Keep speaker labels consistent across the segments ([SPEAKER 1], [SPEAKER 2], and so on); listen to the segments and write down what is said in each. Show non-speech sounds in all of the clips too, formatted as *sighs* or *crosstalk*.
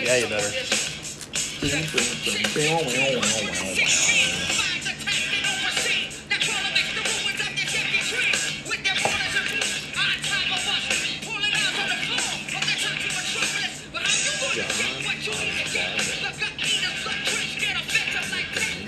[SPEAKER 1] Yeah, you better.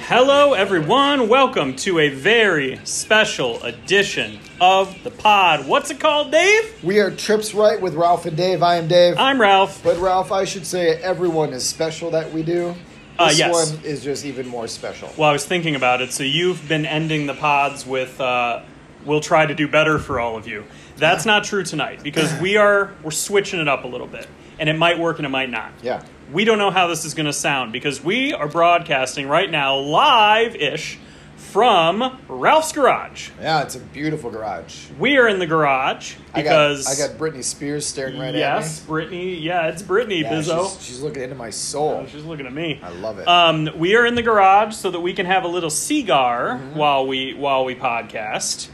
[SPEAKER 2] Hello, everyone. Welcome to a very special edition of the pod. What's it called, Dave?
[SPEAKER 3] We are Trips Right with Ralph and Dave. I am Dave.
[SPEAKER 2] I'm Ralph.
[SPEAKER 3] but Ralph, I should say everyone is special that we do.
[SPEAKER 2] Uh,
[SPEAKER 3] This
[SPEAKER 2] yes.
[SPEAKER 3] one is just even more special.
[SPEAKER 2] Well, I was thinking about it. So you've been ending the pods with uh, "We'll try to do better for all of you." That's not true tonight because we are we're switching it up a little bit, and it might work and it might not.
[SPEAKER 3] Yeah.
[SPEAKER 2] We don't know how this is going to sound because we are broadcasting right now live ish from Ralph's garage.
[SPEAKER 3] Yeah, it's a beautiful garage.
[SPEAKER 2] We are in the garage because
[SPEAKER 3] I got, I got Britney Spears staring right
[SPEAKER 2] yes,
[SPEAKER 3] at me.
[SPEAKER 2] Brittany. Yeah, it's Brittany
[SPEAKER 3] Yeah,
[SPEAKER 2] Bizzo.
[SPEAKER 3] she's, she's looking into my soul.
[SPEAKER 2] Oh, she's looking at me.
[SPEAKER 3] I love it.
[SPEAKER 2] Um, we are in the garage so that we can have a little cigar
[SPEAKER 3] Mm-hmm.
[SPEAKER 2] while we while we podcast.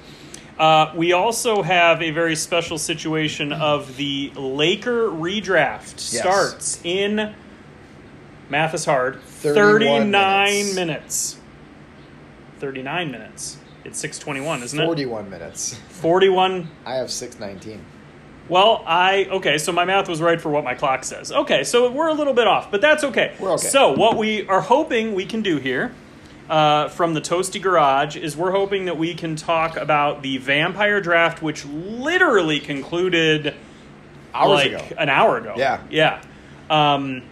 [SPEAKER 2] Uh, we also have a very special situation of the Laker redraft
[SPEAKER 3] Yes.
[SPEAKER 2] starts in math is hard
[SPEAKER 3] 31
[SPEAKER 2] 39
[SPEAKER 3] minutes.
[SPEAKER 2] minutes. 39 minutes. It's 621, isn't it?
[SPEAKER 3] 41 minutes.
[SPEAKER 2] 41
[SPEAKER 3] I have 619.
[SPEAKER 2] well, I okay, so my math was right for what my clock says. Okay, so we're a little bit off, but that's okay.
[SPEAKER 3] We're okay.
[SPEAKER 2] So what we are hoping we can do here uh, from the Toasty Garage is we're hoping that we can talk about the Vampire Draft, which literally concluded
[SPEAKER 3] Hours
[SPEAKER 2] like
[SPEAKER 3] ago.
[SPEAKER 2] an hour ago.
[SPEAKER 3] Yeah.
[SPEAKER 2] yeah. Um,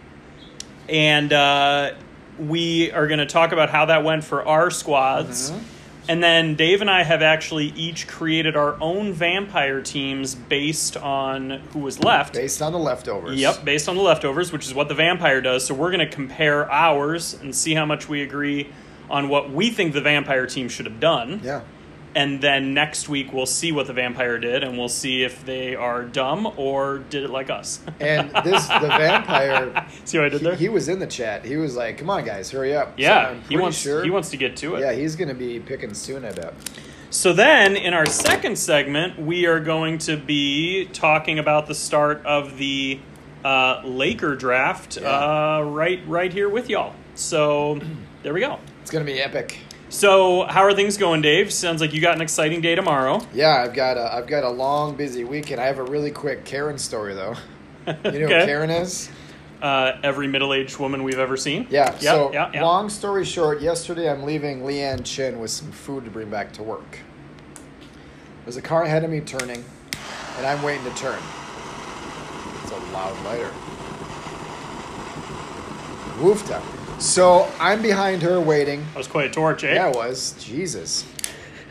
[SPEAKER 2] and uh, we are going to talk about how that went for our squads.
[SPEAKER 3] Mm-hmm.
[SPEAKER 2] And then Dave and I have actually each created our own vampire teams based on who was left.
[SPEAKER 3] Based on the leftovers.
[SPEAKER 2] Yep, based on the leftovers, which is what the vampire does. So we're going to compare ours and see how much we agree on what we think the vampire team should have done.
[SPEAKER 3] Yeah.
[SPEAKER 2] And then next week we'll see what the vampire did and we'll see if they are dumb or did it like us. *laughs*
[SPEAKER 3] And this, the vampire,
[SPEAKER 2] see what I did
[SPEAKER 3] he,
[SPEAKER 2] there?
[SPEAKER 3] he was in the chat. He was like, come on, guys, hurry up. So
[SPEAKER 2] yeah,
[SPEAKER 3] I'm
[SPEAKER 2] he
[SPEAKER 3] pretty
[SPEAKER 2] wants
[SPEAKER 3] sure-
[SPEAKER 2] he wants to get to it.
[SPEAKER 3] Yeah, he's going to be picking soon, I bet.
[SPEAKER 2] So then, in our second segment, we are going to be talking about the start of the uh, Laker draft
[SPEAKER 3] Yeah.
[SPEAKER 2] uh, right right here with y'all. So there we go.
[SPEAKER 3] It's going to be epic.
[SPEAKER 2] So how are things going, Dave? Sounds like you got an exciting day tomorrow.
[SPEAKER 3] Yeah, I've got a I've got a long busy weekend. I have a really quick Karen
[SPEAKER 2] *laughs*
[SPEAKER 3] story though. You know
[SPEAKER 2] Okay.
[SPEAKER 3] what Karen is?
[SPEAKER 2] Uh, every middle aged woman we've ever seen.
[SPEAKER 3] Yeah.
[SPEAKER 2] Yep,
[SPEAKER 3] so
[SPEAKER 2] yeah, yeah.
[SPEAKER 3] long story short, yesterday I'm leaving Leanne Chin with some food to bring back to work. There's a car ahead of me turning, and I'm waiting to turn. It's a loud lighter. Woofta. So I'm behind her waiting.
[SPEAKER 2] That was quite a torch, eh?
[SPEAKER 3] Yeah, it was. Jesus.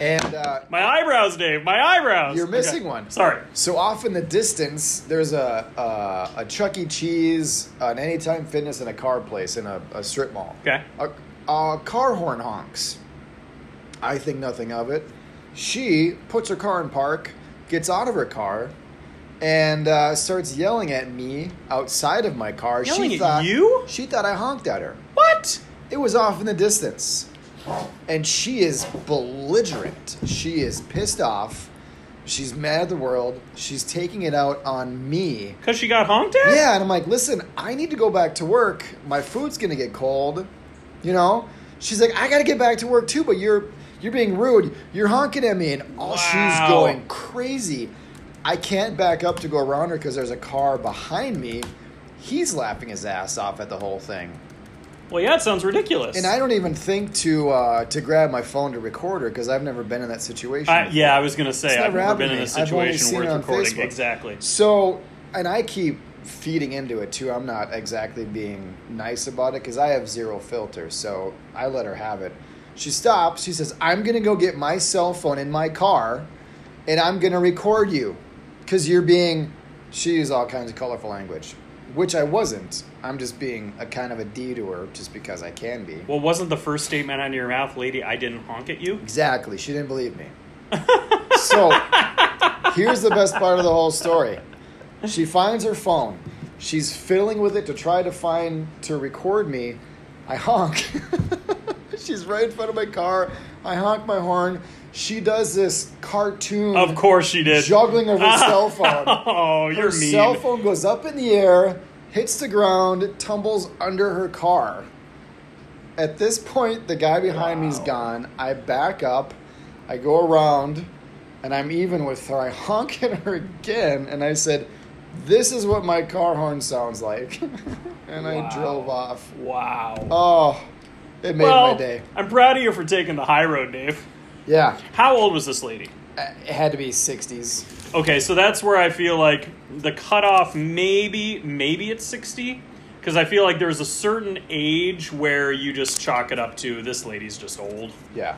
[SPEAKER 3] And uh,
[SPEAKER 2] My eyebrows, Dave. My eyebrows.
[SPEAKER 3] You're
[SPEAKER 2] Okay.
[SPEAKER 3] missing one.
[SPEAKER 2] Sorry.
[SPEAKER 3] So off in the distance, there's a uh, a Chuck E. Cheese, an Anytime Fitness, and a car place in a, a strip mall.
[SPEAKER 2] Okay.
[SPEAKER 3] A, a car horn honks. I think nothing of it. She puts her car in park, gets out of her car, and uh, starts yelling at me outside of my car.
[SPEAKER 2] Yelling
[SPEAKER 3] she
[SPEAKER 2] at
[SPEAKER 3] thought,
[SPEAKER 2] you?
[SPEAKER 3] She thought I honked at her.
[SPEAKER 2] What?
[SPEAKER 3] It was off in the distance. And she is belligerent. She is pissed off. She's mad at the world. She's taking it out on me.
[SPEAKER 2] Because she got honked at?
[SPEAKER 3] Yeah, and I'm like, listen, I need to go back to work. My food's gonna get cold. You know? She's like, I gotta get back to work too, but you're you're being rude. You're honking at me, and all she's
[SPEAKER 2] Wow.
[SPEAKER 3] going crazy. I can't back up to go around her because there's a car behind me. He's laughing his ass off at the whole thing.
[SPEAKER 2] Well, yeah, it sounds ridiculous.
[SPEAKER 3] And I don't even think to uh, to grab my phone to record her because I've never been in that situation.
[SPEAKER 2] I,
[SPEAKER 3] before.
[SPEAKER 2] yeah, I was gonna say
[SPEAKER 3] It's
[SPEAKER 2] I've
[SPEAKER 3] never
[SPEAKER 2] never been in
[SPEAKER 3] happened
[SPEAKER 2] a
[SPEAKER 3] to me. I've only
[SPEAKER 2] situation
[SPEAKER 3] seen it
[SPEAKER 2] worth
[SPEAKER 3] on
[SPEAKER 2] recording.
[SPEAKER 3] Facebook.
[SPEAKER 2] Exactly.
[SPEAKER 3] So, and I keep feeding into it too. I'm not exactly being nice about it because I have zero filter. So I let her have it. She stops. She says, "I'm gonna go get my cell phone in my car, and I'm gonna record you because you're being." She used all kinds of colorful language, which I wasn't. I'm just being a kind of a D to her, just because I can be.
[SPEAKER 2] Well, wasn't the first statement out of your mouth, lady? I didn't honk at you.
[SPEAKER 3] Exactly. She didn't
[SPEAKER 2] *laughs*
[SPEAKER 3] believe me. so here's the best part of the whole story. She finds her phone. She's fiddling with it to try to find to record me. I honk. *laughs* She's right in front of my car. I honk my horn. She does this cartoon
[SPEAKER 2] Of course she did.
[SPEAKER 3] juggling of her cell phone.
[SPEAKER 2] *laughs* Oh,
[SPEAKER 3] Her
[SPEAKER 2] you're mean.
[SPEAKER 3] cell phone goes up in the air hits the ground, tumbles under her car. At this point, the guy behind me's
[SPEAKER 2] Wow.
[SPEAKER 3] gone. I back up, I go around, and I'm even with her. I honk at her again, and I said, This is what my car horn sounds like. *laughs* and
[SPEAKER 2] Wow.
[SPEAKER 3] I drove off.
[SPEAKER 2] Wow.
[SPEAKER 3] Oh, it made
[SPEAKER 2] well,
[SPEAKER 3] my day.
[SPEAKER 2] I'm proud of you for taking the high road, Dave.
[SPEAKER 3] Yeah,
[SPEAKER 2] How old was this lady?
[SPEAKER 3] it had to be 60s.
[SPEAKER 2] Okay, so that's where I feel like the cutoff maybe maybe it's 60 because I feel like there's a certain age where you just chalk it up to this lady's just old.
[SPEAKER 3] Yeah.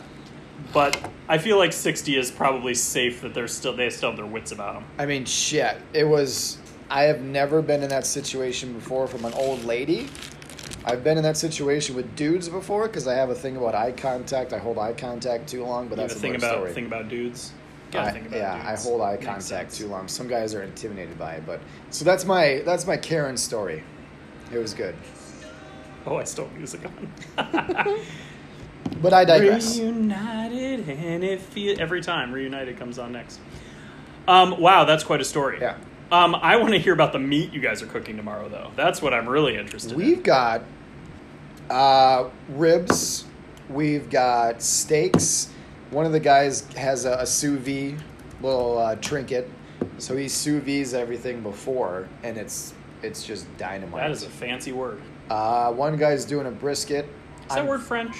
[SPEAKER 2] But I feel like 60 is probably safe that they're still they still have their wits about them.
[SPEAKER 3] I mean, shit. It was. I have never been in that situation before from an old lady. I've been in that situation with dudes before because I have a thing about eye contact. I hold eye contact too long, but
[SPEAKER 2] You have
[SPEAKER 3] that's
[SPEAKER 2] a thing
[SPEAKER 3] another
[SPEAKER 2] about
[SPEAKER 3] story.
[SPEAKER 2] thing about dudes.
[SPEAKER 3] I- yeah, I hold eye contact too long. Some guys are intimidated by it, but so that's my that's my Karen story. It was good,
[SPEAKER 2] Oh, I stole music *laughs* on.
[SPEAKER 3] but I digress.
[SPEAKER 2] Reunited, and it feel every time reunited comes on next. Um, wow, that's quite a story.
[SPEAKER 3] Yeah.
[SPEAKER 2] Um, I want to hear about the meat you guys are cooking tomorrow, though. That's what I'm really interested
[SPEAKER 3] We've
[SPEAKER 2] in.
[SPEAKER 3] got uh, ribs. We've got steaks. One of the guys has a, a sous vide little uh, trinket, so he sous vides everything before, and it's it's just dynamite.
[SPEAKER 2] That is a fancy word.
[SPEAKER 3] uh, one guy's doing a brisket.
[SPEAKER 2] Is that
[SPEAKER 3] I'm-
[SPEAKER 2] word French?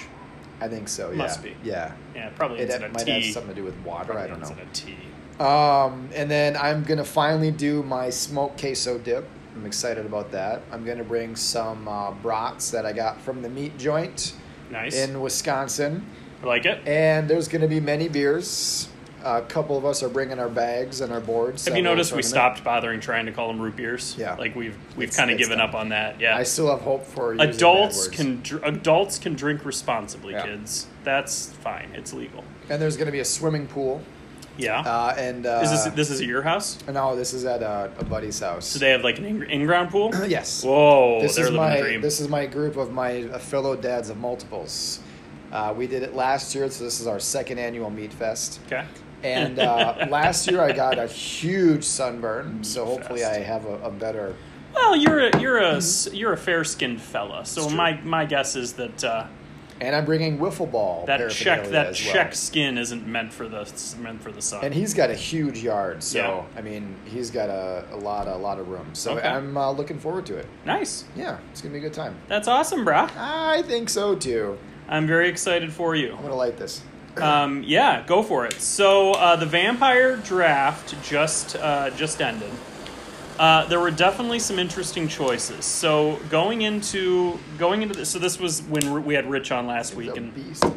[SPEAKER 3] I think so. Yeah.
[SPEAKER 2] Must be.
[SPEAKER 3] Yeah.
[SPEAKER 2] Yeah, it probably
[SPEAKER 3] It
[SPEAKER 2] ends in a
[SPEAKER 3] might
[SPEAKER 2] T.
[SPEAKER 3] have something to do with water.
[SPEAKER 2] Probably
[SPEAKER 3] I don't
[SPEAKER 2] ends
[SPEAKER 3] know.
[SPEAKER 2] in a T.
[SPEAKER 3] Um, and then I'm gonna finally do my smoked queso dip. I'm excited about that. I'm gonna bring some uh, brats that I got from the meat joint
[SPEAKER 2] Nice.
[SPEAKER 3] in Wisconsin,
[SPEAKER 2] I like it.
[SPEAKER 3] and there's gonna be many beers. A couple of us are bringing our bags and our boards.
[SPEAKER 2] Have
[SPEAKER 3] that
[SPEAKER 2] you
[SPEAKER 3] little
[SPEAKER 2] noticed we
[SPEAKER 3] tournament.
[SPEAKER 2] stopped bothering trying to call them root beers?
[SPEAKER 3] Yeah.
[SPEAKER 2] Like we've we've
[SPEAKER 3] It's-
[SPEAKER 2] kind of
[SPEAKER 3] it's
[SPEAKER 2] given
[SPEAKER 3] done.
[SPEAKER 2] up on that. Yeah.
[SPEAKER 3] I still have hope for using bad
[SPEAKER 2] adults
[SPEAKER 3] words.
[SPEAKER 2] can dr- adults can drink responsibly,
[SPEAKER 3] Yeah.
[SPEAKER 2] kids. That's fine. It's legal.
[SPEAKER 3] And there's gonna be a swimming pool.
[SPEAKER 2] Yeah.
[SPEAKER 3] Uh, and uh,
[SPEAKER 2] is this this is at your house?
[SPEAKER 3] No, this is at uh, a, a buddy's house.
[SPEAKER 2] So they have like an in- in-ground pool.
[SPEAKER 3] *clears throat* yes.
[SPEAKER 2] Whoa,
[SPEAKER 3] this
[SPEAKER 2] Oh, they're
[SPEAKER 3] is
[SPEAKER 2] living
[SPEAKER 3] my
[SPEAKER 2] the dream.
[SPEAKER 3] this is my group of my fellow dads of multiples. Uh, we did it last year, so this is our second annual Meat Fest.
[SPEAKER 2] okay. *laughs*
[SPEAKER 3] And uh, last year I got a huge sunburn, so
[SPEAKER 2] Meat
[SPEAKER 3] hopefully
[SPEAKER 2] Fest.
[SPEAKER 3] I have a, a better.
[SPEAKER 2] Well, you're a you're a s- you're a fair-skinned fella, so
[SPEAKER 3] Mm-hmm. It's true.
[SPEAKER 2] my my guess is that uh,
[SPEAKER 3] And I'm bringing wiffle ball.
[SPEAKER 2] that check
[SPEAKER 3] paraphernalia
[SPEAKER 2] that
[SPEAKER 3] as
[SPEAKER 2] check
[SPEAKER 3] Well.
[SPEAKER 2] skin isn't meant for the s- meant for the sun.
[SPEAKER 3] And he's got a huge yard, so
[SPEAKER 2] Yeah.
[SPEAKER 3] I mean he's got a, a lot a lot of room. So
[SPEAKER 2] Okay.
[SPEAKER 3] I'm uh, looking forward to it.
[SPEAKER 2] nice,
[SPEAKER 3] Yeah, it's gonna be a good time.
[SPEAKER 2] that's awesome, brah.
[SPEAKER 3] I think so too.
[SPEAKER 2] I'm very excited for you.
[SPEAKER 3] I'm gonna light this.
[SPEAKER 2] Um, yeah, go for it. So uh, the vampire draft just uh, just ended. Uh, there were definitely some interesting choices. So going into going into this, so this was when we had Rich on last week,
[SPEAKER 3] It's a
[SPEAKER 2] and
[SPEAKER 3] beast. I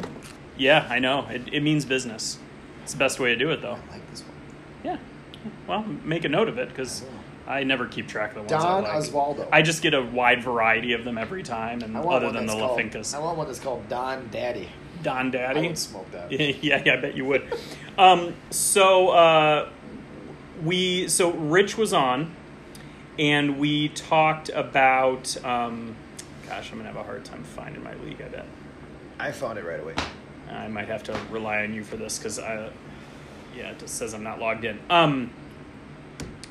[SPEAKER 2] yeah, I know it, it means business. It's the best way to do it, though.
[SPEAKER 3] like this one.
[SPEAKER 2] Yeah. Well, make a note of it because I never keep track of the ones
[SPEAKER 3] Don
[SPEAKER 2] I like.
[SPEAKER 3] Osvaldo.
[SPEAKER 2] I just get a wide variety of them every time, and
[SPEAKER 3] I want
[SPEAKER 2] other
[SPEAKER 3] one
[SPEAKER 2] than the
[SPEAKER 3] that's
[SPEAKER 2] La
[SPEAKER 3] called- I
[SPEAKER 2] Fincas.
[SPEAKER 3] want one that's called Don Daddy.
[SPEAKER 2] Don Daddy.
[SPEAKER 3] I would smoke that.
[SPEAKER 2] yeah, *laughs* yeah, yeah, I bet you would. Um, so uh, we, so Rich was on, and we talked about. Um, gosh, I'm gonna have a hard time finding my league. I bet
[SPEAKER 3] I found it right away.
[SPEAKER 2] I might have to rely on you for this because I, yeah, it just says I'm not logged in. Um,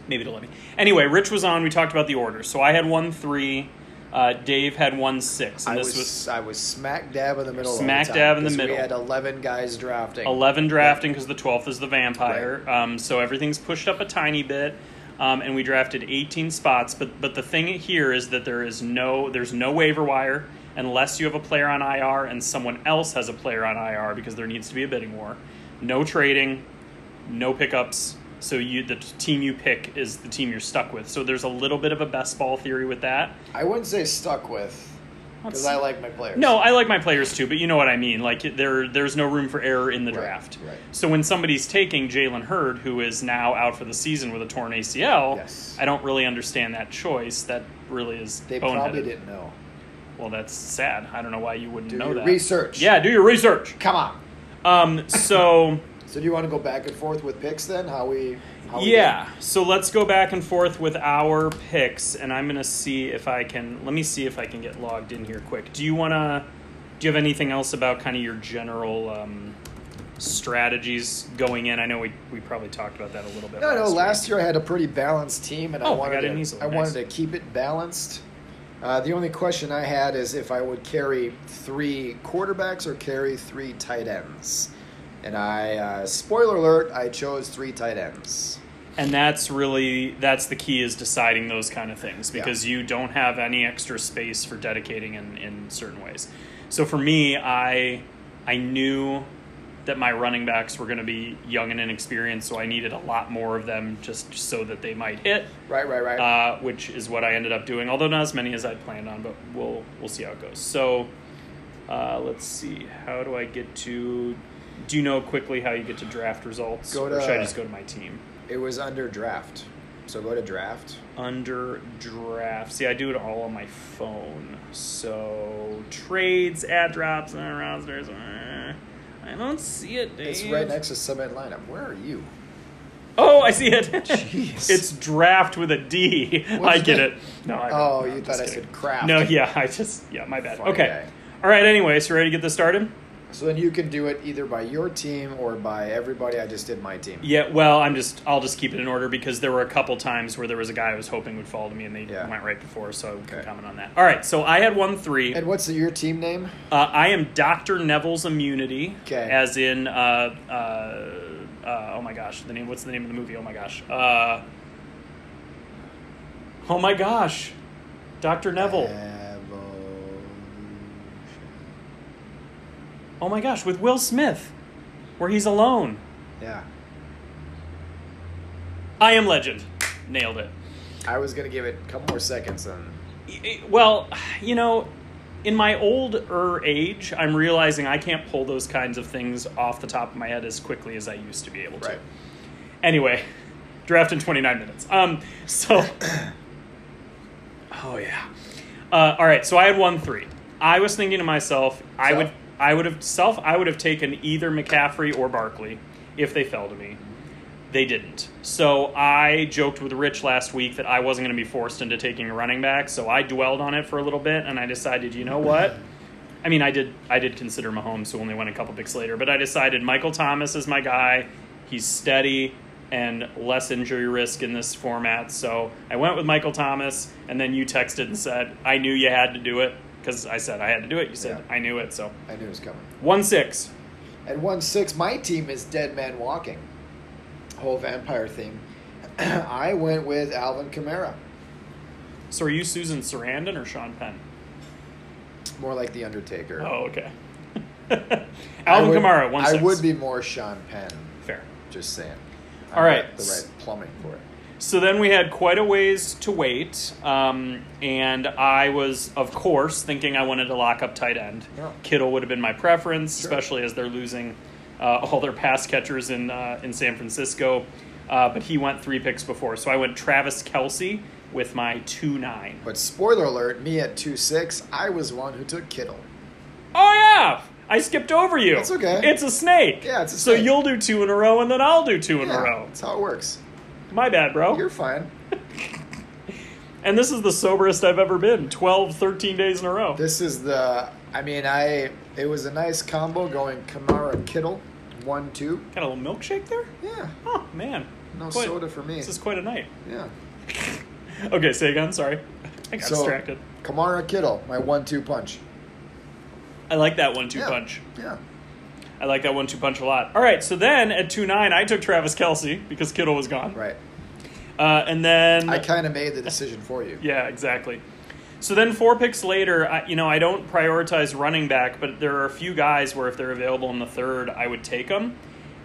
[SPEAKER 2] maybe it'll let me. Anyway, Rich was on. We talked about the order. So I had one three. Uh, Dave had one six, and
[SPEAKER 3] I
[SPEAKER 2] this
[SPEAKER 3] was, I was smack dab in the middle.
[SPEAKER 2] Smack
[SPEAKER 3] of the time,
[SPEAKER 2] dab in the
[SPEAKER 3] 'cause
[SPEAKER 2] middle.
[SPEAKER 3] We had eleven guys drafting.
[SPEAKER 2] 11 drafting because the 12th is the vampire um, so everything's pushed up a tiny bit um, and we drafted 18 spots but but the thing here is that there is no there's no waiver wire unless you have a player on IR and someone else has a player on IR because there needs to be a bidding war no trading no pickups so you the team you pick is the team you're stuck with so there's a little bit of a best ball theory with that
[SPEAKER 3] I wouldn't say stuck with because
[SPEAKER 2] That's-
[SPEAKER 3] I like my players.
[SPEAKER 2] no, I like my players too, but you know what I mean. Like there, there's no room for error in the
[SPEAKER 3] Right,
[SPEAKER 2] draft.
[SPEAKER 3] right.
[SPEAKER 2] So when somebody's taking Jalen Hurd, who is now out for the season with a torn ACL,
[SPEAKER 3] Yes.
[SPEAKER 2] I don't really understand that choice. That really is
[SPEAKER 3] they
[SPEAKER 2] boneheaded.
[SPEAKER 3] probably didn't know.
[SPEAKER 2] Well, that's sad. I don't know why you wouldn't
[SPEAKER 3] Do
[SPEAKER 2] know
[SPEAKER 3] your
[SPEAKER 2] that.
[SPEAKER 3] research.
[SPEAKER 2] Yeah, do your research.
[SPEAKER 3] Come on.
[SPEAKER 2] Um,
[SPEAKER 3] *laughs*
[SPEAKER 2] so
[SPEAKER 3] So do you want to go back and forth with picks then? How we? How we
[SPEAKER 2] yeah, so let's go back and forth with our picks, and I'm gonna see if I can. Let me see if I can get logged in here quick. Do you wanna? Do you have anything else about kind of your general? Um, strategies going in? I know we, we probably talked about that a little bit.
[SPEAKER 3] No, no. Last
[SPEAKER 2] week.
[SPEAKER 3] year I had a pretty balanced team, and
[SPEAKER 2] Oh,
[SPEAKER 3] I
[SPEAKER 2] I
[SPEAKER 3] wanted
[SPEAKER 2] got
[SPEAKER 3] to,
[SPEAKER 2] in easily.
[SPEAKER 3] I
[SPEAKER 2] Nice.
[SPEAKER 3] wanted to keep it balanced. Uh, the only question I had is if I would carry three quarterbacks or carry three tight ends. And I, uh, spoiler alert, I chose three tight ends.
[SPEAKER 2] and that's really that's the key is deciding those kind of things because you don't have any extra space for dedicating in, in certain ways so for me i i knew that my running backs were going to be young and inexperienced so i needed a lot more of them just so that they might hit
[SPEAKER 3] Right, right, right.
[SPEAKER 2] uh, which is what I ended up doing. Although not as many as I planned on, but we'll we'll see how it goes. So, uh, let's see. How do I get to? Do you know quickly how you get to draft results?
[SPEAKER 3] Go
[SPEAKER 2] or
[SPEAKER 3] to-
[SPEAKER 2] should I just go to my team
[SPEAKER 3] it was under draft. So go to draft.
[SPEAKER 2] under draft? See, I do it all on my phone. So trades, ad drops, and rosters. uh, I don't see it, Dave.
[SPEAKER 3] It's right next to Summit Lineup. Where are you?
[SPEAKER 2] Oh, I see it.
[SPEAKER 3] Jeez.
[SPEAKER 2] *laughs* it's draft with a D. I
[SPEAKER 3] What's
[SPEAKER 2] get
[SPEAKER 3] that?
[SPEAKER 2] it. No, I
[SPEAKER 3] Oh,
[SPEAKER 2] no, I'm
[SPEAKER 3] you
[SPEAKER 2] just
[SPEAKER 3] thought I
[SPEAKER 2] kidding.
[SPEAKER 3] said craft.
[SPEAKER 2] No, yeah, I just yeah, my bad.
[SPEAKER 3] Funny
[SPEAKER 2] okay.
[SPEAKER 3] guy.
[SPEAKER 2] All right. Anyway, so ready to get this started?
[SPEAKER 3] So then you can do it either by your team or by everybody. I just did my team.
[SPEAKER 2] Yeah. Well, I'm just I'll just keep it in order because there were a couple times where there was a guy I was hoping would fall to me and they
[SPEAKER 3] Yeah.
[SPEAKER 2] went right before, so I can
[SPEAKER 3] Okay.
[SPEAKER 2] comment on that. All right. So I had one three.
[SPEAKER 3] And
[SPEAKER 2] Uh,
[SPEAKER 3] what's your team name?
[SPEAKER 2] I am Doctor Neville's immunity,
[SPEAKER 3] Okay.
[SPEAKER 2] as in uh, uh, uh, oh my gosh, the name. What's the name of the movie? Oh my gosh. Uh, oh my gosh, Doctor Neville.
[SPEAKER 3] Uh, Evolution.
[SPEAKER 2] oh my gosh, with Will Smith, where he's alone.
[SPEAKER 3] Yeah.
[SPEAKER 2] I am Legend. Nailed it.
[SPEAKER 3] I was gonna give it a couple more seconds and
[SPEAKER 2] Y- y- Well, you know, in my older age, I'm realizing I can't pull those kinds of things off the top of my head as quickly as I used to be able to.
[SPEAKER 3] right.
[SPEAKER 2] Anyway, draft in 29 minutes. Um, so. oh yeah. Uh, all right. So I had one three. I was thinking to myself, I
[SPEAKER 3] Self?
[SPEAKER 2] would, I would have self, I would have taken either McCaffrey or Barkley if they fell to me. They didn't. So I joked with Rich last week that I wasn't going to be forced into taking a running back. So I dwelled on it for a little bit, and I decided, you know what? I mean, I did I did consider Mahomes, who only went a couple picks later, but I decided Michael Thomas is my guy. He's steady and less injury risk in this format, so I went with Michael Thomas. And then you texted and said, "I knew you had to do it," because I said I had to do it. You said
[SPEAKER 3] Yeah.
[SPEAKER 2] I knew it. So
[SPEAKER 3] I knew it was coming.
[SPEAKER 2] one six.
[SPEAKER 3] At one six, my team is Dead Man Walking. Whole vampire theme. *clears throat* I went with Alvin Kamara.
[SPEAKER 2] So are you Susan Sarandon or Sean Penn?
[SPEAKER 3] More like the Undertaker.
[SPEAKER 2] Oh, okay. *laughs*
[SPEAKER 3] I
[SPEAKER 2] Alvin
[SPEAKER 3] would-
[SPEAKER 2] Kamara, one six.
[SPEAKER 3] I would be more Sean Penn,
[SPEAKER 2] fair.
[SPEAKER 3] just saying. I
[SPEAKER 2] All right.
[SPEAKER 3] got The right plumbing for it.
[SPEAKER 2] So then we had quite a ways to wait, um, and I was, of course, thinking I wanted to lock up tight end.
[SPEAKER 3] Yeah.
[SPEAKER 2] Kittle would have been my preference,
[SPEAKER 3] Sure.
[SPEAKER 2] especially as they're losing uh, all their pass catchers in uh, in San Francisco. Uh, but he went three picks before, so I went Travis Kelsey with my two nine.
[SPEAKER 3] But spoiler alert, me at two six, I was one who took Kittle.
[SPEAKER 2] Oh yeah, I skipped over you.
[SPEAKER 3] It's okay.
[SPEAKER 2] It's a snake.
[SPEAKER 3] Yeah, it's a
[SPEAKER 2] so
[SPEAKER 3] snake.
[SPEAKER 2] you'll do two in a row, and then I'll do two in
[SPEAKER 3] Yeah,
[SPEAKER 2] a row.
[SPEAKER 3] That's how it works.
[SPEAKER 2] My bad, bro.
[SPEAKER 3] You're fine.
[SPEAKER 2] and this is the soberest I've ever been. 12, 13 days in a row.
[SPEAKER 3] This is the. I mean, I. It was a nice combo going Kamara Kittle, one two.
[SPEAKER 2] Got a little milkshake there?
[SPEAKER 3] Yeah,
[SPEAKER 2] Oh, man.
[SPEAKER 3] no
[SPEAKER 2] Quite-
[SPEAKER 3] soda for me.
[SPEAKER 2] This is quite a night.
[SPEAKER 3] Yeah.
[SPEAKER 2] Okay, say again. Sorry. I got
[SPEAKER 3] So
[SPEAKER 2] distracted.
[SPEAKER 3] Kamara Kittle, my one two punch.
[SPEAKER 2] I like that one two
[SPEAKER 3] Yeah.
[SPEAKER 2] punch.
[SPEAKER 3] Yeah.
[SPEAKER 2] I like that one two punch a lot. All right, so then at 2 9, I took Travis Kelsey because Kittle was gone.
[SPEAKER 3] Right.
[SPEAKER 2] Uh, and then.
[SPEAKER 3] I kind of made the decision for you.
[SPEAKER 2] Yeah, exactly. So then four picks later, I, you know, I don't prioritize running back, but there are a few guys where if they're available in the third, I would take them.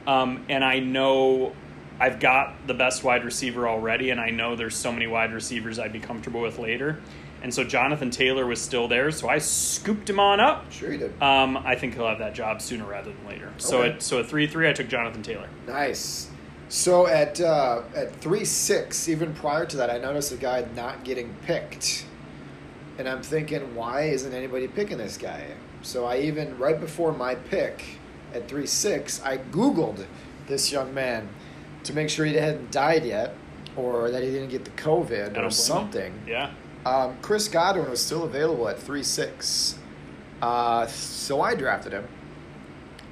[SPEAKER 2] Um, and I know I've got the best wide receiver already, and I know there's so many wide receivers I'd be comfortable with later. And so Jonathan Taylor was still there, so I scooped him on up.
[SPEAKER 3] Sure you did.
[SPEAKER 2] Um, I think he'll have that job sooner rather than later. So
[SPEAKER 3] Okay.
[SPEAKER 2] at so at three three, I took Jonathan Taylor.
[SPEAKER 3] Nice. So at uh, at three six, even prior to that, I noticed a guy not getting picked, and I'm thinking, why isn't anybody picking this guy? So I even right before my pick at three six, I Googled this young man to make sure he hadn't died yet, or that he didn't get the
[SPEAKER 2] I
[SPEAKER 3] COVID
[SPEAKER 2] don't blame
[SPEAKER 3] or
[SPEAKER 2] him.
[SPEAKER 3] something.
[SPEAKER 2] Yeah.
[SPEAKER 3] Um, Chris Godwin was still available at three six, uh, so I drafted him,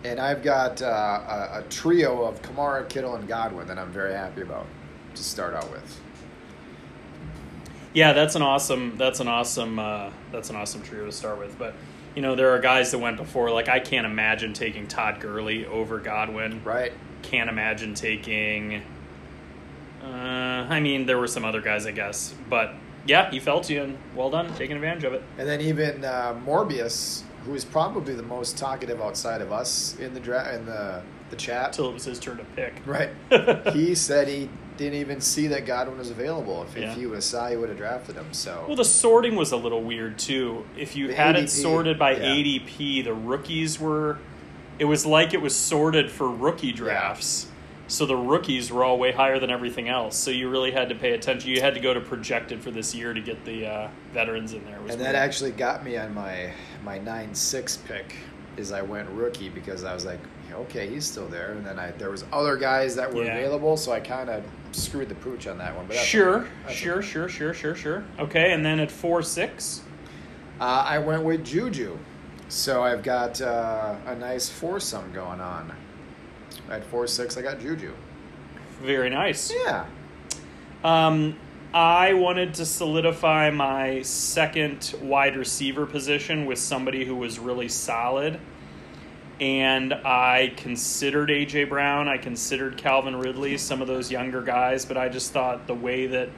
[SPEAKER 3] and I've got uh, a, a trio of Kamara, Kittle, and Godwin that I'm very happy about to start out with.
[SPEAKER 2] Yeah, that's an awesome. That's an awesome. Uh, that's an awesome trio to start with. But you know, there are guys that went before. Like I can't imagine taking Todd Gurley over Godwin.
[SPEAKER 3] Right?
[SPEAKER 2] Can't imagine taking. Uh, I mean, there were some other guys, I guess, but yeah, he fell to you, and well done, taking advantage of it.
[SPEAKER 3] And then even uh, Morbius, who is probably the most talkative outside of us in the dra- in the the chat.
[SPEAKER 2] Until it was his turn to pick. *laughs*
[SPEAKER 3] Right. he said he didn't even see that Godwin was available. If,
[SPEAKER 2] Yeah.
[SPEAKER 3] if he would have saw, he would have drafted him. So
[SPEAKER 2] Well, the sorting was a little weird too. If you
[SPEAKER 3] The
[SPEAKER 2] had it
[SPEAKER 3] ADP,
[SPEAKER 2] sorted by
[SPEAKER 3] yeah.
[SPEAKER 2] ADP, the rookies were. It was like it was sorted for rookie drafts. So the rookies were all way higher than everything else. So you really had to pay attention. You had to go to projected for this year to get the uh, veterans in there. It was
[SPEAKER 3] and that
[SPEAKER 2] weird.
[SPEAKER 3] actually got me on my my nine six pick is I went rookie because I was like, okay, he's still there. And then I there was other guys that were
[SPEAKER 2] Yeah.
[SPEAKER 3] available, so I kind of screwed the pooch on that one. But that's
[SPEAKER 2] sure,
[SPEAKER 3] okay. That's
[SPEAKER 2] sure, sure, sure, sure, sure. Okay, and then at four six.
[SPEAKER 3] Uh, I went with Juju, so I've got uh, a nice foursome going on. At four six, I got Juju.
[SPEAKER 2] Very nice.
[SPEAKER 3] Yeah,
[SPEAKER 2] Um, I wanted to solidify my second wide receiver position with somebody who was really solid. And I considered A.J. Brown. I considered Calvin Ridley, some of those younger guys. But I just thought the way that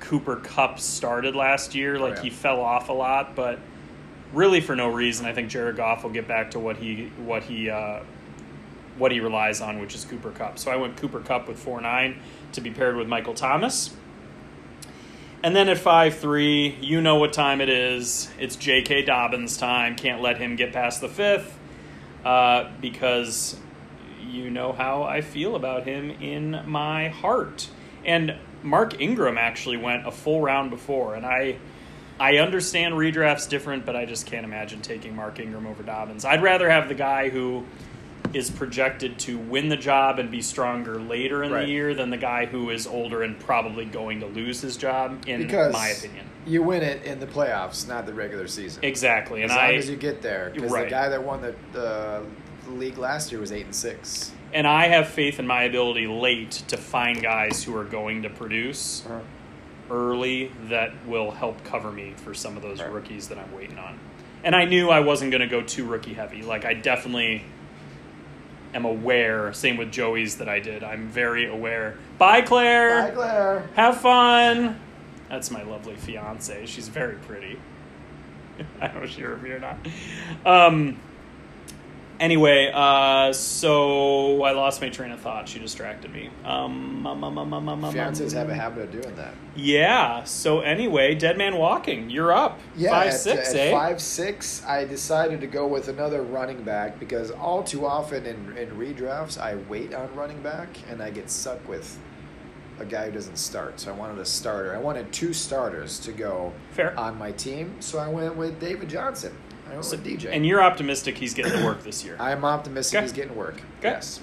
[SPEAKER 2] Cooper Cup started last year, like
[SPEAKER 3] yeah.
[SPEAKER 2] he fell off a lot, but really for no reason. I think Jared Goff will get back to what he what he uh, what he relies on, which is Cooper Cup. So I went Cooper Cup with four nine to be paired with Michael Thomas. And then at five three, you know what time it is. It's J.K. Dobbins time. Can't let him get past the fifth uh, because you know how I feel about him in my heart. And Mark Ingram actually went a full round before, and I I understand redrafts different, but I just can't imagine taking Mark Ingram over Dobbins. I'd rather have the guy who is projected to win the job and be stronger later in
[SPEAKER 3] Right.
[SPEAKER 2] the year than the guy who is older and probably going to lose his job, in
[SPEAKER 3] because
[SPEAKER 2] my opinion.
[SPEAKER 3] you win it in the playoffs, not the regular season.
[SPEAKER 2] Exactly, and
[SPEAKER 3] as long
[SPEAKER 2] I
[SPEAKER 3] as you get there, because
[SPEAKER 2] Right.
[SPEAKER 3] the guy that won the, the league last year was eight and six.
[SPEAKER 2] and I have faith in my ability late to find guys who are going to produce.
[SPEAKER 3] Uh-huh.
[SPEAKER 2] early that will help cover me for some of those
[SPEAKER 3] Right.
[SPEAKER 2] rookies that I'm waiting on. And I knew I wasn't going to go too rookie heavy. Like I definitely am aware. Same with Joey's that I did. I'm very aware. Bye, Claire.
[SPEAKER 3] Bye, Claire.
[SPEAKER 2] Have fun. That's my lovely fiance. She's very pretty. *laughs* I don't know if she heard me or not. Um. Anyway, uh, so I lost my train of thought. She distracted me. Um, um, um, um, um, um, um,
[SPEAKER 3] Fiancés
[SPEAKER 2] um.
[SPEAKER 3] have a habit of doing that.
[SPEAKER 2] Yeah. So anyway, Dead Man Walking, you're up.
[SPEAKER 3] Yeah,
[SPEAKER 2] five
[SPEAKER 3] at,
[SPEAKER 2] six,
[SPEAKER 3] at
[SPEAKER 2] eh?
[SPEAKER 3] five six, I decided to go with another running back because all too often in, in redrafts I wait on running back and I get stuck with a guy who doesn't start. So I wanted a starter. I wanted two starters to go
[SPEAKER 2] Fair.
[SPEAKER 3] on my team. So I went with David Johnson. I went
[SPEAKER 2] So-
[SPEAKER 3] with DJ.
[SPEAKER 2] And you're optimistic he's getting to work this year.
[SPEAKER 3] I'm optimistic
[SPEAKER 2] Okay.
[SPEAKER 3] he's getting work. Yes.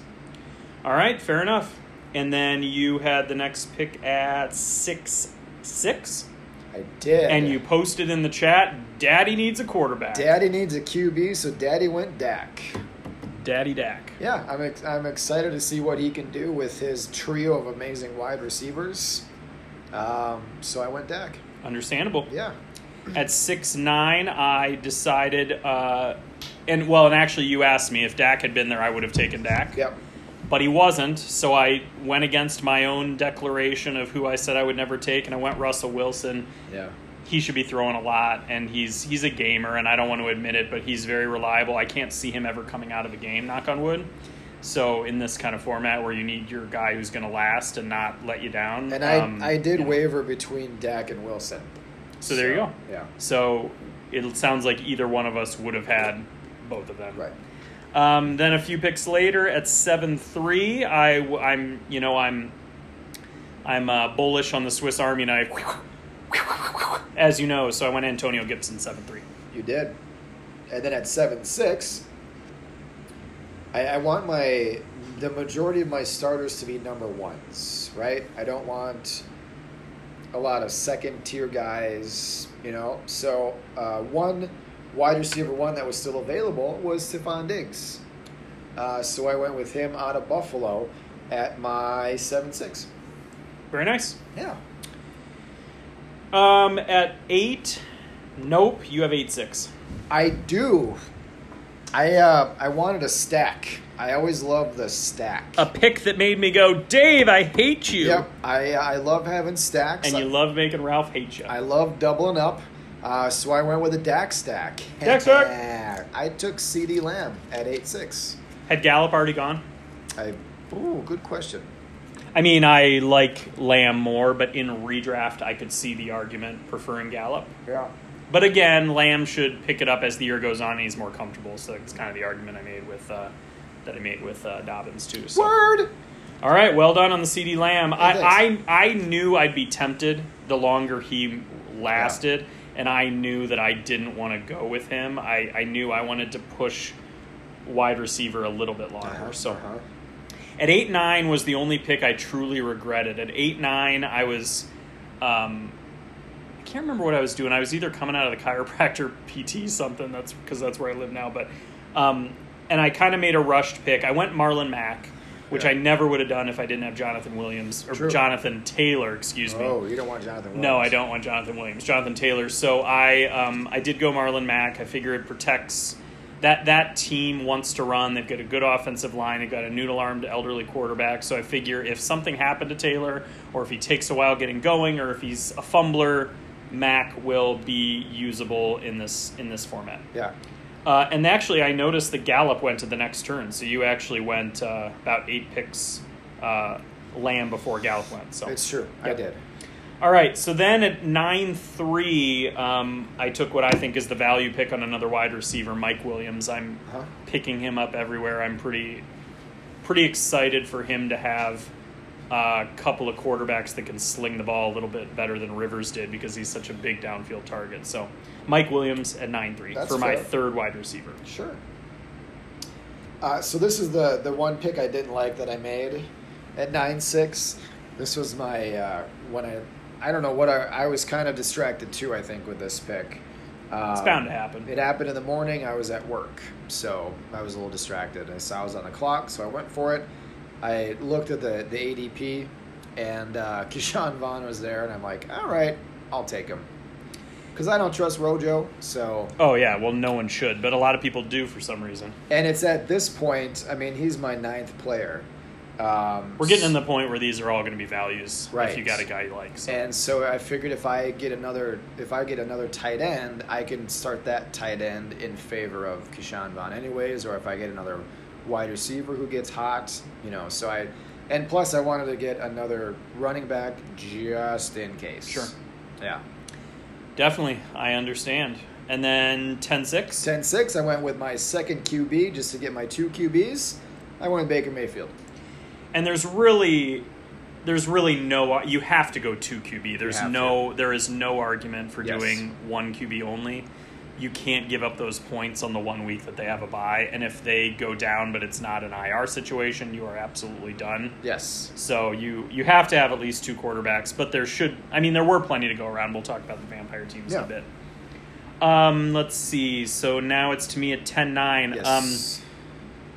[SPEAKER 2] All right, fair enough. And then you had the next pick at six six,
[SPEAKER 3] I did.
[SPEAKER 2] and you posted in the chat, "Daddy needs a quarterback."
[SPEAKER 3] Daddy needs a QB, so Daddy went Dak.
[SPEAKER 2] Daddy Dak.
[SPEAKER 3] Yeah, I'm, ex- I'm excited to see what he can do with his trio of amazing wide receivers. Um, so I went Dak.
[SPEAKER 2] Understandable.
[SPEAKER 3] Yeah.
[SPEAKER 2] At six nine, I decided, uh, and well, and actually, you asked me if Dak had been there, I would have taken Dak.
[SPEAKER 3] Yep.
[SPEAKER 2] but he wasn't. So I went against my own declaration of who I said I would never take, and I went Russell Wilson.
[SPEAKER 3] Yeah.
[SPEAKER 2] He should be throwing a lot, and he's he's a gamer, and I don't want to admit it, but he's very reliable. I can't see him ever coming out of a game, knock on wood. So in this kind of format where you need your guy who's going to last and not let you down,
[SPEAKER 3] And I,
[SPEAKER 2] um,
[SPEAKER 3] I
[SPEAKER 2] you
[SPEAKER 3] did
[SPEAKER 2] know.
[SPEAKER 3] waver between Dak and Wilson.
[SPEAKER 2] So there you go.
[SPEAKER 3] Yeah.
[SPEAKER 2] So it sounds like either one of us would have had both of them.
[SPEAKER 3] Right.
[SPEAKER 2] Um, then a few picks later, at seven three, I am you know I'm I'm uh, bullish on the Swiss Army knife, as you know. So I went Antonio Gibson seven three.
[SPEAKER 3] You did. And then at seven six, I, I want my the majority of my starters to be number ones, right? I don't want a lot of second tier guys, you know. So uh, one wide receiver one that was still available was Stephon Diggs. Uh, so I went with him out of Buffalo at my seven six.
[SPEAKER 2] Very nice.
[SPEAKER 3] Yeah.
[SPEAKER 2] Um, at eight, nope. You have eight six.
[SPEAKER 3] I do. I uh, I wanted a stack. I always love the stack.
[SPEAKER 2] A pick that made me go, Dave, I hate you.
[SPEAKER 3] Yep. I I love having stacks.
[SPEAKER 2] And
[SPEAKER 3] I,
[SPEAKER 2] you love making Ralph hate you.
[SPEAKER 3] I love doubling up. Uh, so I went with a Dak stack.
[SPEAKER 2] Dak stack.
[SPEAKER 3] I took CD Lamb at eight six.
[SPEAKER 2] Had Gallup already gone?
[SPEAKER 3] I ooh, good question.
[SPEAKER 2] I mean, I like Lamb more, but in redraft, I could see the argument preferring Gallup.
[SPEAKER 3] Yeah.
[SPEAKER 2] But again, Lamb should pick it up as the year goes on and he's more comfortable. So it's kind of the argument I made with uh, that I made with uh, Dobbins too. So.
[SPEAKER 3] Word.
[SPEAKER 2] All right, well done on the CD Lamb. I,
[SPEAKER 3] thanks.
[SPEAKER 2] I I knew I'd be tempted the longer he lasted, and I knew that I didn't want to go with him. I, I knew I wanted to push wide receiver a little bit longer. So
[SPEAKER 3] Uh-huh.
[SPEAKER 2] at eight nine was the only pick I truly regretted. At eight nine, I was, um, I can't remember what I was doing. I was either coming out of the chiropractor *laughs* PT something. That's because that's where I live now. But, um, and I kind of made a rushed pick. I went Marlon Mack, which
[SPEAKER 3] Yeah.
[SPEAKER 2] I never would have done if I didn't have Jonathan Williams or
[SPEAKER 3] True.
[SPEAKER 2] Jonathan Taylor. Excuse me.
[SPEAKER 3] Oh, you don't want Jonathan.
[SPEAKER 2] No, I
[SPEAKER 3] Williams.
[SPEAKER 2] don't want Jonathan Williams. Jonathan Taylor. So I um, I did go Marlon Mack. I figure it protects that that team wants to run. They've got a good offensive line. They've got a noodle armed elderly quarterback. So I figure if something happened to Taylor, or if he takes a while getting going, or if he's a fumbler, Mack will be usable in this in this format.
[SPEAKER 3] Yeah.
[SPEAKER 2] Uh, and actually, I noticed that Gallup went to the next turn. So you actually went uh, about eight picks. Uh, Lamb before Gallup went. So
[SPEAKER 3] It's true. I
[SPEAKER 2] Yep.
[SPEAKER 3] did.
[SPEAKER 2] all right, so then at 9 3, um, I took what I think is the value pick on another wide receiver, Mike Williams. I'm
[SPEAKER 3] Uh-huh.
[SPEAKER 2] picking him up everywhere. I'm pretty, pretty excited for him to have a couple of quarterbacks that can sling the ball a little bit better than Rivers did because he's such a big downfield target. So, Mike Williams at 9 3
[SPEAKER 3] That's
[SPEAKER 2] for my
[SPEAKER 3] fair.
[SPEAKER 2] third wide receiver.
[SPEAKER 3] Sure. Uh, so this is the the one pick I didn't like that I made at nine six. This was my uh, when I I don't know what I I was kind of distracted too. I think with this pick. Um,
[SPEAKER 2] It's bound to happen.
[SPEAKER 3] It happened in the morning. I was at work, so I was a little distracted. I saw I was on the clock, so I went for it. I looked at the the ADP, and uh, *laughs* Keyshawn Vaughn was there, and I'm like, all right, I'll take him, because I don't trust Rojo, so
[SPEAKER 2] Oh, yeah, well, no one should, but a lot of people do for some reason.
[SPEAKER 3] and it's at this point, I mean, he's my ninth player. Um,
[SPEAKER 2] We're getting in the point where these are all going to be values
[SPEAKER 3] Right.
[SPEAKER 2] if you got a guy you like. So.
[SPEAKER 3] And so I figured if I get another, if I get another tight end, I can start that tight end in favor of Kishan Vaughn, anyways. Or if I get another wide receiver who gets hot, you know. So I, and plus I wanted to get another running back just in case.
[SPEAKER 2] Sure.
[SPEAKER 3] Yeah.
[SPEAKER 2] Definitely, I understand. And then 10 6.
[SPEAKER 3] 10-6, I went with my second QB just to get my two QBs. I went with Baker Mayfield.
[SPEAKER 2] And there's really there's really no you have to go 2 QB. There's
[SPEAKER 3] have
[SPEAKER 2] no there is no argument for
[SPEAKER 3] Yes.
[SPEAKER 2] doing 1 QB only. You can't give up those points on the one week that they have a bye and if they go down but it's not an IR situation, you are absolutely done.
[SPEAKER 3] Yes.
[SPEAKER 2] So you you have to have at least two quarterbacks, but there should I mean there were plenty to go around. We'll talk about the vampire teams in a
[SPEAKER 3] Yeah.
[SPEAKER 2] bit. Um, let's see. So now it's to me at 10-9. Um
[SPEAKER 3] Yes.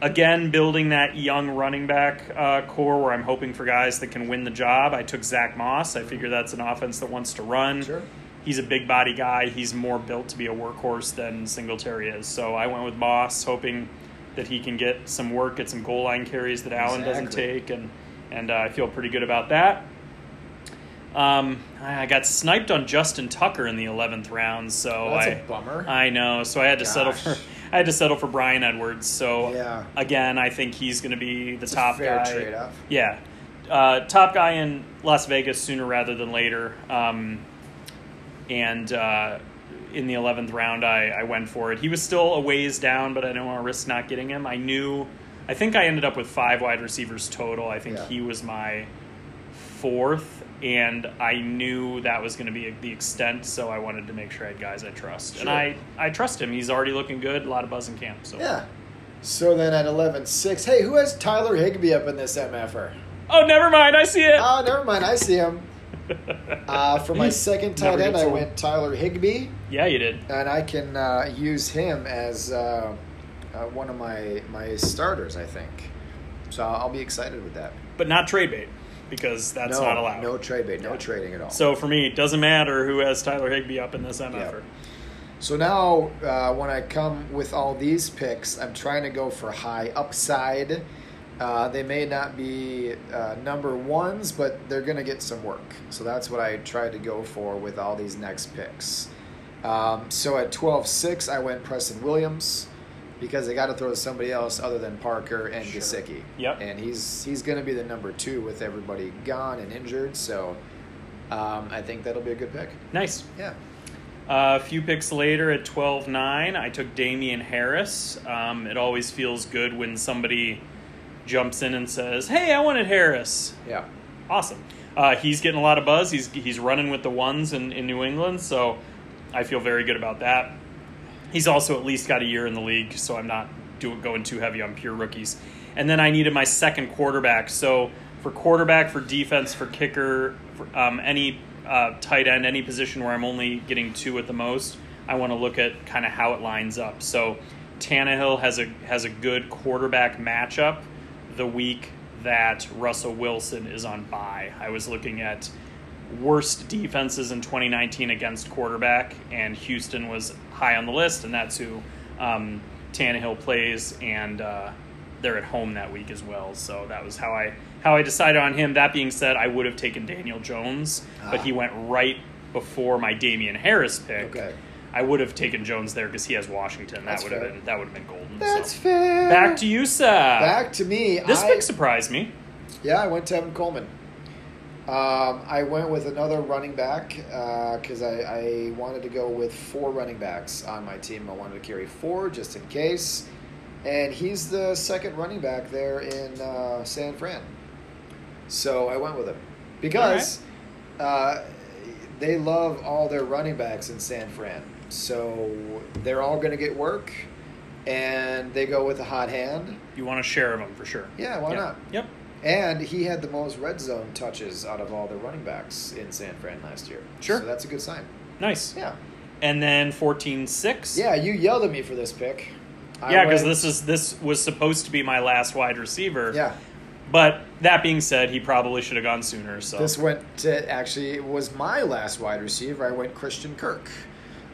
[SPEAKER 2] again building that young running back uh, core where I'm hoping for guys that can win the job. I took Zach Moss. I figure that's an offense that wants to run.
[SPEAKER 3] sure.
[SPEAKER 2] He's a big body guy. He's more built to be a workhorse than Singletary is. So I went with Moss, hoping that he can get some work, get some goal line carries that Allen doesn't
[SPEAKER 3] Exactly.
[SPEAKER 2] take, and and uh, I feel pretty good about that. Um, I I got sniped on Justin Tucker in the eleventh round, so
[SPEAKER 3] That's
[SPEAKER 2] Oh, I
[SPEAKER 3] a bummer.
[SPEAKER 2] I know. So I had to settle
[SPEAKER 3] Gosh.
[SPEAKER 2] for I had to settle for Brian Edwards. So
[SPEAKER 3] Yeah.
[SPEAKER 2] again, I think he's going to be the
[SPEAKER 3] a
[SPEAKER 2] top
[SPEAKER 3] fair
[SPEAKER 2] guy.
[SPEAKER 3] trade-off.
[SPEAKER 2] Yeah, uh, top guy in Las Vegas sooner rather than later. Um, and uh, in the eleventh round, I, I went for it. He was still a ways down, but I didn't want to risk not getting him. I knew. I think I ended up with five wide receivers total. I think
[SPEAKER 3] Yeah.
[SPEAKER 2] he was my fourth, and I knew that was going to be the extent, so I wanted to make sure I had guys I trust, and
[SPEAKER 3] Sure.
[SPEAKER 2] I I trust him. He's already looking good. A lot of buzz in camp. So
[SPEAKER 3] Yeah. So then at 11-6, hey, who has Tyler Higby up in this MFR?
[SPEAKER 2] oh, never mind. I see it.
[SPEAKER 3] Oh, never mind. I see him. Uh,
[SPEAKER 2] *laughs*
[SPEAKER 3] for my second tight
[SPEAKER 2] Never
[SPEAKER 3] end,
[SPEAKER 2] gets
[SPEAKER 3] I
[SPEAKER 2] old.
[SPEAKER 3] went Tyler Higby,
[SPEAKER 2] yeah, you did.
[SPEAKER 3] and I can uh, use him as uh, uh, one of my my starters, I think. So I'll, I'll be excited with that.
[SPEAKER 2] but not trade bait because that's
[SPEAKER 3] no,
[SPEAKER 2] not allowed.
[SPEAKER 3] No trade bait, no
[SPEAKER 2] Yeah.
[SPEAKER 3] trading at all.
[SPEAKER 2] So for me, it doesn't matter who has Tyler Higby up in this MFR.
[SPEAKER 3] So now, uh, when I come with all these picks, I'm trying to go for high upside. Uh, they may not be uh, number ones, but they're going to get some work. So that's what I tried to go for with all these next picks. Um, so at 12 6, I went Preston Williams because they got to throw to somebody else other than Parker and
[SPEAKER 2] Sure.
[SPEAKER 3] Gesicki.
[SPEAKER 2] Yep.
[SPEAKER 3] And he's, he's going to be the number two with everybody gone and injured. So um, I think that'll be a good pick.
[SPEAKER 2] Nice.
[SPEAKER 3] Yeah.
[SPEAKER 2] Uh, a few picks later at 12 9, I took Damian Harris. Um, it always feels good when somebody jumps in and says, Hey, I wanted Harris.
[SPEAKER 3] Yeah.
[SPEAKER 2] Awesome. Uh, he's getting a lot of buzz. He's, he's running with the ones in, in New England, so I feel very good about that. He's also at least got a year in the league, so I'm not do, going too heavy on pure rookies. And then I needed my second quarterback. So for quarterback, for defense, for kicker, for, um, any uh, tight end, any position where I'm only getting two at the most, I want to look at kind of how it lines up. So Tannehill has a has a good quarterback matchup the week that Russell Wilson is on bye. I was looking at worst defenses in 2019 against quarterback, and Houston was high on the list, and that's who um, Tannehill plays, and uh, they're at home that week as well. So that was how I how I decided on him. That being said, I would have taken Daniel Jones, but
[SPEAKER 3] Ah.
[SPEAKER 2] he went right before my Damian Harris pick.
[SPEAKER 3] Okay.
[SPEAKER 2] I would have taken Jones there because he has Washington. That
[SPEAKER 3] That's
[SPEAKER 2] would have
[SPEAKER 3] fair.
[SPEAKER 2] been that would have been golden.
[SPEAKER 3] That's
[SPEAKER 2] so.
[SPEAKER 3] fair.
[SPEAKER 2] Back to you, Seth.
[SPEAKER 3] Back to me.
[SPEAKER 2] This
[SPEAKER 3] I,
[SPEAKER 2] pick surprised me.
[SPEAKER 3] Yeah, I went to Evan Coleman. Um, I went with another running back because I, I wanted to go with four running backs on my team. I wanted to carry four just in case. And he's the second running back there in uh, San Fran. So I went with him because uh, they love all their running backs in San Fran. So they're all going to get work and they go with a hot hand.
[SPEAKER 2] You want to share them for sure.
[SPEAKER 3] Yeah, why
[SPEAKER 2] Yep.
[SPEAKER 3] not?
[SPEAKER 2] Yep.
[SPEAKER 3] And he had the most red zone touches out of all the running backs in San Fran last year.
[SPEAKER 2] Sure.
[SPEAKER 3] So that's a good sign.
[SPEAKER 2] Nice.
[SPEAKER 3] Yeah.
[SPEAKER 2] And then 14-6.
[SPEAKER 3] Yeah, you yelled at me for this pick. I
[SPEAKER 2] Yeah, because
[SPEAKER 3] went-
[SPEAKER 2] this is this was supposed to be my last wide receiver.
[SPEAKER 3] Yeah.
[SPEAKER 2] But that being said, he probably should have gone sooner. So
[SPEAKER 3] This went to actually it was my last wide receiver. I went Christian Kirk.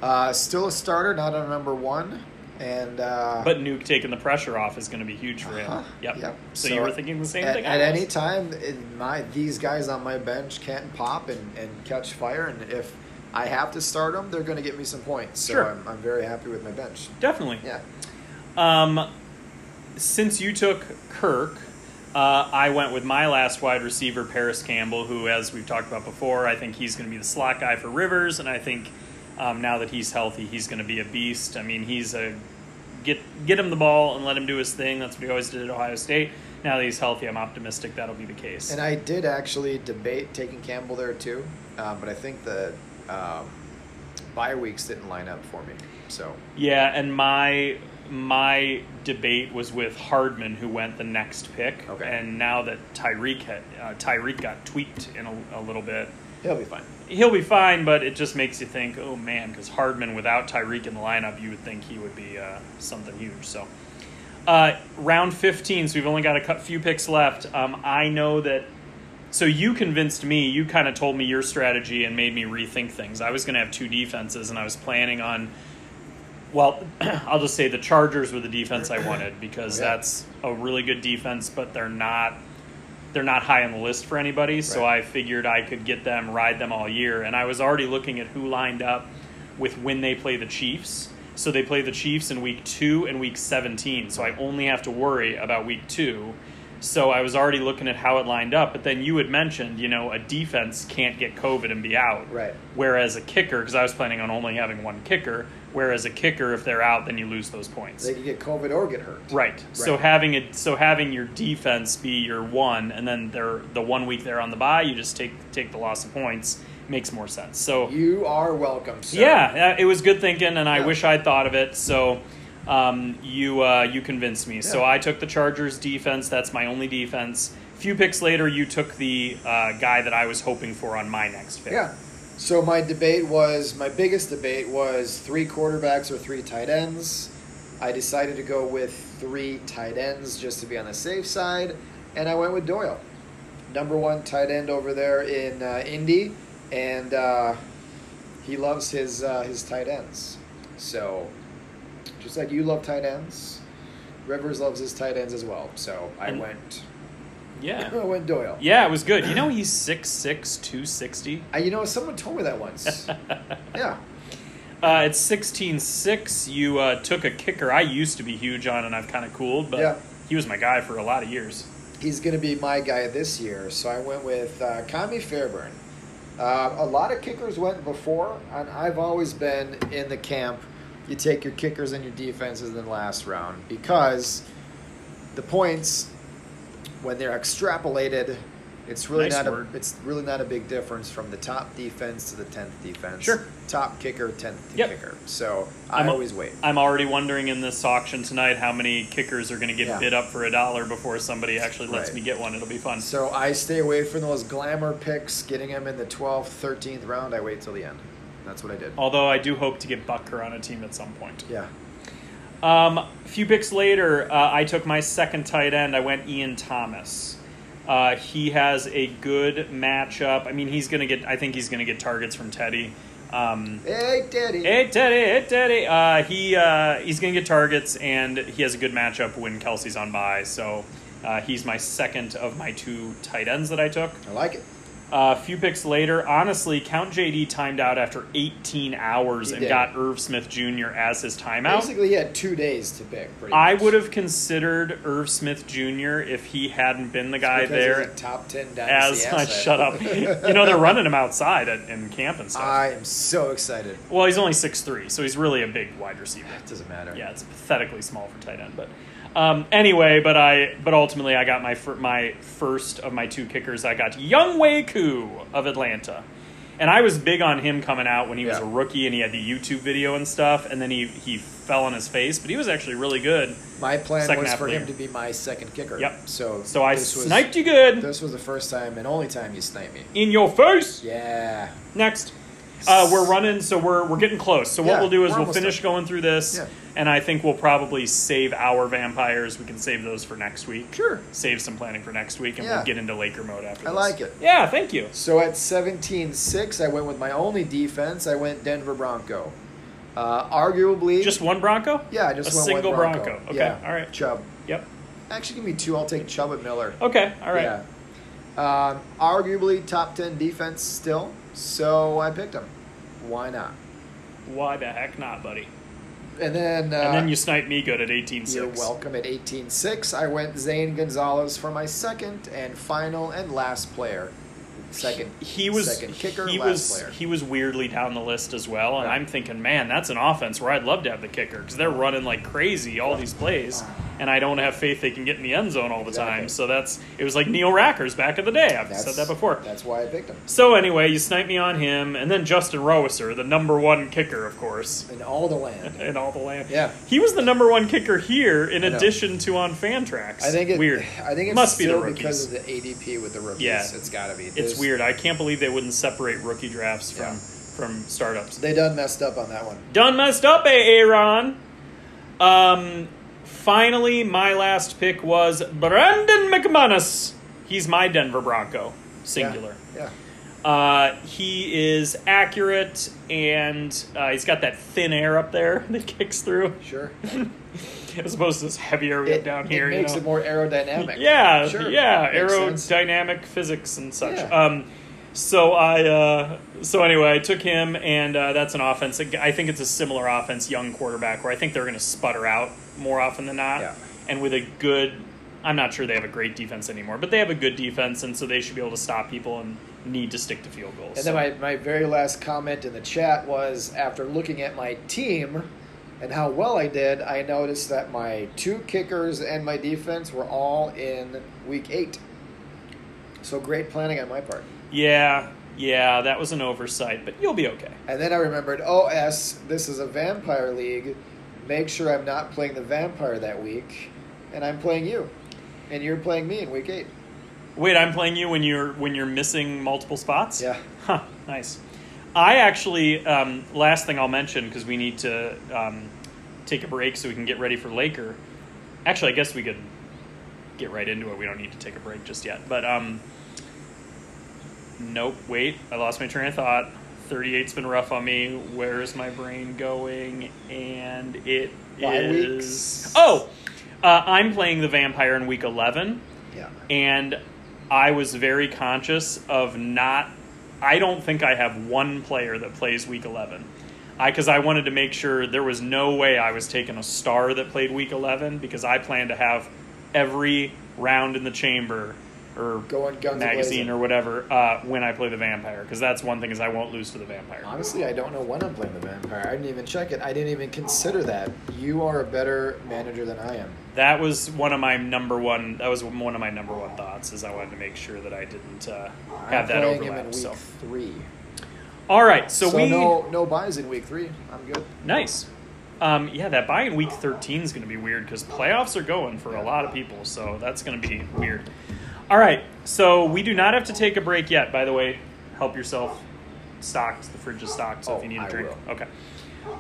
[SPEAKER 3] Uh, still a starter, not a number one. And uh
[SPEAKER 2] but Nuke taking the pressure off is going to be huge for him.
[SPEAKER 3] Uh-huh.
[SPEAKER 2] Yep.
[SPEAKER 3] Yep.
[SPEAKER 2] So,
[SPEAKER 3] So
[SPEAKER 2] you were thinking the same
[SPEAKER 3] at,
[SPEAKER 2] thing. I
[SPEAKER 3] at
[SPEAKER 2] was.
[SPEAKER 3] any time in my these guys on my bench can't pop and, and catch fire and if I have to start them, they're going to get me some points. So
[SPEAKER 2] Sure.
[SPEAKER 3] I'm, I'm very happy with my bench.
[SPEAKER 2] Definitely.
[SPEAKER 3] Yeah.
[SPEAKER 2] Um, since you took Kirk, uh, I went with my last wide receiver, Paris Campbell, who, as we've talked about before, I think he's going to be the slot guy for Rivers, and I think um, now that he's healthy, he's going to be a beast. I mean, he's a get get him the ball and let him do his thing. That's what he always did at Ohio State. Now that he's healthy, I'm optimistic that'll be the case.
[SPEAKER 3] And I did actually debate taking Campbell there too, um, but I think the um, bye weeks didn't line up for me. So
[SPEAKER 2] yeah, and my my debate was with Hardman, who went the next pick,
[SPEAKER 3] Okay.
[SPEAKER 2] and now that Tyreek had, uh, Tyreek got tweaked in a, a little bit.
[SPEAKER 3] he'll be fine.
[SPEAKER 2] he'll be fine, but it just makes you think, oh man, because Hardman without Tyreek in the lineup, you would think he would be uh, something huge. So, uh, round 15, so we've only got a cou- few picks left. Um, I know that. So you convinced me, you kind of told me your strategy and made me rethink things. I was going to have two defenses, and I was planning on. Well, *clears throat* I'll just say the Chargers were the defense I wanted because
[SPEAKER 3] Yeah.
[SPEAKER 2] that's a really good defense, but they're not they're not high on the list for anybody, so
[SPEAKER 3] Right.
[SPEAKER 2] I figured I could get them, ride them all year. And I was already looking at who lined up with when they play the Chiefs. So they play the Chiefs in week two and week 17, so I only have to worry about week two. So I was already looking at how it lined up, but then you had mentioned, you know, a defense can't get COVID and be out.
[SPEAKER 3] Right.
[SPEAKER 2] Whereas a kicker, because I was planning on only having one kicker, whereas a kicker, if they're out, then you lose those points.
[SPEAKER 3] They could get COVID or get hurt.
[SPEAKER 2] Right. So
[SPEAKER 3] Right.
[SPEAKER 2] having it, so having your defense be your one, and then they're the one week they're on the bye, you just take take the loss of points makes more sense. So
[SPEAKER 3] You are welcome, sir.
[SPEAKER 2] yeah, uh, it was good thinking, and I
[SPEAKER 3] Yeah.
[SPEAKER 2] wish I thought of it. So um, you uh, you convinced me. So
[SPEAKER 3] Yeah.
[SPEAKER 2] I took the Chargers defense. That's my only defense. Few picks later, you took the uh, guy that I was hoping for on my next pick.
[SPEAKER 3] Yeah. So my debate was my biggest debate was three quarterbacks or three tight ends. I decided to go with three tight ends just to be on the safe side, and I went with Doyle, number one tight end over there in uh, Indy, and uh, he loves his uh, his tight ends. So, just like you love tight ends, Rivers loves his tight ends as well. So I
[SPEAKER 2] And-
[SPEAKER 3] went, *laughs* I
[SPEAKER 2] Yeah.
[SPEAKER 3] went Doyle.
[SPEAKER 2] Yeah, it was good. You know he's 6'6", *laughs*
[SPEAKER 3] *laughs*
[SPEAKER 2] 260?
[SPEAKER 3] I, you know, someone told me that
[SPEAKER 2] *laughs*
[SPEAKER 3] once. yeah.
[SPEAKER 2] Uh, it's 16-6. You uh, took a kicker I used to be huge on and I've kind of cooled, but
[SPEAKER 3] Yeah.
[SPEAKER 2] he was my guy for a lot of years.
[SPEAKER 3] he's going to be my guy this year. So I went with uh, Kami Fairburn. Uh, a lot of kickers went before, and I've always been in the camp. You take your kickers and your defenses in the last round because the points, when they're extrapolated, it's really
[SPEAKER 2] Nice
[SPEAKER 3] not
[SPEAKER 2] word.
[SPEAKER 3] a it's really not a big difference from the top defense to the tenth defense.
[SPEAKER 2] Sure.
[SPEAKER 3] Top kicker, tenth
[SPEAKER 2] Yep.
[SPEAKER 3] kicker. So I
[SPEAKER 2] I'm a-
[SPEAKER 3] always wait.
[SPEAKER 2] I'm already wondering in this auction tonight how many kickers are going to get
[SPEAKER 3] Yeah.
[SPEAKER 2] bid up for a dollar before somebody actually lets
[SPEAKER 3] Right.
[SPEAKER 2] me get one. It'll be fun.
[SPEAKER 3] So I stay away from those glamour picks, getting them in the 12th, 13th round. I wait till the end. That's what I did.
[SPEAKER 2] Although I do hope to get Butker on a team at some point.
[SPEAKER 3] Yeah.
[SPEAKER 2] Um, a few picks later, uh, I took my second tight end. I went Ian Thomas. Uh, he has a good matchup. I mean, he's going to get. I think he's going to get targets from Teddy. Um,
[SPEAKER 3] Hey, Daddy.
[SPEAKER 2] hey Teddy, hey Teddy. Uh, he uh, he's going to get targets, and he has a good matchup when Kelsey's on by. So uh, he's my second of my two tight ends that I took. Uh,
[SPEAKER 3] I like it.
[SPEAKER 2] A few picks later, honestly, Count JD timed out after 18 hours
[SPEAKER 3] He
[SPEAKER 2] and
[SPEAKER 3] did.
[SPEAKER 2] got Irv Smith Jr. as his timeout.
[SPEAKER 3] Basically, he had two days to pick. Pretty
[SPEAKER 2] I
[SPEAKER 3] much.
[SPEAKER 2] would have considered Irv Smith Jr. if he hadn't been the guy
[SPEAKER 3] Because he's
[SPEAKER 2] there
[SPEAKER 3] a top 10
[SPEAKER 2] as *laughs*
[SPEAKER 3] dynasty
[SPEAKER 2] my
[SPEAKER 3] asset.
[SPEAKER 2] shut up.
[SPEAKER 3] *laughs*
[SPEAKER 2] you know, they're running him outside at, in camp and stuff.
[SPEAKER 3] I am so excited.
[SPEAKER 2] well, he's only 6'3, so he's really a big wide receiver.
[SPEAKER 3] It doesn't matter.
[SPEAKER 2] Yeah, it's pathetically small for tight end, but um, anyway, but I but ultimately I got my fir- my first of my two kickers. I got Young Wei Koo of Atlanta. And I was big on him coming out when he was
[SPEAKER 3] Yeah.
[SPEAKER 2] a rookie and he had the YouTube video and stuff and then he he fell on his face, but he was actually really good.
[SPEAKER 3] My plan
[SPEAKER 2] Second
[SPEAKER 3] was
[SPEAKER 2] half
[SPEAKER 3] for
[SPEAKER 2] of the
[SPEAKER 3] him to
[SPEAKER 2] year.
[SPEAKER 3] be my second kicker.
[SPEAKER 2] Yep.
[SPEAKER 3] So,
[SPEAKER 2] So I
[SPEAKER 3] this was-
[SPEAKER 2] sniped you good
[SPEAKER 3] This was the first time and only time you sniped me.
[SPEAKER 2] in your face.
[SPEAKER 3] Yeah.
[SPEAKER 2] Next, uh, we're running, so we're we're getting close. So what
[SPEAKER 3] Yeah,
[SPEAKER 2] we'll do is
[SPEAKER 3] we're
[SPEAKER 2] we'll
[SPEAKER 3] almost
[SPEAKER 2] finish going through this,
[SPEAKER 3] Yeah.
[SPEAKER 2] and I think we'll probably save our vampires. We can save those for next week.
[SPEAKER 3] Sure.
[SPEAKER 2] Save some planning for next week, and
[SPEAKER 3] Yeah.
[SPEAKER 2] we'll get into Laker mode after.
[SPEAKER 3] I
[SPEAKER 2] this.
[SPEAKER 3] like it.
[SPEAKER 2] Yeah, thank you.
[SPEAKER 3] So at 17 6, I went with my only defense. I went Denver Bronco. Uh, arguably.
[SPEAKER 2] Just one Bronco.
[SPEAKER 3] Yeah, I just
[SPEAKER 2] a
[SPEAKER 3] went
[SPEAKER 2] single
[SPEAKER 3] one Bronco.
[SPEAKER 2] Okay,
[SPEAKER 3] Yeah.
[SPEAKER 2] all right.
[SPEAKER 3] Chubb.
[SPEAKER 2] Yep.
[SPEAKER 3] Actually, give me two. I'll take Chubb and Miller.
[SPEAKER 2] Okay, all right.
[SPEAKER 3] Yeah. Um, arguably top 10 defense still, so I picked him. Why not?
[SPEAKER 2] Why the heck not, buddy?
[SPEAKER 3] And then, uh,
[SPEAKER 2] and then you snipe me good at eighteen
[SPEAKER 3] you're welcome at 18 6. I went Zane Gonzalez for my second and final and last player. Second.
[SPEAKER 2] He was
[SPEAKER 3] second kicker,
[SPEAKER 2] he
[SPEAKER 3] last
[SPEAKER 2] was
[SPEAKER 3] player.
[SPEAKER 2] he was weirdly down the list as well, and
[SPEAKER 3] Yeah.
[SPEAKER 2] I'm thinking, man, that's an offense where I'd love to have the kicker because they're running like crazy all these plays, and I don't have faith they can get in the end zone all the
[SPEAKER 3] Exactly.
[SPEAKER 2] time. So that's it was like Neil Rackers back in the day. I've
[SPEAKER 3] That's-
[SPEAKER 2] said that before.
[SPEAKER 3] That's why I picked him.
[SPEAKER 2] So anyway, you snipe me on him, and then Justin Roesser, the number one kicker, of course, *laughs*
[SPEAKER 3] In all the land.
[SPEAKER 2] in all the land.
[SPEAKER 3] Yeah.
[SPEAKER 2] he was the number one kicker here, in
[SPEAKER 3] I know.
[SPEAKER 2] addition to on Fantrax.
[SPEAKER 3] I think it,
[SPEAKER 2] weird.
[SPEAKER 3] I think it's
[SPEAKER 2] Must be the
[SPEAKER 3] still
[SPEAKER 2] rookies.
[SPEAKER 3] because of the ADP with the rookies.
[SPEAKER 2] Yeah.
[SPEAKER 3] It's got to be.
[SPEAKER 2] It's
[SPEAKER 3] There's-
[SPEAKER 2] weird. I can't believe they wouldn't separate rookie drafts from
[SPEAKER 3] Yeah.
[SPEAKER 2] from startups.
[SPEAKER 3] They done messed up on that one.
[SPEAKER 2] Done messed up, eh, Aaron. Um, finally, my last pick was Brandon McManus. He's my Denver Bronco, singular.
[SPEAKER 3] Yeah.
[SPEAKER 2] Uh, he is accurate, and uh, he's got that thin air up there *laughs* that kicks through,
[SPEAKER 3] yeah sure.
[SPEAKER 2] as opposed to this heavy air we have down here.
[SPEAKER 3] It
[SPEAKER 2] you
[SPEAKER 3] makes
[SPEAKER 2] know?
[SPEAKER 3] it more aerodynamic.
[SPEAKER 2] Yeah,
[SPEAKER 3] Sure.
[SPEAKER 2] yeah,
[SPEAKER 3] Makes sense.
[SPEAKER 2] aerodynamic physics and such.
[SPEAKER 3] Yeah.
[SPEAKER 2] Um, so I, uh, so anyway, I took him, and uh, that's an offense. I think it's a similar offense, young quarterback, where I think they're going to sputter out more often than not,
[SPEAKER 3] Yeah.
[SPEAKER 2] and with a good. I'm not sure they have a great defense anymore, but they have a good defense, and so they should be able to stop people and need to stick to field goals.
[SPEAKER 3] And
[SPEAKER 2] So-
[SPEAKER 3] then my, my very last comment in the chat was after looking at my team and how well I did, I noticed that my two kickers and my defense were all in week eight. So great planning on my part.
[SPEAKER 2] yeah, yeah, that was an oversight, but you'll be okay.
[SPEAKER 3] And then I remembered, oh, S, this is a vampire league. Make sure I'm not playing the vampire that week. And I'm playing you. And you're playing me in week eight.
[SPEAKER 2] Wait, I'm playing you when you're when you're missing multiple spots.
[SPEAKER 3] Yeah.
[SPEAKER 2] Huh. Nice. I actually um, last thing I'll mention because we need to um, take a break so we can get ready for Laker. Actually, I guess we could get right into it. We don't need to take a break just yet. But um, nope. Wait, I lost my train of thought. 38's been rough on me. Where is my brain going? And it
[SPEAKER 3] Bye
[SPEAKER 2] is-
[SPEAKER 3] weeks.
[SPEAKER 2] Oh, uh, I'm playing the vampire in week 11
[SPEAKER 3] Yeah.
[SPEAKER 2] and I was very conscious of not. I don't think I have one player that plays week eleven. I because I wanted to make sure there was no way I was taking a star that played week eleven because I plan to have every round in the chamber or
[SPEAKER 3] Going guns a
[SPEAKER 2] magazine
[SPEAKER 3] blazing.
[SPEAKER 2] or whatever uh, when I play the vampire because that's one thing is I won't lose to the vampire.
[SPEAKER 3] Honestly, I don't know when I'm playing the vampire. I didn't even check it. I didn't even consider that. You are a better manager than I am.
[SPEAKER 2] that was one of my number one. That was one of my number one thoughts is I wanted to make sure that I didn't uh, have
[SPEAKER 3] I'm
[SPEAKER 2] that
[SPEAKER 3] playing
[SPEAKER 2] overlap.
[SPEAKER 3] him in week
[SPEAKER 2] so
[SPEAKER 3] three.
[SPEAKER 2] all right, so, we
[SPEAKER 3] no no buys in week three. I'm good.
[SPEAKER 2] Nice. Um, yeah, that buy in week 13 is going to be weird because playoffs are going for a lot of people, so that's going to be weird. All right, so we do not have to take a break yet. By the way, help yourself. Stocked. The fridge is stocked, so if
[SPEAKER 3] Oh,
[SPEAKER 2] you need a
[SPEAKER 3] I
[SPEAKER 2] drink,
[SPEAKER 3] will.
[SPEAKER 2] okay.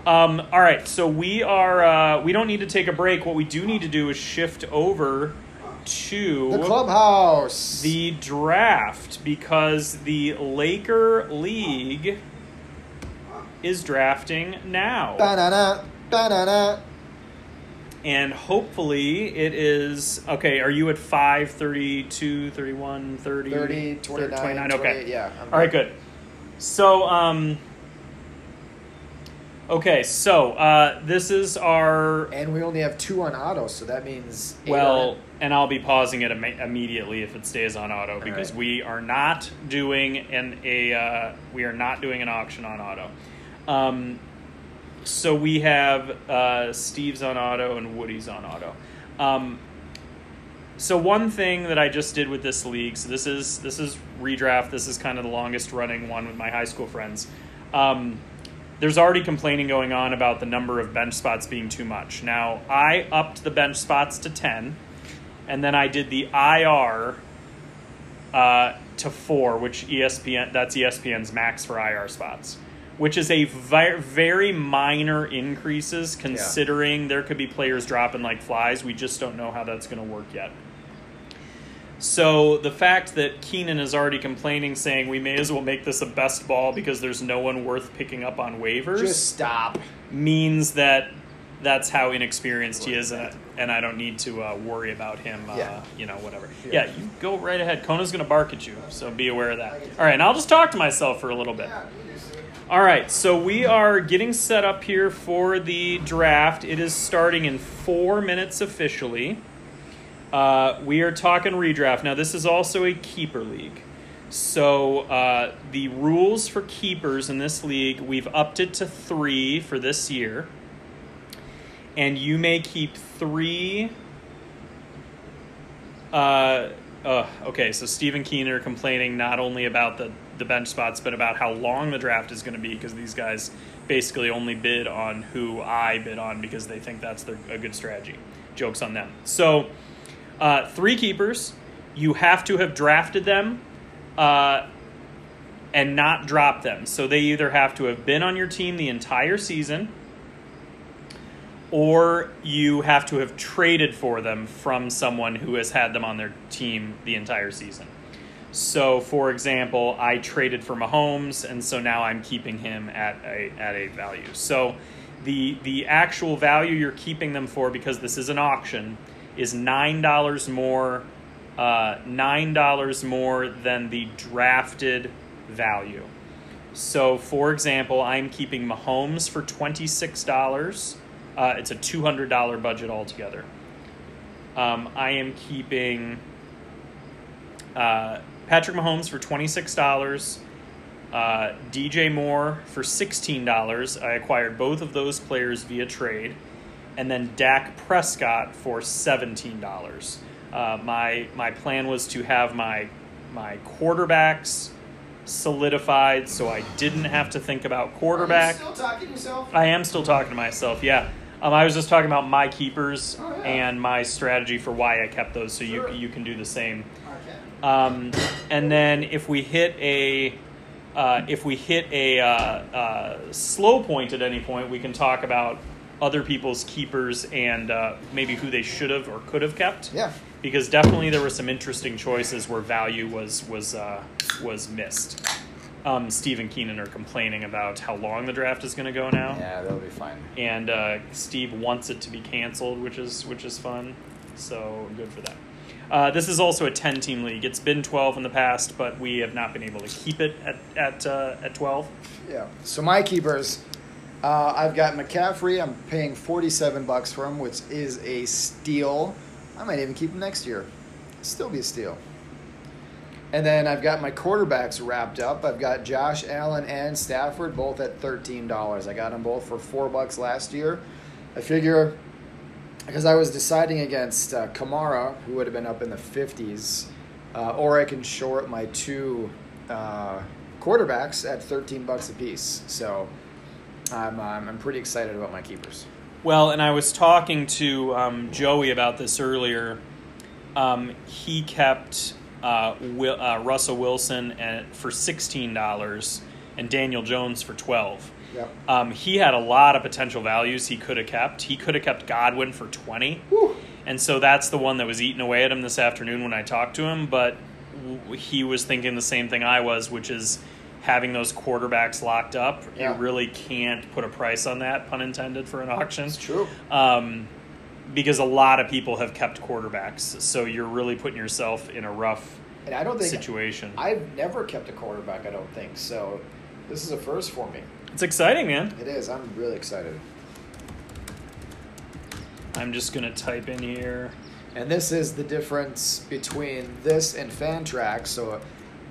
[SPEAKER 2] Um, all right, so we are. Uh, we don't need to take a break. What we do need to do is shift over to
[SPEAKER 3] The clubhouse.
[SPEAKER 2] the draft because the Laker League is drafting now.
[SPEAKER 3] Ba-na-na, ba-na-na.
[SPEAKER 2] and hopefully it is okay are you at 5 32 31 30
[SPEAKER 3] 30, 29,
[SPEAKER 2] 29
[SPEAKER 3] 28,
[SPEAKER 2] okay
[SPEAKER 3] yeah. I'm
[SPEAKER 2] all right good so um okay so uh this is our
[SPEAKER 3] And we only have two on auto, so that means eight
[SPEAKER 2] well
[SPEAKER 3] on it.
[SPEAKER 2] and i'll be pausing it imme- immediately if it stays on auto because
[SPEAKER 3] right.
[SPEAKER 2] we are not doing an a uh, we are not doing an auction on auto um so we have uh, Steve's on auto and Woody's on auto. Um, so one thing that I just did with this league, so this is this is redraft. This is kind of the longest running one with my high school friends. Um, there's already complaining going on about the number of bench spots being too much. Now I upped the bench spots to ten, and then I did the IR uh, to four, which E ESPN that's ESPN's max for IR spots, which is a vi- very minor increases considering there could be players dropping like flies. We just don't know how that's going to work yet. So the fact that Keenan is already complaining, saying we may as well make this a best ball because there's no one worth picking up on waivers,
[SPEAKER 3] Just stop.
[SPEAKER 2] means that that's how inexperienced he is, and I, and I don't need to uh, worry about him. Uh,
[SPEAKER 3] Yeah.
[SPEAKER 2] You know, whatever.
[SPEAKER 3] Yeah.
[SPEAKER 2] Yeah. you go right ahead. Kona's going to bark at you, so be aware of that. All right, and I'll just talk to myself for a little bit. All right, so we are getting set up here for the draft. It is starting in four minutes officially. Uh, we are talking redraft. Now, this is also a keeper league. So, uh, the rules for keepers in this league, we've upped it to three for this year. And you may keep three. Uh, uh, okay, so Stephen Keener complaining not only about the, the bench spots, but about how long the draft is going to be because these guys basically only bid on who I bid on because they think that's their, a good strategy. Jokes on them. So, uh, three keepers. You have to have drafted them uh, and not dropped them. So they either have to have been on your team the entire season or you have to have traded for them from someone who has had them on their team the entire season. So, for example, I traded for Mahomes, and so now I'm keeping him at a at a value. So, the the actual value you're keeping them for, because this is an auction, is nine dollars more, uh, nine dollars more than the drafted value. So, for example, I'm keeping Mahomes for twenty six dollars. Uh, it's a two hundred dollar budget altogether. Um, I am keeping uh, Patrick Mahomes for twenty six dollars. Uh, DJ Moore for sixteen dollars. I acquired both of those players via trade, and then Dak Prescott for seventeen dollars. Uh, my my plan was to have my my quarterbacks solidified, so I didn't have to think about quarterback.
[SPEAKER 3] talking to yourself?
[SPEAKER 2] I am still talking to myself. Yeah. Um, I was just talking about my keepers
[SPEAKER 3] Oh, yeah.
[SPEAKER 2] and my strategy for why I kept those, so you you can do the same.
[SPEAKER 3] Okay.
[SPEAKER 2] Um, and then if we hit a uh, if we hit a uh, uh, slow point at any point, we can talk about other people's keepers and uh, maybe who they should have or could have kept.
[SPEAKER 3] Yeah.
[SPEAKER 2] Because definitely there were some interesting choices where value was was uh, was missed. Um, Steve and Keenan are complaining about how long the draft is going to go now,
[SPEAKER 3] Yeah, that'll be fine.
[SPEAKER 2] and uh, Steve wants it to be canceled, which is which is fun. So good for that. Uh, this is also a ten-team league. It's been twelve in the past, but we have not been able to keep it at at uh, at twelve.
[SPEAKER 3] Yeah. So my keepers, uh, I've got McCaffrey. I'm paying 47 bucks for him, which is a steal. I might even keep him next year. Still be a steal. And then I've got my quarterbacks wrapped up. I've got Josh Allen and Stafford both at $13. I got them both for 4 bucks last year. I figure because I was deciding against uh, Kamara, who would have been up in the 50s, uh, or I can short my two uh, quarterbacks at 13 bucks a piece. So I'm, I'm, I'm pretty excited about my keepers.
[SPEAKER 2] Well, and I was talking to um, Joey about this earlier. Um, he kept uh, Will, uh, Russell Wilson at, for sixteen dollars and Daniel Jones for twelve.
[SPEAKER 3] Yep.
[SPEAKER 2] Um, he had a lot of potential values he could have kept. He could have kept Godwin for twenty,
[SPEAKER 3] Whew.
[SPEAKER 2] and so that's the one that was eating away at him this afternoon when I talked to him. But w- he was thinking the same thing I was, which is having those quarterbacks locked up.
[SPEAKER 3] Yeah.
[SPEAKER 2] You really can't put a price on that, pun intended, for an auction
[SPEAKER 3] It's true.
[SPEAKER 2] um, because a lot of people have kept quarterbacks. So you're really putting yourself in a rough
[SPEAKER 3] And I don't think
[SPEAKER 2] situation.
[SPEAKER 3] I've never kept a quarterback, I don't think. So this is a first for me.
[SPEAKER 2] it's exciting, man.
[SPEAKER 3] It is. I'm really excited.
[SPEAKER 2] I'm just gonna type in here.
[SPEAKER 3] And this is the difference between this and Fantrax. So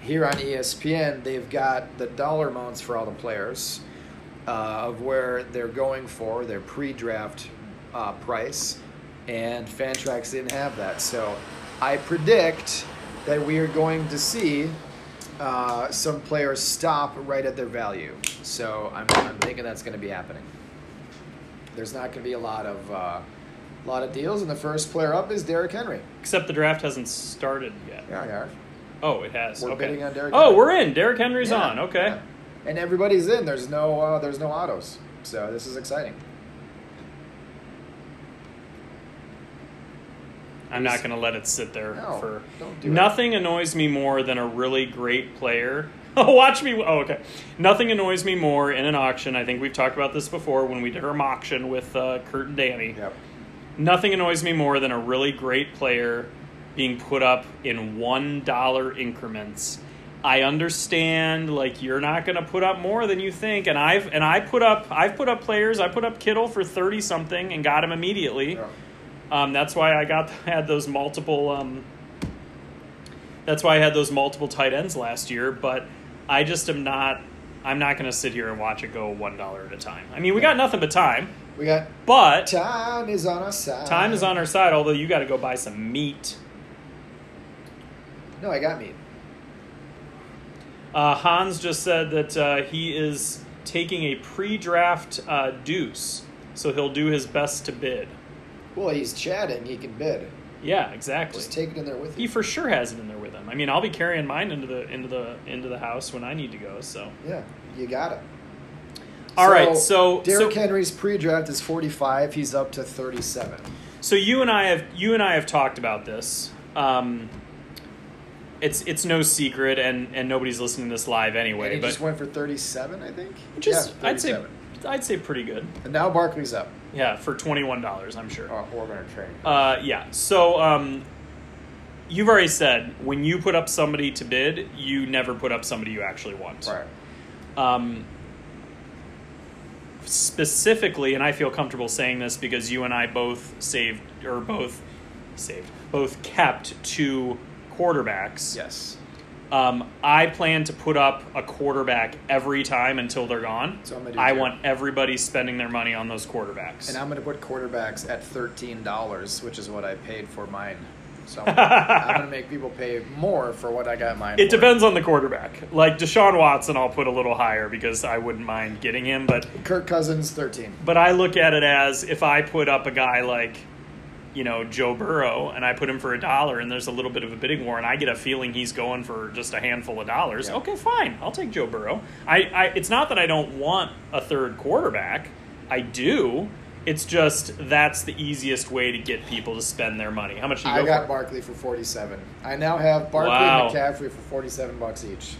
[SPEAKER 3] here on E ESPN, they've got the dollar amounts for all the players uh, of where they're going for their pre-draft uh, price, and Fantrax didn't have that. So I predict that we are going to see uh, some players stop right at their value. So I'm, I'm thinking that's going to be happening. There's not going to be a lot of. Uh, a lot of deals, and the first player up is Derrick Henry.
[SPEAKER 2] Except the draft hasn't started yet.
[SPEAKER 3] Yeah, we are.
[SPEAKER 2] Oh, it has.
[SPEAKER 3] We're
[SPEAKER 2] okay.
[SPEAKER 3] bidding on Derrick
[SPEAKER 2] oh,
[SPEAKER 3] Henry.
[SPEAKER 2] we're in. Derrick Henry's
[SPEAKER 3] Yeah,
[SPEAKER 2] on. Okay.
[SPEAKER 3] yeah. And everybody's in. There's no uh, there's no autos, so this is exciting.
[SPEAKER 2] I'm not gonna let it sit there
[SPEAKER 3] No,
[SPEAKER 2] for
[SPEAKER 3] don't do it.
[SPEAKER 2] nothing annoys me more than a really great player. *laughs* Watch me. Oh, okay. Nothing annoys me more in an auction. I think we've talked about this before when we did our auction with uh, Kurt and Danny.
[SPEAKER 3] Yep.
[SPEAKER 2] Nothing annoys me more than a really great player being put up in one dollar increments. I understand like you're not going to put up more than you think and I've and I put up I've put up players, I put up Kittle for 30 something and got him immediately.
[SPEAKER 3] Yeah.
[SPEAKER 2] Um, that's why I got *laughs* had those multiple. Um, that's why I had those multiple tight ends last year. But I just am not. I'm not going to sit here and watch it go one dollar at a time. I mean, we got nothing but time,
[SPEAKER 3] We got
[SPEAKER 2] but
[SPEAKER 3] time is on our side.
[SPEAKER 2] time is on our side. Although you got to go buy some meat.
[SPEAKER 3] No, I got me.
[SPEAKER 2] Uh, Hans just said that uh, he is taking a pre-draft uh, deuce, so he'll do his best to bid.
[SPEAKER 3] Well, he's chatting. He can bid.
[SPEAKER 2] Yeah, exactly.
[SPEAKER 3] Just take it in there with
[SPEAKER 2] He
[SPEAKER 3] you.
[SPEAKER 2] for sure has it in there with him. I mean, I'll be carrying mine into the into the into the house when I need to go. So
[SPEAKER 3] yeah, you got it.
[SPEAKER 2] all
[SPEAKER 3] So,
[SPEAKER 2] right, so
[SPEAKER 3] Derrick
[SPEAKER 2] so,
[SPEAKER 3] Henry's pre-draft is 45. He's up to 37.
[SPEAKER 2] so you and I have you and I have talked about this. Um, it's it's no secret, and and nobody's listening to this live
[SPEAKER 3] and
[SPEAKER 2] anyway.
[SPEAKER 3] he
[SPEAKER 2] But
[SPEAKER 3] just went for 37, I think.
[SPEAKER 2] just
[SPEAKER 3] yeah,
[SPEAKER 2] I'd say
[SPEAKER 3] 37.
[SPEAKER 2] I'd say pretty good.
[SPEAKER 3] And now Barkley's up.
[SPEAKER 2] Yeah, for twenty one dollars, I'm sure.
[SPEAKER 3] Oh, we're gonna train.
[SPEAKER 2] Uh, yeah. So um, you've already said when you put up somebody to bid, you never put up somebody you actually want.
[SPEAKER 3] Right.
[SPEAKER 2] um, specifically, and I feel comfortable saying this because you and I both saved or both saved both kept two quarterbacks.
[SPEAKER 3] Yes.
[SPEAKER 2] Um, I plan to put up a quarterback every time until they're gone.
[SPEAKER 3] So I'm gonna do
[SPEAKER 2] I
[SPEAKER 3] too.
[SPEAKER 2] want everybody spending their money on those quarterbacks.
[SPEAKER 3] And I'm going to put quarterbacks at thirteen dollars, which is what I paid for mine.
[SPEAKER 2] *laughs*
[SPEAKER 3] So I'm going to make people pay more for what I got mine.
[SPEAKER 2] it
[SPEAKER 3] for.
[SPEAKER 2] depends on the quarterback. Like Deshaun Watson, I'll put a little higher because I wouldn't mind getting him, but
[SPEAKER 3] Kirk Cousins thirteen.
[SPEAKER 2] But I look at it as if I put up a guy like, you know, Joe Burrow and I put him for a dollar and there's a little bit of a bidding war and I get a feeling he's going for just a handful of dollars.
[SPEAKER 3] Yeah.
[SPEAKER 2] Okay, fine. I'll take Joe Burrow. I, I it's not that I don't want a third quarterback. I do, It's just that's the easiest way to get people to spend their money. How much do you
[SPEAKER 3] I
[SPEAKER 2] go
[SPEAKER 3] got
[SPEAKER 2] for?
[SPEAKER 3] Barkley for 47. I now have Barkley
[SPEAKER 2] Wow.
[SPEAKER 3] and McCaffrey for 47 bucks each.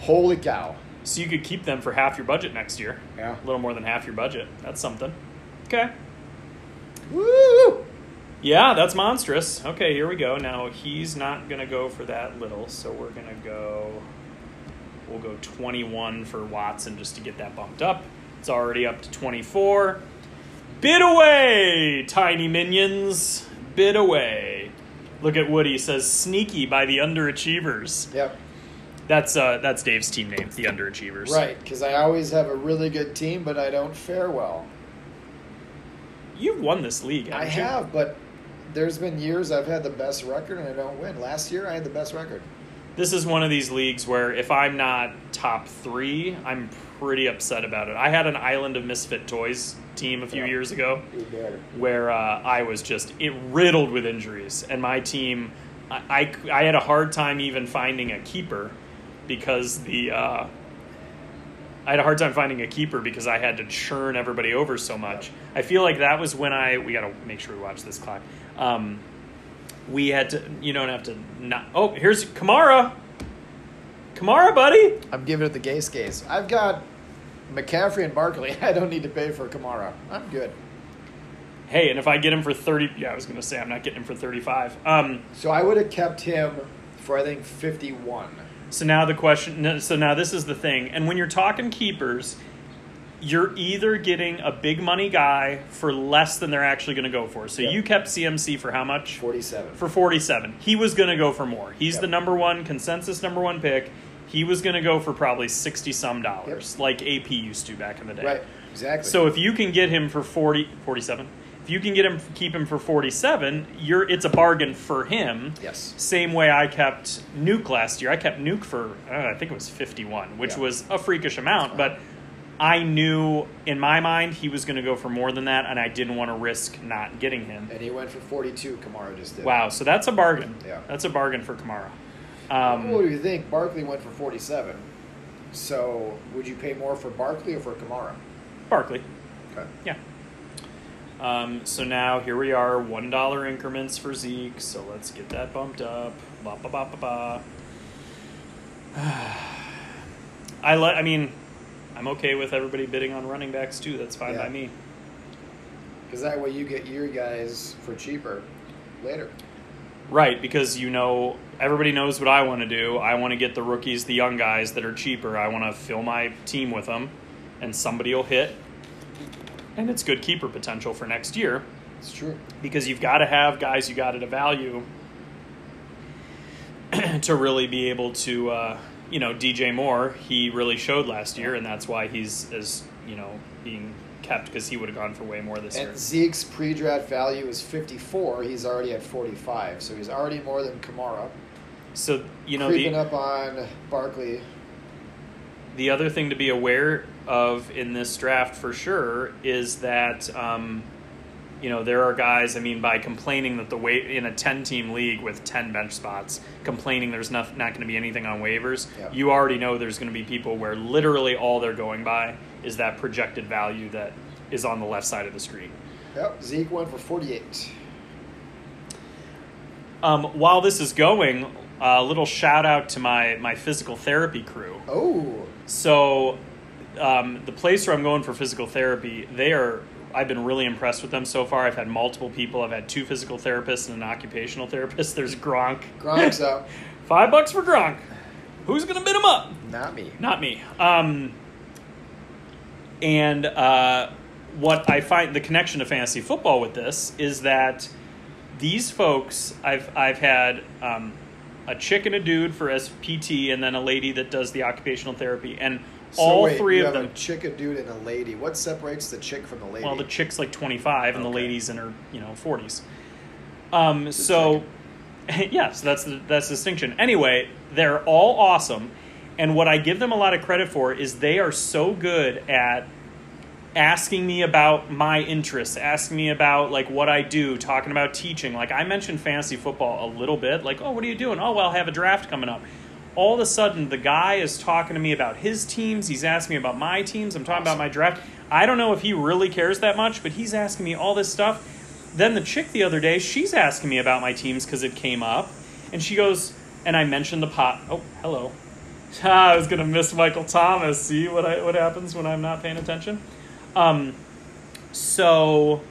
[SPEAKER 3] Holy cow.
[SPEAKER 2] So you could keep them for half your budget next year.
[SPEAKER 3] Yeah.
[SPEAKER 2] A little more than half your budget. That's something. Okay.
[SPEAKER 3] Woo!
[SPEAKER 2] Yeah, that's monstrous. Okay, here we go. Now he's not gonna go for that little, so we're gonna go. We'll go 21 for Watson just to get that bumped up. It's already up to 24. Bid away, tiny minions. Bid away. Look at Woody says sneaky by the underachievers.
[SPEAKER 3] Yep.
[SPEAKER 2] That's uh that's Dave's team name, the underachievers.
[SPEAKER 3] Right, because I always have a really good team, but I don't fare well.
[SPEAKER 2] You've won this league.
[SPEAKER 3] I
[SPEAKER 2] haven't you?
[SPEAKER 3] have, but there's been years I've had the best record and I don't win. Last year I had the best record.
[SPEAKER 2] this is one of these leagues where if I'm not top three, I'm pretty upset about it. I had an Island of Misfit Toys team a few
[SPEAKER 3] Yeah.
[SPEAKER 2] years ago
[SPEAKER 3] You better.
[SPEAKER 2] where uh, I was just it riddled with injuries, and my team, I, I, I had a hard time even finding a keeper because the uh, I had a hard time finding a keeper because I had to churn everybody over so much. I feel like that was when I we got to make sure we watch this clock. Um, we had to you don't have to not. Oh, here's Kamara. Kamara, buddy.
[SPEAKER 3] I'm giving it the gay gaze. I've got McCaffrey and Barkley. *laughs* I don't need to pay for Kamara. I'm good.
[SPEAKER 2] Hey, and if I get him for thirty, yeah, I was gonna say I'm not getting him for thirty-five. Um,
[SPEAKER 3] So I would have kept him for I think 51.
[SPEAKER 2] So now the question. no, So now this is the thing. And when you're talking keepers, you're either getting a big money guy for less than they're actually going to go for. So
[SPEAKER 3] Yep.
[SPEAKER 2] you kept CMC for how much?
[SPEAKER 3] 47.
[SPEAKER 2] For 47. He was going to go for more. He's
[SPEAKER 3] Yep.
[SPEAKER 2] the number one consensus number one pick. He was going to go for probably 60 some dollars, like AP used to back in the day.
[SPEAKER 3] Right. Exactly.
[SPEAKER 2] So if you can get him for 40 47, if you can get him keep him for 47, you're it's a bargain for him.
[SPEAKER 3] yes.
[SPEAKER 2] Same way I kept Nuke last year. I kept Nuke for uh, I think it was 51, which
[SPEAKER 3] Yeah.
[SPEAKER 2] was a freakish amount, but I knew in my mind he was going to go for more than that, and I didn't want to risk not getting him.
[SPEAKER 3] And he went for 42. Kamara just did.
[SPEAKER 2] Wow, so that's a bargain.
[SPEAKER 3] Yeah.
[SPEAKER 2] That's a bargain for Kamara. Um,
[SPEAKER 3] What do you think? Barkley went for 47. So would you pay more for Barkley or for Kamara?
[SPEAKER 2] Barkley.
[SPEAKER 3] Okay.
[SPEAKER 2] Yeah. Um, so now here we are, one dollar increments for Zeke. So let's get that bumped up. Ba ba ba ba ba. *sighs* I let. I mean, I'm okay with everybody bidding on running backs too. That's fine
[SPEAKER 3] Yeah.
[SPEAKER 2] by me.
[SPEAKER 3] Because that way you get your guys for cheaper later.
[SPEAKER 2] Right, because you know everybody knows what I want to do. I want to get the rookies, the young guys that are cheaper. I want to fill my team with them, and somebody will hit, and it's good keeper potential for next year.
[SPEAKER 3] It's true.
[SPEAKER 2] because you've got to have guys you got at a value *clears throat* to really be able to uh, you know DJ Moore he really showed last year and that's why he's as you know being kept because he would have gone for way more this year
[SPEAKER 3] And Zeke's pre-draft value is 54. He's already at 45, so he's already more than Kamara.
[SPEAKER 2] so you know
[SPEAKER 3] creeping
[SPEAKER 2] the
[SPEAKER 3] up on Barkley.
[SPEAKER 2] the other thing to be aware of in this draft for sure is that um, you know there are guys. I mean, by complaining that the wait in a ten-team league with ten bench spots, complaining there's not not going to be anything on waivers,
[SPEAKER 3] Yeah.
[SPEAKER 2] you already know there's going to be people where literally all they're going by is that projected value that is on the left side of the screen.
[SPEAKER 3] Yep, Zeke went for 48.
[SPEAKER 2] Um, while this is going, a little shout out to my my physical therapy crew.
[SPEAKER 3] Oh,
[SPEAKER 2] So, um, the place where I'm going for physical therapy, they are. I've been really impressed with them so far. I've had multiple people. I've had two physical therapists and an occupational therapist. There's Gronk.
[SPEAKER 3] Gronk's *laughs* up.
[SPEAKER 2] Five bucks for Gronk. Who's gonna bid him up?
[SPEAKER 3] Not me.
[SPEAKER 2] Not me. Um, and uh, what I find the connection to fantasy football with this is that these folks, I've I've had um, a chick and a dude for SPT, and then a lady that does the occupational therapy, and
[SPEAKER 3] So
[SPEAKER 2] all
[SPEAKER 3] wait,
[SPEAKER 2] three
[SPEAKER 3] you
[SPEAKER 2] of
[SPEAKER 3] have
[SPEAKER 2] them.
[SPEAKER 3] A chick, a dude, and a lady. What separates the chick from the lady?
[SPEAKER 2] Well, the chick's like 25 and the
[SPEAKER 3] Okay.
[SPEAKER 2] lady's in her, you know, 40s. Um, so, *laughs* yeah, so that's the, that's the distinction. Anyway, they're all awesome. And what I give them a lot of credit for is they are so good at asking me about my interests, asking me about like what I do, talking about teaching. Like I mentioned fantasy football a little bit, like, oh, what are you doing? Oh, well, I have a draft coming up. all of a sudden the guy is talking to me about his teams. He's asking me about my teams. I'm talking about my draft. I don't know if he really cares that much, but he's asking me all this stuff. Then the chick the other day, she's asking me about my teams because it came up, and she goes, and I mentioned the pot. Oh, hello. Ah, *laughs* I was gonna miss Michael Thomas. See what I what happens when I'm not paying attention. Um, so,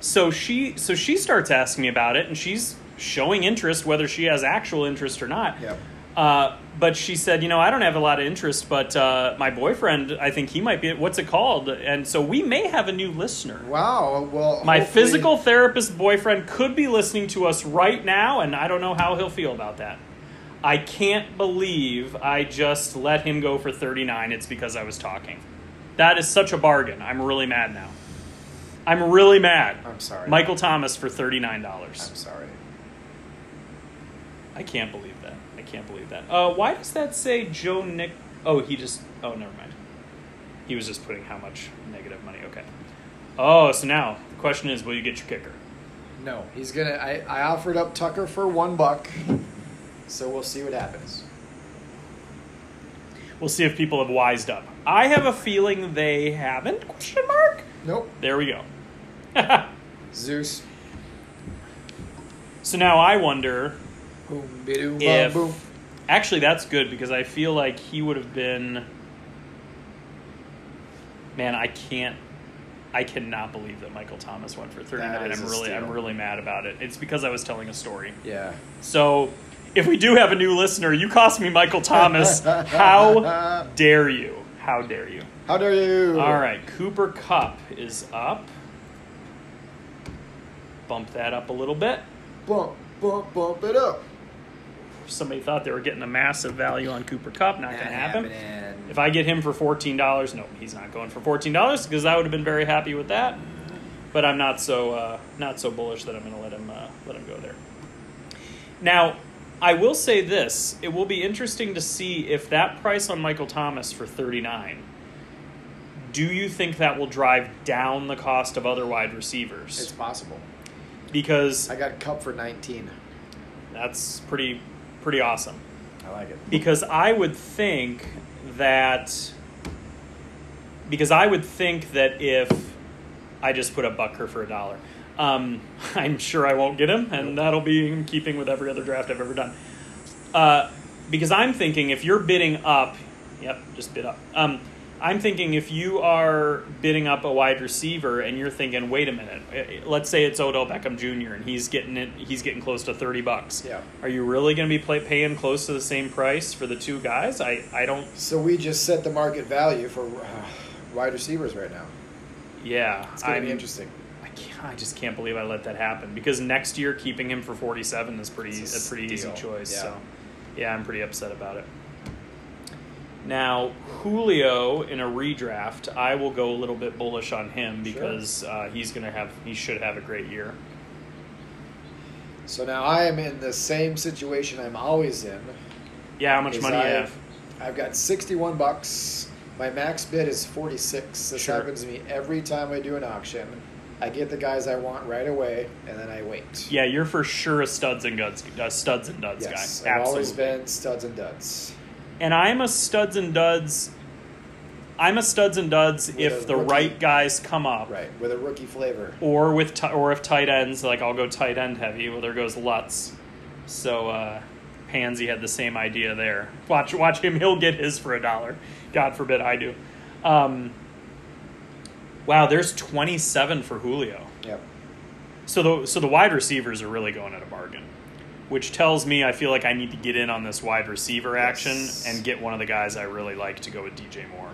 [SPEAKER 2] so she so she starts asking me about it, and she's showing interest, whether she has actual interest or not.
[SPEAKER 3] Yep.
[SPEAKER 2] Uh, but she said, you know, I don't have a lot of interest, but uh, my boyfriend, I think he might be. What's it called? And so we may have a new listener.
[SPEAKER 3] Wow. Well,
[SPEAKER 2] My
[SPEAKER 3] hopefully-
[SPEAKER 2] physical therapist boyfriend could be listening to us right now, and I don't know how he'll feel about that. I can't believe I just let him go for 39. It's because I was talking. That is such a bargain. I'm really mad now. I'm really mad.
[SPEAKER 3] I'm sorry.
[SPEAKER 2] Michael Thomas for $39.
[SPEAKER 3] I'm sorry.
[SPEAKER 2] I can't believe that. I can't believe that. Uh, why does that say Joe Nick? Oh, he just. Oh, never mind. He was just putting how much negative money. Okay. Oh, so now the question is, will you get your kicker?
[SPEAKER 3] No, he's gonna. I, I offered up Tucker for one buck, so we'll see what happens.
[SPEAKER 2] We'll see if people have wised up. I have a feeling they haven't. Question mark.
[SPEAKER 3] Nope.
[SPEAKER 2] There we go.
[SPEAKER 3] Zeus.
[SPEAKER 2] *laughs* so now I wonder.
[SPEAKER 3] Boom, bidoo,
[SPEAKER 2] If-
[SPEAKER 3] bum, boom.
[SPEAKER 2] Actually, that's good because I feel like he would have been. Man, I can't. I cannot believe that Michael Thomas went for 39.
[SPEAKER 3] is
[SPEAKER 2] I'm
[SPEAKER 3] a
[SPEAKER 2] really, I'm
[SPEAKER 3] steal.
[SPEAKER 2] really mad about it. It's because I was telling a story.
[SPEAKER 3] Yeah.
[SPEAKER 2] So, if we do have a new listener, you cost me Michael
[SPEAKER 3] *laughs*
[SPEAKER 2] Thomas. How dare you? How dare you?
[SPEAKER 3] How dare you?
[SPEAKER 2] All right, Cooper Cup is up. Bump that up a little bit.
[SPEAKER 3] Bump, bump, bump it up.
[SPEAKER 2] Somebody thought they were getting a massive value on Cooper Cup. Not, gonna happen.
[SPEAKER 3] happening.
[SPEAKER 2] If I get him for fourteen dollars, no, he's not going for fourteen dollars because I would have been very happy with that. But I'm not so uh, not so bullish that I'm going to let him uh, let him go there. Now, I will say this: it will be interesting to see if that price on Michael Thomas for thirty nine. Do you think that will drive down the cost of other wide
[SPEAKER 3] It's
[SPEAKER 2] receivers?
[SPEAKER 3] possible.
[SPEAKER 2] Because
[SPEAKER 3] I got Cup for 19.
[SPEAKER 2] that's pretty pretty awesome.
[SPEAKER 3] I like it.
[SPEAKER 2] because I would think that because I would think that if I just put a bucker for a dollar, um, *laughs* I'm sure I won't get him, and that'll be in keeping with every other draft I've ever done. Uh, because I'm thinking if you're bidding up, yep, just bid up. Um, I'm thinking if you are bidding up a wide receiver and you're thinking, wait a minute, eh, eh, let's say it's Odell Beckham Jr. and he's getting it, he's getting close to thirty bucks.
[SPEAKER 3] Yeah.
[SPEAKER 2] Are you really going to be play, paying close to the same price for the two guys? I, I don't.
[SPEAKER 3] So we just set the market value for uh, wide receivers right now.
[SPEAKER 2] Yeah,
[SPEAKER 3] It's going
[SPEAKER 2] I
[SPEAKER 3] to be interesting.
[SPEAKER 2] I, can't, I just can't believe I let that happen because next year keeping him for forty seven is pretty
[SPEAKER 3] It's a
[SPEAKER 2] a, pretty easy
[SPEAKER 3] steal,
[SPEAKER 2] choice.
[SPEAKER 3] yeah.
[SPEAKER 2] So, yeah, I'm pretty upset about it. Now Julio in a redraft, I will go a little bit bullish on him
[SPEAKER 3] Sure.
[SPEAKER 2] because uh, he's going to have he should have a great year.
[SPEAKER 3] So now I am in the same situation I'm always in.
[SPEAKER 2] Yeah, how much
[SPEAKER 3] is
[SPEAKER 2] money do you
[SPEAKER 3] I've-
[SPEAKER 2] have?
[SPEAKER 3] I've got 61 bucks. My max bid is 46. This
[SPEAKER 2] Sure.
[SPEAKER 3] happens to me every time I do an auction. I get the guys I want right away, and then I wait.
[SPEAKER 2] Yeah, you're for sure a studs and duds, a studs and duds
[SPEAKER 3] yes,
[SPEAKER 2] guy.
[SPEAKER 3] I've
[SPEAKER 2] Absolutely.
[SPEAKER 3] always been studs and duds.
[SPEAKER 2] and I'm a studs and duds. I'm a studs and duds
[SPEAKER 3] With
[SPEAKER 2] if
[SPEAKER 3] a
[SPEAKER 2] the
[SPEAKER 3] rookie.
[SPEAKER 2] right guys come up,
[SPEAKER 3] Right, with a rookie flavor.
[SPEAKER 2] or with ti- or if tight ends like I'll go tight end heavy. Well, there goes Lutz. So uh, Pansy had the same idea there. Watch watch him. He'll get his for a dollar. God forbid I do. Um, wow, there's 27 for Julio.
[SPEAKER 3] Yep.
[SPEAKER 2] So the so the wide receivers are really going at a bargain, which tells me I feel like I need to get in on this wide receiver action
[SPEAKER 3] Yes.
[SPEAKER 2] and get one of the guys I really like to go with DJ Moore.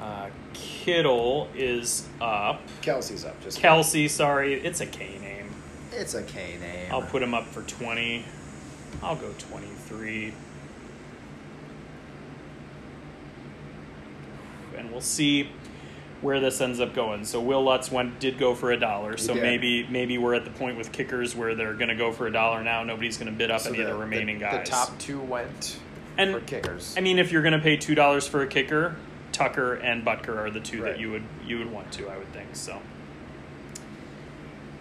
[SPEAKER 2] Uh, Kittle is up.
[SPEAKER 3] Kelsey's up. Just
[SPEAKER 2] Kelsey, sorry, it's a K name.
[SPEAKER 3] It's a K name.
[SPEAKER 2] I'll put him up for twenty. I'll go twenty three. And we'll see where this ends up going. So Will Lutz went did go for a dollar. So
[SPEAKER 3] did.
[SPEAKER 2] maybe maybe we're at the point with kickers where they're gonna go for a dollar now. Nobody's gonna bid up
[SPEAKER 3] So
[SPEAKER 2] any of the remaining
[SPEAKER 3] the,
[SPEAKER 2] guys.
[SPEAKER 3] The top two went
[SPEAKER 2] And-
[SPEAKER 3] for kickers.
[SPEAKER 2] I mean if you're gonna pay two dollars for a kicker, Tucker and Butker are the two
[SPEAKER 3] Right.
[SPEAKER 2] that you would you would want to, I would think. So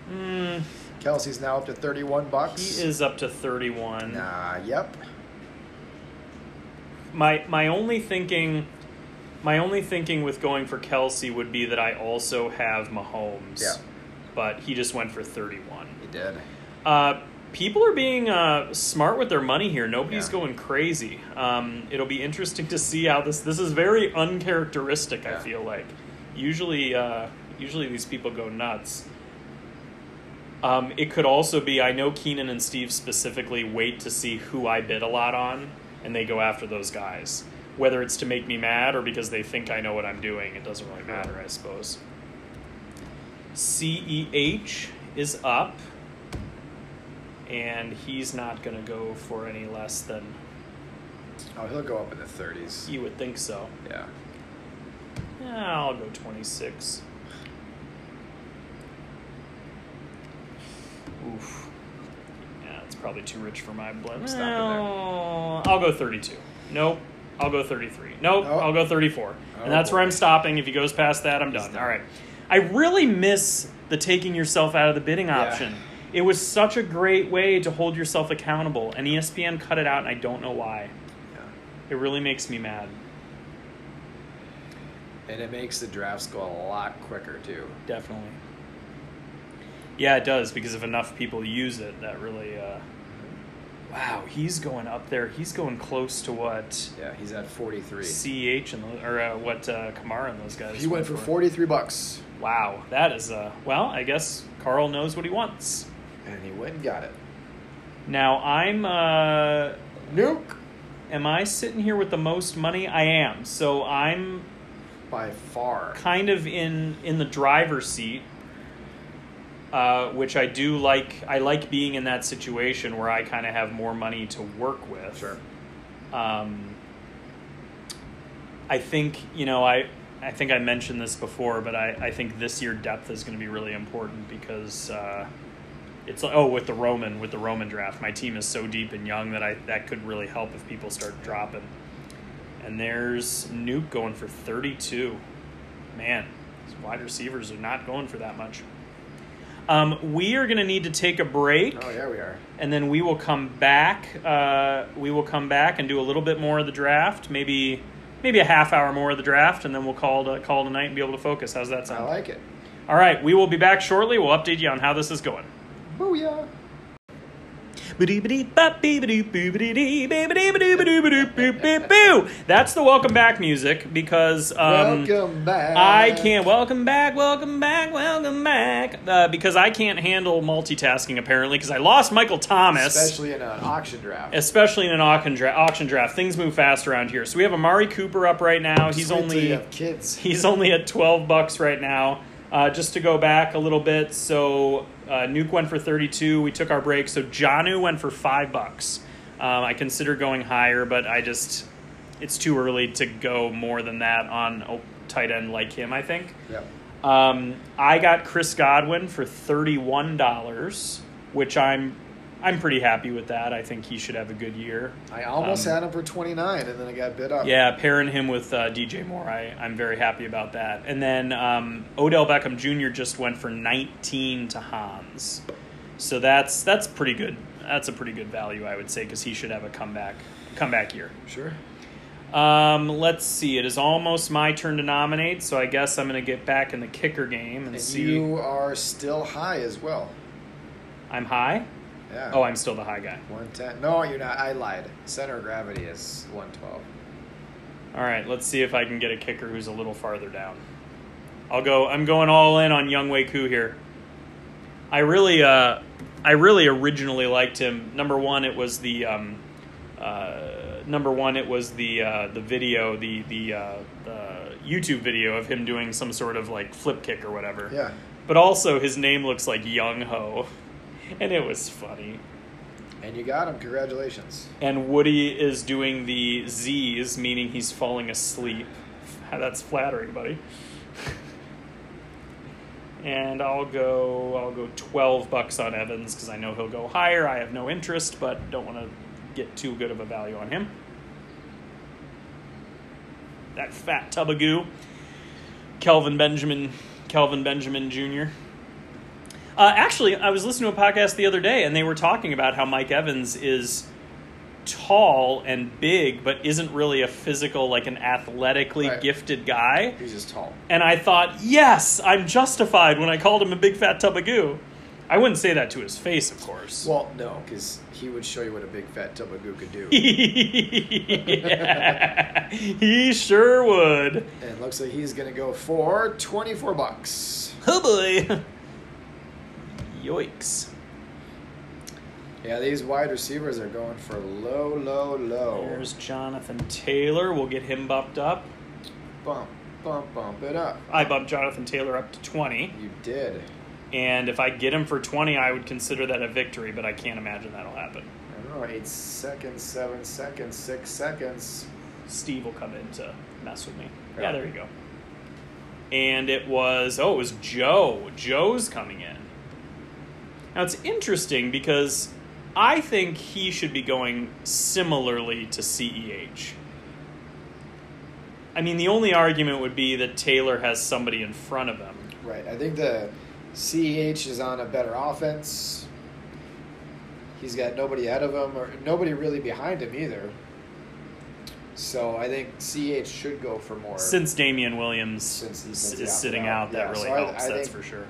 [SPEAKER 2] Hmm,
[SPEAKER 3] Kelsey's now up to 31 bucks.
[SPEAKER 2] He is up to 31.
[SPEAKER 3] Nah, yep.
[SPEAKER 2] My my only thinking my only thinking with going for Kelsey would be that I also have Mahomes.
[SPEAKER 3] Yeah.
[SPEAKER 2] But he just went for 31.
[SPEAKER 3] He did.
[SPEAKER 2] Uh, people are being uh, smart with their money here. Nobody's
[SPEAKER 3] Yeah.
[SPEAKER 2] going crazy. Um, it'll be interesting to see how this this is very uncharacteristic. I
[SPEAKER 3] Yeah.
[SPEAKER 2] feel like usually uh, usually these people go nuts. Um, it could also be I know Keenan and Steve specifically wait to see who I bid a lot on, and they go after those guys. Whether it's to make me mad or because they think I know what I'm doing, it doesn't really matter, I suppose. CEH is up, and he's not going to go for any less than
[SPEAKER 3] Oh, he'll go up in the 30s.
[SPEAKER 2] you would think so.
[SPEAKER 3] Yeah.
[SPEAKER 2] Yeah, I'll go 26. Oof. Yeah, it's probably too rich for my blimp.
[SPEAKER 3] Stop it there.
[SPEAKER 2] No, I'll go 32. Nope. I'll go 33. Nope.
[SPEAKER 3] Oh.
[SPEAKER 2] I'll go 34.
[SPEAKER 3] Oh,
[SPEAKER 2] and that's where
[SPEAKER 3] boy.
[SPEAKER 2] I'm stopping. If he goes past that, I'm done.
[SPEAKER 3] done.
[SPEAKER 2] All right. I really miss the taking yourself out of the bidding
[SPEAKER 3] Yeah.
[SPEAKER 2] option. It was such a great way to hold yourself accountable, and E ESPN cut it out, and I don't know why.
[SPEAKER 3] yeah.
[SPEAKER 2] It really makes me mad.
[SPEAKER 3] And it makes the drafts go a lot quicker, too.
[SPEAKER 2] Definitely. Yeah, it does because if enough people use it, that really. Uh... Wow, he's going up there. He's going close to what
[SPEAKER 3] Yeah, he's at 43.
[SPEAKER 2] Ceh and tho- or uh, what uh, Kamara and those guys.
[SPEAKER 3] He went for
[SPEAKER 2] forty.
[SPEAKER 3] 43 bucks.
[SPEAKER 2] Wow, that is uh well. I guess Carl knows what he wants.
[SPEAKER 3] And he went and got it.
[SPEAKER 2] Now I'm uh,
[SPEAKER 3] Nuke
[SPEAKER 2] am I sitting here with the most money? I am. So I'm
[SPEAKER 3] by far.
[SPEAKER 2] kind of in in the driver's seat, uh, which I do like. I like being in that situation where I kind of have more money to work with.
[SPEAKER 3] Sure.
[SPEAKER 2] Um, I think you know I. I think I mentioned this before, but I, I think this year depth is going to be really important because uh, it's like oh with the Roman with the Roman draft, my team is so deep and young that I that could really help if people start dropping. And there's Nuke going for 32. Man, these wide receivers are not going for that much. Um, we are going to need to take a break
[SPEAKER 3] Oh, yeah, we are.
[SPEAKER 2] and then we will come back. Uh, we will come back and do a little bit more of the draft, maybe maybe a half hour more of the draft, and then we'll call it a, call it a night and be able to focus. How's that
[SPEAKER 3] I
[SPEAKER 2] sound?
[SPEAKER 3] like it.
[SPEAKER 2] All right, we will be back shortly. We'll update you on how this is going.
[SPEAKER 3] Booyah.
[SPEAKER 2] That's the welcome back music because um,
[SPEAKER 3] Welcome back.
[SPEAKER 2] I can't. Welcome back, welcome back, welcome back. Uh, because I can't handle multitasking apparently because I lost Michael Thomas.
[SPEAKER 3] Especially in an auction draft.
[SPEAKER 2] especially in an auction, dra- auction draft. Things move fast around here. So we have Amari Cooper up right now. He's
[SPEAKER 3] Wait till you
[SPEAKER 2] only
[SPEAKER 3] have kids.
[SPEAKER 2] he's only at twelve bucks right now. Uh, just to go back a little bit, so uh, Nuke went for thirty two. We took our break, so Janu went for five bucks. Um, I consider going higher, but I just it's too early to go more than that on a tight end like him. I think.
[SPEAKER 3] Yep.
[SPEAKER 2] Um, I got Chris Godwin for thirty-one dollars, which I'm I'm pretty happy with that. I think he should have a good year.
[SPEAKER 3] I almost
[SPEAKER 2] Um,
[SPEAKER 3] had him for 29 and then I got bid up.
[SPEAKER 2] Yeah, pairing him with uh, DJ Moore, I, I'm very happy about that. And then um, Odell Beckham Jr. just went for nineteen to Hans, so that's that's pretty good. That's a pretty good value, I would say, because he should have a comeback comeback year.
[SPEAKER 3] Sure.
[SPEAKER 2] Um, let's see. It is almost my turn to nominate, so I guess I'm going to get back in the kicker game and,
[SPEAKER 3] And
[SPEAKER 2] see.
[SPEAKER 3] you are still high as well.
[SPEAKER 2] I'm high.
[SPEAKER 3] Yeah.
[SPEAKER 2] Oh, I'm still the high guy.
[SPEAKER 3] 110. No, you're not. I lied. Center of gravity is 112.
[SPEAKER 2] All right, let's see if I can get a kicker who's a little farther down. I'll go. I'm going all in on Young Wei Koo here. I really, uh, I really originally liked him. Number one, it was the, um, uh, number one, it was the uh, the video, the the uh, the YouTube video of him doing some sort of like flip kick or whatever.
[SPEAKER 3] Yeah.
[SPEAKER 2] But also, his name looks like Young Ho, *laughs* and it was funny.
[SPEAKER 3] And you got him. Congratulations.
[SPEAKER 2] And Woody is doing the Z's, meaning he's falling asleep. That's flattering, buddy. and I'll go. I'll go twelve bucks on Evans because I know he'll go higher. I have no interest, but don't want to get too good of a value on him. That fat tub of goo, Kelvin Benjamin, Kelvin Benjamin Jr. Uh, actually, I was listening to a podcast the other day, and they were talking about how Mike Evans is tall and big, but isn't really a physical, like an athletically
[SPEAKER 3] Right.
[SPEAKER 2] gifted guy.
[SPEAKER 3] He's just tall.
[SPEAKER 2] And I thought, yes, I'm justified when I called him a big fat tub of goo. I wouldn't say that to his face, of course.
[SPEAKER 3] Well, no, because he would show you what a big fat tub of goo could do.
[SPEAKER 2] *laughs* Yeah. he sure would.
[SPEAKER 3] and it looks like he's gonna go for twenty-four bucks.
[SPEAKER 2] Oh boy. Yikes.
[SPEAKER 3] Yeah, these wide receivers are going for low, low, low.
[SPEAKER 2] There's Jonathan Taylor. We'll get him bumped up.
[SPEAKER 3] Bump, bump, bump it up.
[SPEAKER 2] I bumped Jonathan Taylor up to 20.
[SPEAKER 3] You did.
[SPEAKER 2] And if I get him for 20, I would consider that a victory, but I can't imagine that'll happen.
[SPEAKER 3] I don't know, eight seconds, seven seconds, six seconds.
[SPEAKER 2] Steve will come in to mess with me. Yeah,
[SPEAKER 3] Yeah.
[SPEAKER 2] there you go. And it was oh, it was Joe. Joe's coming in. Now it's interesting because I think he should be going similarly to CEH. I mean, the only argument would be that Taylor has somebody in front of him.
[SPEAKER 3] Right. I think the CEH is on a better offense. He's got nobody ahead of him or nobody really behind him either. So I think CEH should go for more.
[SPEAKER 2] Since Damian Williams
[SPEAKER 3] Since he's-
[SPEAKER 2] s-
[SPEAKER 3] since
[SPEAKER 2] is
[SPEAKER 3] he's
[SPEAKER 2] sitting
[SPEAKER 3] out.
[SPEAKER 2] out, that
[SPEAKER 3] Yeah,
[SPEAKER 2] really
[SPEAKER 3] so I-
[SPEAKER 2] helps.
[SPEAKER 3] I
[SPEAKER 2] that's for
[SPEAKER 3] think
[SPEAKER 2] sure.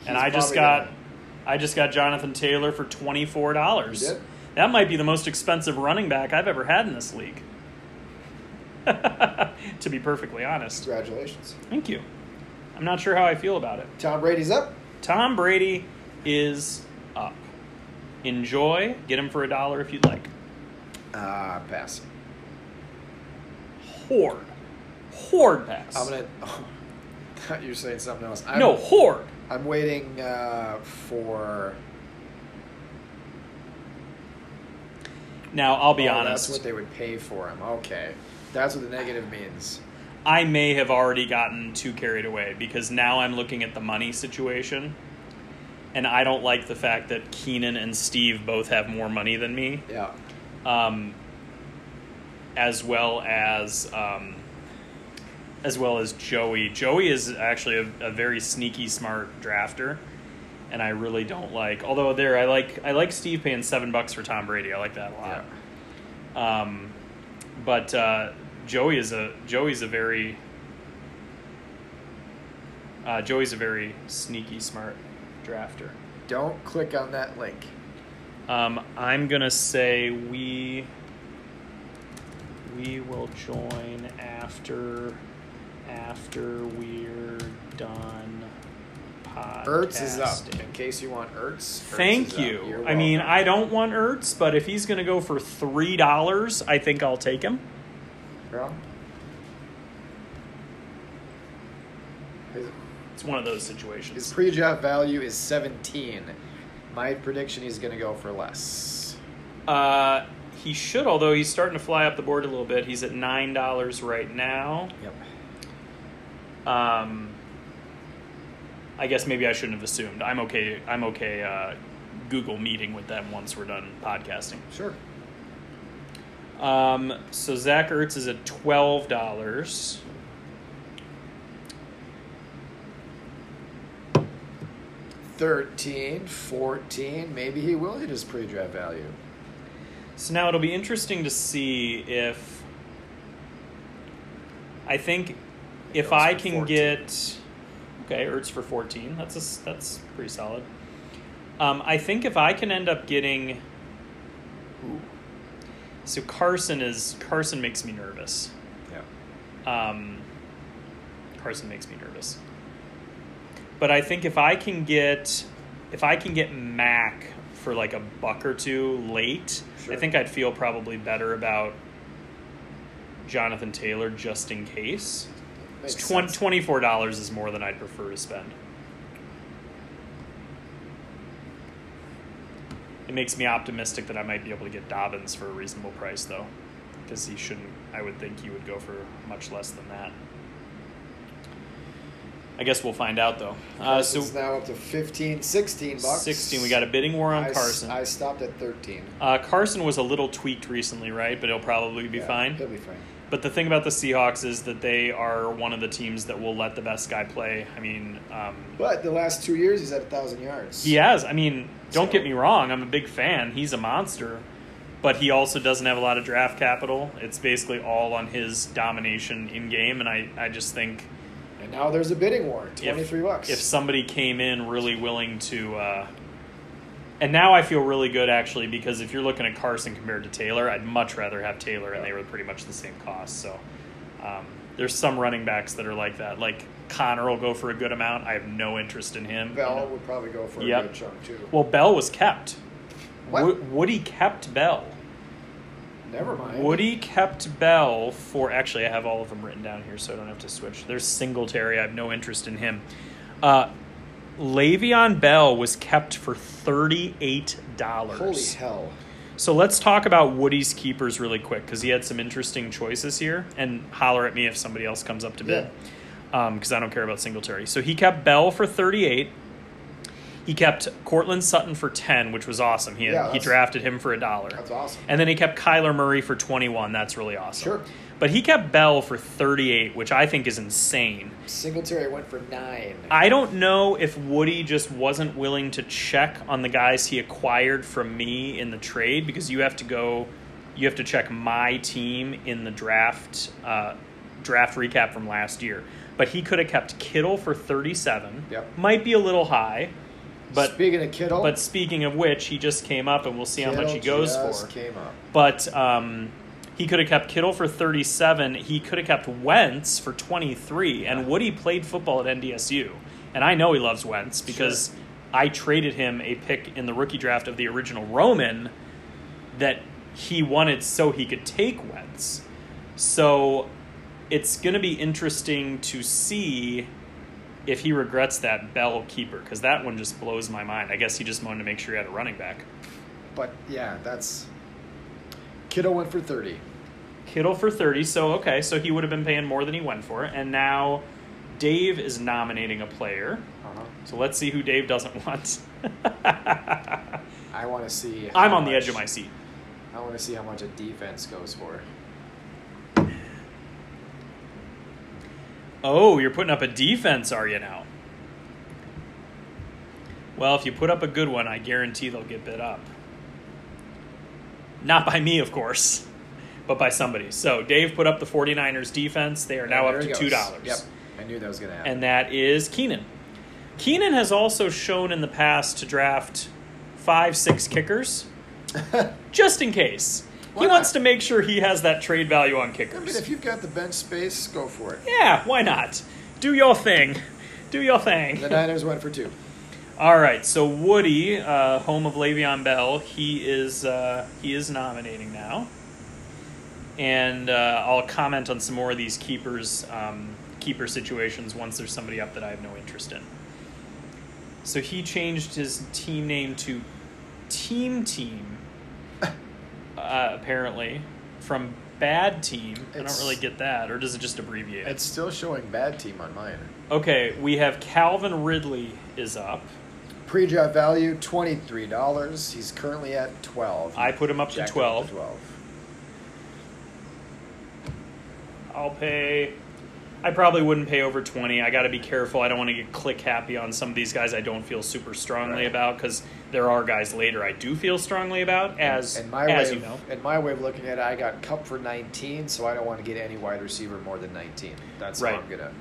[SPEAKER 3] He's
[SPEAKER 2] And I just
[SPEAKER 3] probably
[SPEAKER 2] got,
[SPEAKER 3] gonna-
[SPEAKER 2] I just got Jonathan Taylor for twenty four dollars.
[SPEAKER 3] You did?
[SPEAKER 2] That might be the most expensive running back I've ever had in this league. *laughs* to be perfectly honest,
[SPEAKER 3] congratulations.
[SPEAKER 2] thank you. I'm not sure how I feel about it.
[SPEAKER 3] Tom Brady's up.
[SPEAKER 2] Tom Brady is up. Enjoy. Get him for a dollar if you'd like.
[SPEAKER 3] Ah, pass.
[SPEAKER 2] Horde, horde pass.
[SPEAKER 3] I'm gonna. *laughs* thought you were saying something else. I'm,
[SPEAKER 2] no horde.
[SPEAKER 3] I'm waiting uh, for.
[SPEAKER 2] Now I'll be
[SPEAKER 3] oh,
[SPEAKER 2] honest.
[SPEAKER 3] That's what they would pay for him. Okay, that's what the negative means.
[SPEAKER 2] I may have already gotten too carried away because now I'm looking at the money situation. And I don't like the fact that Keenan and Steve both have more money than me,
[SPEAKER 3] Yeah.
[SPEAKER 2] um, as well as um, as well as Joey. Joey is actually a, a very sneaky, smart drafter, and I really don't like. Although there, I like I like Steve paying seven bucks for Tom Brady. I like that a lot.
[SPEAKER 3] Yeah.
[SPEAKER 2] Um, but uh, Joey is a Joey's a very uh, Joey's a very sneaky smart drafter.
[SPEAKER 3] Don't click on that link.
[SPEAKER 2] Um, I'm gonna say we we will join after after we're done. Podcasting.
[SPEAKER 3] Ertz is up. In case you want Ertz. Ertz is
[SPEAKER 2] Thank
[SPEAKER 3] up. You're
[SPEAKER 2] you. I
[SPEAKER 3] welcome.
[SPEAKER 2] mean, I don't want Ertz, but if he's gonna go for three dollars, I think I'll take him.
[SPEAKER 3] Girl. His,
[SPEAKER 2] It's one of those situations.
[SPEAKER 3] his pre-draft value is 17. My prediction he's going to go for less.
[SPEAKER 2] Uh, he should, although he's starting to fly up the board a little bit. He's at nine dollars right now.
[SPEAKER 3] Yep.
[SPEAKER 2] Um, I guess maybe I shouldn't have assumed. I'm okay. I'm okay. Uh, Google meeting with them once we're done podcasting.
[SPEAKER 3] Sure.
[SPEAKER 2] Um, so Zach Ertz is at twelve dollars.
[SPEAKER 3] Thirteen, fourteen. maybe he will hit his pre-draft value.
[SPEAKER 2] So now it'll be interesting to see if I think
[SPEAKER 3] goes
[SPEAKER 2] if
[SPEAKER 3] for
[SPEAKER 2] I can
[SPEAKER 3] 14.
[SPEAKER 2] get okay Ertz for fourteen. That's a, s- that's pretty solid. Um, I think if I can end up getting
[SPEAKER 3] Ooh.
[SPEAKER 2] so Carson is Carson makes me nervous.
[SPEAKER 3] Yeah.
[SPEAKER 2] Um, Carson makes me nervous. But I think if I can get if I can get Mac for like a buck or two late,
[SPEAKER 3] Sure.
[SPEAKER 2] I think I'd feel probably better about Jonathan Taylor just in case.
[SPEAKER 3] Makes
[SPEAKER 2] It's twen-
[SPEAKER 3] sense.
[SPEAKER 2] $24 is more than I'd prefer to spend. It makes me optimistic that I might be able to get Dobbins for a reasonable price, though, because he shouldn't. I would think he would go for much less than that. I guess we'll find out, though. Uh, so
[SPEAKER 3] Carson's now up to 15, 16 bucks.
[SPEAKER 2] 16, we got a bidding war
[SPEAKER 3] I
[SPEAKER 2] on
[SPEAKER 3] s-
[SPEAKER 2] Carson.
[SPEAKER 3] I stopped at 13.
[SPEAKER 2] Uh, Carson was a little tweaked recently, right? But he'll probably be
[SPEAKER 3] Yeah,
[SPEAKER 2] fine.
[SPEAKER 3] He'll be fine.
[SPEAKER 2] But the thing about the Seahawks is that they are one of the teams that will let the best guy play. I mean, um,
[SPEAKER 3] But the last two years, he's at a thousand yards.
[SPEAKER 2] he has. I mean, don't
[SPEAKER 3] So-
[SPEAKER 2] get me wrong. I'm a big fan. He's a monster. But he also doesn't have a lot of draft capital. It's basically all on his domination in game. And I, I just think
[SPEAKER 3] And now there's a bidding war,
[SPEAKER 2] if-
[SPEAKER 3] twenty three bucks.
[SPEAKER 2] If somebody came in really willing to, uh, and now I feel really good actually because if you're looking at Carson compared to Taylor, I'd much rather have Taylor, and they were pretty much the same cost. So um, there's some running backs that are like that. Like Connor will go for a good amount. I have no interest in him.
[SPEAKER 3] Bell would probably go for
[SPEAKER 2] Yep.
[SPEAKER 3] a good chunk too.
[SPEAKER 2] Well, Bell was kept.
[SPEAKER 3] What?
[SPEAKER 2] Wo- Woody kept Bell.
[SPEAKER 3] Never mind.
[SPEAKER 2] Woody kept Bell for actually I have all of them written down here so I don't have to switch. There's Singletary, I have no interest in him. Uh Le'Veon Bell was kept for thirty-eight
[SPEAKER 3] Holy
[SPEAKER 2] dollars.
[SPEAKER 3] hell!
[SPEAKER 2] So let's talk about Woody's keepers really quick because he had some interesting choices here. And holler at me if somebody else comes up to bid, because I don't care about Singletary. So he kept Bell for thirty-eight. He kept Cortland Sutton for ten, which was awesome. He had,
[SPEAKER 3] Yeah,
[SPEAKER 2] he
[SPEAKER 3] that's-
[SPEAKER 2] drafted him for a dollar.
[SPEAKER 3] That's awesome.
[SPEAKER 2] And then he kept Kyler Murray for 21. That's really awesome.
[SPEAKER 3] Sure.
[SPEAKER 2] But he kept Bell for 38, which I think is insane.
[SPEAKER 3] Singletary went for nine.
[SPEAKER 2] I don't know if Woody just wasn't willing to check on the guys he acquired from me in the trade because you have to go, you have to check my team in the draft uh, draft recap from last year. But he could have kept Kittle for 37.
[SPEAKER 3] Yep.
[SPEAKER 2] Might be a little high, but
[SPEAKER 3] speaking of Kittle,
[SPEAKER 2] but speaking of which, he just came up, and we'll see how much he
[SPEAKER 3] Kittle
[SPEAKER 2] goes
[SPEAKER 3] just
[SPEAKER 2] for.
[SPEAKER 3] Came up.
[SPEAKER 2] But um, he could have kept Kittle for 37. He could have kept Wentz for 23. And Woody played football at NDSU. And I know he loves Wentz because
[SPEAKER 3] Sure.
[SPEAKER 2] I traded him a pick in the rookie draft of the original Roman that he wanted so he could take Wentz. So it's going to be interesting to see if he regrets that Bell keeper because that one just blows my mind. I guess he just wanted to make sure he had a running back.
[SPEAKER 3] But yeah, that's Kittle went for thirty.
[SPEAKER 2] Kittle for 30. So, okay, so he would have been paying more than he went for. And now Dave is nominating a player.
[SPEAKER 3] Uh-huh.
[SPEAKER 2] So let's see who Dave doesn't *laughs* want.
[SPEAKER 3] I want to see. how
[SPEAKER 2] I'm on the
[SPEAKER 3] much-
[SPEAKER 2] edge of my seat.
[SPEAKER 3] I want to see how much a defense goes for.
[SPEAKER 2] Oh, you're putting up a defense, are you now? Well, if you put up a good one, I guarantee they'll get bid up. Not by me, of course, but by somebody. So Dave put up the 49ers defense. They are now
[SPEAKER 3] And
[SPEAKER 2] up
[SPEAKER 3] Oh, there
[SPEAKER 2] to
[SPEAKER 3] it
[SPEAKER 2] $2.
[SPEAKER 3] goes. Yep, I knew that was gonna happen.
[SPEAKER 2] and that is Keenan. Keenan has also shown in the past to draft five, six
[SPEAKER 3] *laughs*
[SPEAKER 2] kickers, just in case.
[SPEAKER 3] Why
[SPEAKER 2] he
[SPEAKER 3] not?
[SPEAKER 2] wants to make sure he has that trade value on
[SPEAKER 3] I
[SPEAKER 2] kickers.
[SPEAKER 3] mean, if you've got the bench space, go for it. *laughs*
[SPEAKER 2] yeah, why not? Do your thing. Do your thing.
[SPEAKER 3] The Niners went for two.
[SPEAKER 2] All right, so Woody, uh, home of Le'Veon Bell, he is uh, he is nominating now, and uh, I'll comment on some more of these keepers um, keeper situations once there's somebody up that I have no interest in. So he changed his team name to Team
[SPEAKER 3] *laughs*
[SPEAKER 2] Team, uh, apparently from Bad Team. I don't
[SPEAKER 3] It's-
[SPEAKER 2] really get that, or does it just abbreviate?
[SPEAKER 3] It's still showing bad team on mine.
[SPEAKER 2] Okay, we have Calvin Ridley is up.
[SPEAKER 3] Pre-draft value twenty three dollars. He's currently at twelve.
[SPEAKER 2] I put him up
[SPEAKER 3] Jacked
[SPEAKER 2] to twelve.
[SPEAKER 3] twelve.
[SPEAKER 2] I'll pay. I probably wouldn't pay over 20. I got to be careful. I don't want to get click happy on some of these guys I don't feel super strongly
[SPEAKER 3] Right.
[SPEAKER 2] about because there are guys later I do feel strongly about as
[SPEAKER 3] and my
[SPEAKER 2] as
[SPEAKER 3] way,
[SPEAKER 2] you know.
[SPEAKER 3] of, and my way of looking at it, I got Cup for nineteen, so I don't want to get any wide receiver more than nineteen. That's how
[SPEAKER 2] Right.
[SPEAKER 3] I'm gonna.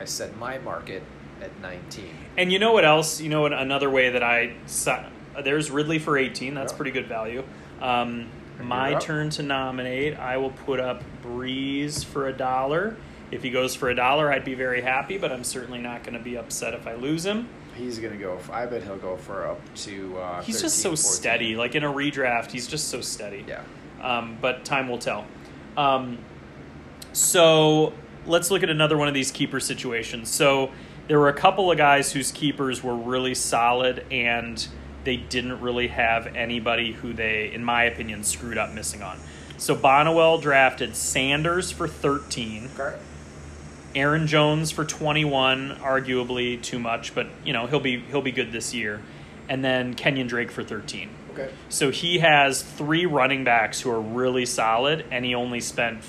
[SPEAKER 3] I set my market at nineteen.
[SPEAKER 2] And you know what else? You know what another way that I sa- there's Ridley for 18. That's
[SPEAKER 3] Yeah.
[SPEAKER 2] pretty good value. Um,
[SPEAKER 3] Bring it
[SPEAKER 2] my
[SPEAKER 3] up.
[SPEAKER 2] turn to nominate. I will put up Breeze for a dollar. If he goes for a dollar, I'd be very happy, but I'm certainly not going to be upset if I lose him.
[SPEAKER 3] He's gonna go. For, I bet he'll go for up to. Uh,
[SPEAKER 2] He's just so
[SPEAKER 3] 13, 14.
[SPEAKER 2] steady. Like in a redraft, he's just so steady.
[SPEAKER 3] Yeah.
[SPEAKER 2] Um, but time will tell. Um, so let's look at another one of these keeper situations. So there were a couple of guys whose keepers were really solid and they didn't really have anybody who they, in my opinion, screwed up missing on. So Bonnewell drafted Sanders for 13.
[SPEAKER 3] Okay.
[SPEAKER 2] Aaron Jones for 21, arguably too much, but you know he'll be he'll be good this year, and then Kenyon Drake for 13.
[SPEAKER 3] Okay.
[SPEAKER 2] So he has three running backs who are really solid, and he only spent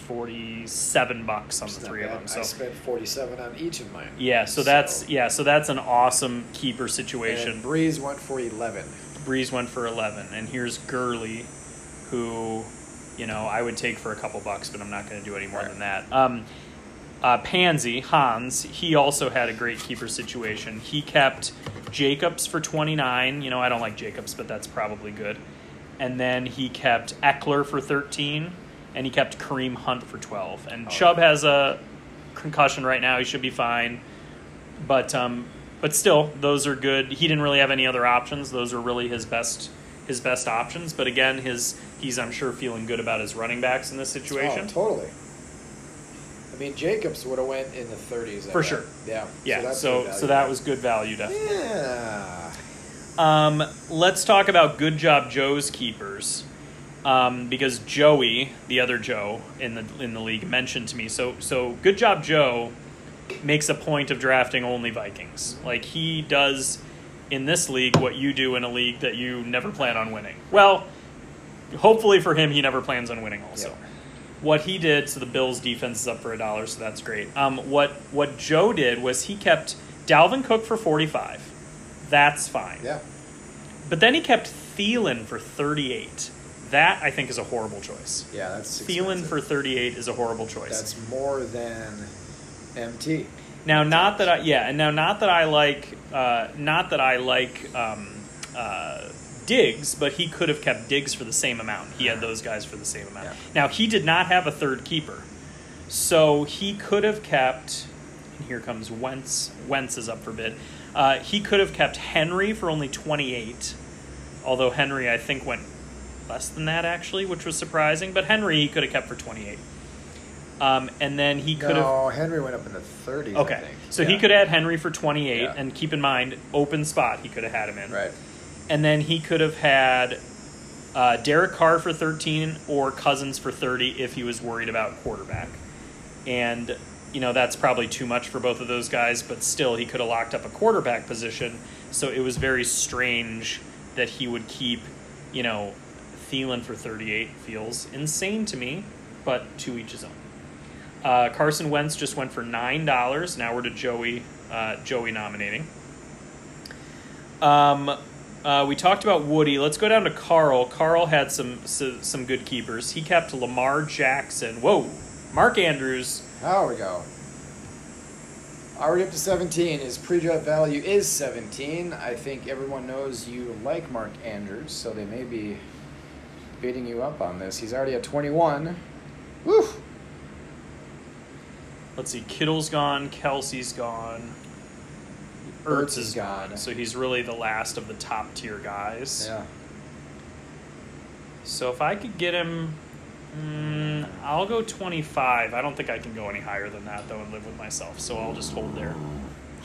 [SPEAKER 2] forty-seven bucks on the
[SPEAKER 1] It's not
[SPEAKER 2] three of
[SPEAKER 1] bad.
[SPEAKER 2] them.
[SPEAKER 1] I
[SPEAKER 2] So
[SPEAKER 1] spent 47 on each of mine.
[SPEAKER 2] yeah, so that's yeah, so that's an awesome keeper
[SPEAKER 1] And
[SPEAKER 2] situation.
[SPEAKER 1] Breeze went for 11.
[SPEAKER 2] Breeze went for eleven, and here's Gurley, who, you know, I would take for a couple bucks, but I'm not going to do any more
[SPEAKER 1] Right.
[SPEAKER 2] than that. Um, uh, Pansy Hans, he also had a great keeper situation. He kept Jacobs for 29. You know, I don't like Jacobs, but that's probably good. And then he kept Eckler for 13, and he kept Kareem Hunt for 12. And Chubb has a concussion right now. He should be fine, but um, but still, those are good. He didn't really have any other options. Those are really his best his best options. But again, his he's I'm sure feeling good about his running backs in this situation.
[SPEAKER 3] Oh, totally.
[SPEAKER 1] I mean, Jacobs would have went in the 30s. I
[SPEAKER 2] For
[SPEAKER 1] bet.
[SPEAKER 2] sure.
[SPEAKER 1] Yeah.
[SPEAKER 2] Yeah,
[SPEAKER 1] that's
[SPEAKER 2] so
[SPEAKER 1] good
[SPEAKER 2] so,
[SPEAKER 1] value.
[SPEAKER 2] that was good value, definitely.
[SPEAKER 1] Yeah.
[SPEAKER 2] Um, let's talk about Good Job Joe's keepers, um, because Joey, the other Joe in the in the league, mentioned to me. So so Good Job Joe makes a point of drafting only Vikings. Like he does in this league what you do in a league that you never plan on winning. Well, hopefully for him, he never plans on winning. Also.
[SPEAKER 1] Yeah.
[SPEAKER 2] What he did, so the Bills' defense is up for a dollar, so that's great. Um, what what Joe did was he kept Dalvin Cook for forty five. That's fine.
[SPEAKER 3] Yeah.
[SPEAKER 2] But then he kept Thielen for 38. That I think is a horrible choice.
[SPEAKER 3] Yeah, that's
[SPEAKER 2] Thielen
[SPEAKER 3] expensive.
[SPEAKER 2] for 38 is a horrible choice.
[SPEAKER 3] That's more than MT.
[SPEAKER 2] now, not that I yeah, and now not that I like uh, not that I like um, uh, Diggs, but he could have kept Diggs for the same amount. He had those guys for the same amount.
[SPEAKER 3] Yeah.
[SPEAKER 2] Now he did not have a third keeper, so he could have kept. And here comes Wentz. Wentz is up for bid. Uh, he could have kept Henry for only twenty eight. although Henry I think went less than that actually, which was surprising. But Henry he could have kept for twenty eight, um, and then he could have.
[SPEAKER 3] No, Henry went up in the 30s. I
[SPEAKER 2] Okay,
[SPEAKER 3] think.
[SPEAKER 2] so
[SPEAKER 3] Yeah.
[SPEAKER 2] he could have had Henry for twenty eight,
[SPEAKER 3] Yeah.
[SPEAKER 2] and keep in mind open spot he could have had him in,
[SPEAKER 3] Right.
[SPEAKER 2] and then he could have had. Uh, Derek Carr for 13 or Cousins for 30 if he was worried about quarterback. And, you know, that's probably too much for both of those guys, but still, he could have locked up a quarterback position. So it was very strange that he would keep, you know, Thielen for 38 feels insane to me, but to each his own. Uh, Carson Wentz just went for $9. Now we're to Joey, uh, Joey nominating. Um, uh, we talked about Woody. Let's go down to Carl. Carl had some so, some good keepers. He kept Lamar Jackson. Whoa, Mark Andrews.
[SPEAKER 1] There we go. Already up to 17. His pre draft value is 17. I think everyone knows you like Mark Andrews, so they may be beating you up on this. He's already at 21. Woo!
[SPEAKER 2] Let's see. Kittle's gone. Kelsey's gone. Ertz, is gone. So he's really the last of the top tier guys.
[SPEAKER 3] Yeah.
[SPEAKER 2] So if I could get him, mm, I'll go twenty five. I don't think I can go any higher than that though, and live with myself. So I'll just hold there.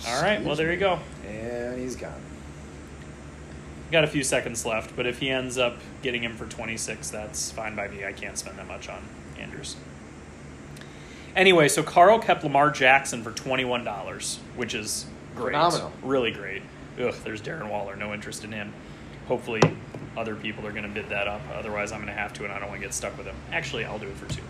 [SPEAKER 2] All right. Well, there you go.
[SPEAKER 1] And he's gone.
[SPEAKER 2] Got a few seconds left, but if he ends up getting him for 26, that's fine by me. I can't spend that much on Anders. Anyway, so Carl kept Lamar Jackson for $21, which is great.
[SPEAKER 1] Phenomenal.
[SPEAKER 2] Really great. Ugh, there's Darren Waller. No interest in him. Hopefully, other people are going to bid that up. Otherwise, I'm going to have to, and I don't want to get stuck with him. Actually, I'll do it for two.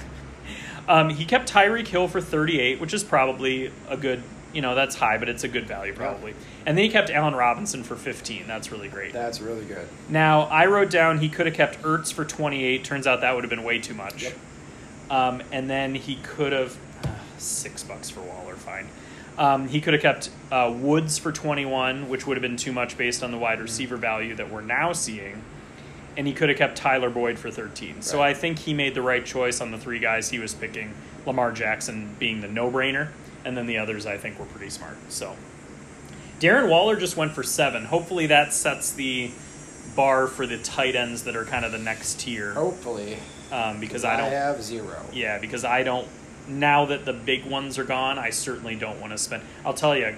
[SPEAKER 2] *laughs* um, he kept Tyreek Hill for 38, which is probably a good, you know, that's high, but it's a good value probably. And then he kept Allen Robinson for 15. That's really great.
[SPEAKER 1] That's really good.
[SPEAKER 2] Now, I wrote down he could have kept Ertz for 28. Turns out that would have been way too much.
[SPEAKER 1] Yep.
[SPEAKER 2] Um, and then he could have ah, six bucks for Waller, fine. Um, he could have kept uh, Woods for 21, which would have been too much based on the
[SPEAKER 1] Mm-hmm.
[SPEAKER 2] wide receiver value that we're now seeing. And he could have kept Tyler Boyd for 13. So
[SPEAKER 1] Right.
[SPEAKER 2] I think he made the right choice on the three guys he was picking, Lamar Jackson being the no brainer. And then the others, I think, were pretty smart. So. Darren Waller just went for seven. Hopefully that sets the bar for the tight ends that are kind of the next
[SPEAKER 3] Oh.
[SPEAKER 2] tier.
[SPEAKER 1] Hopefully.
[SPEAKER 2] Um, because I don't,
[SPEAKER 1] have zero.
[SPEAKER 2] yeah, because I don't. Now that the big ones are gone, I certainly don't want to spend. I'll tell you,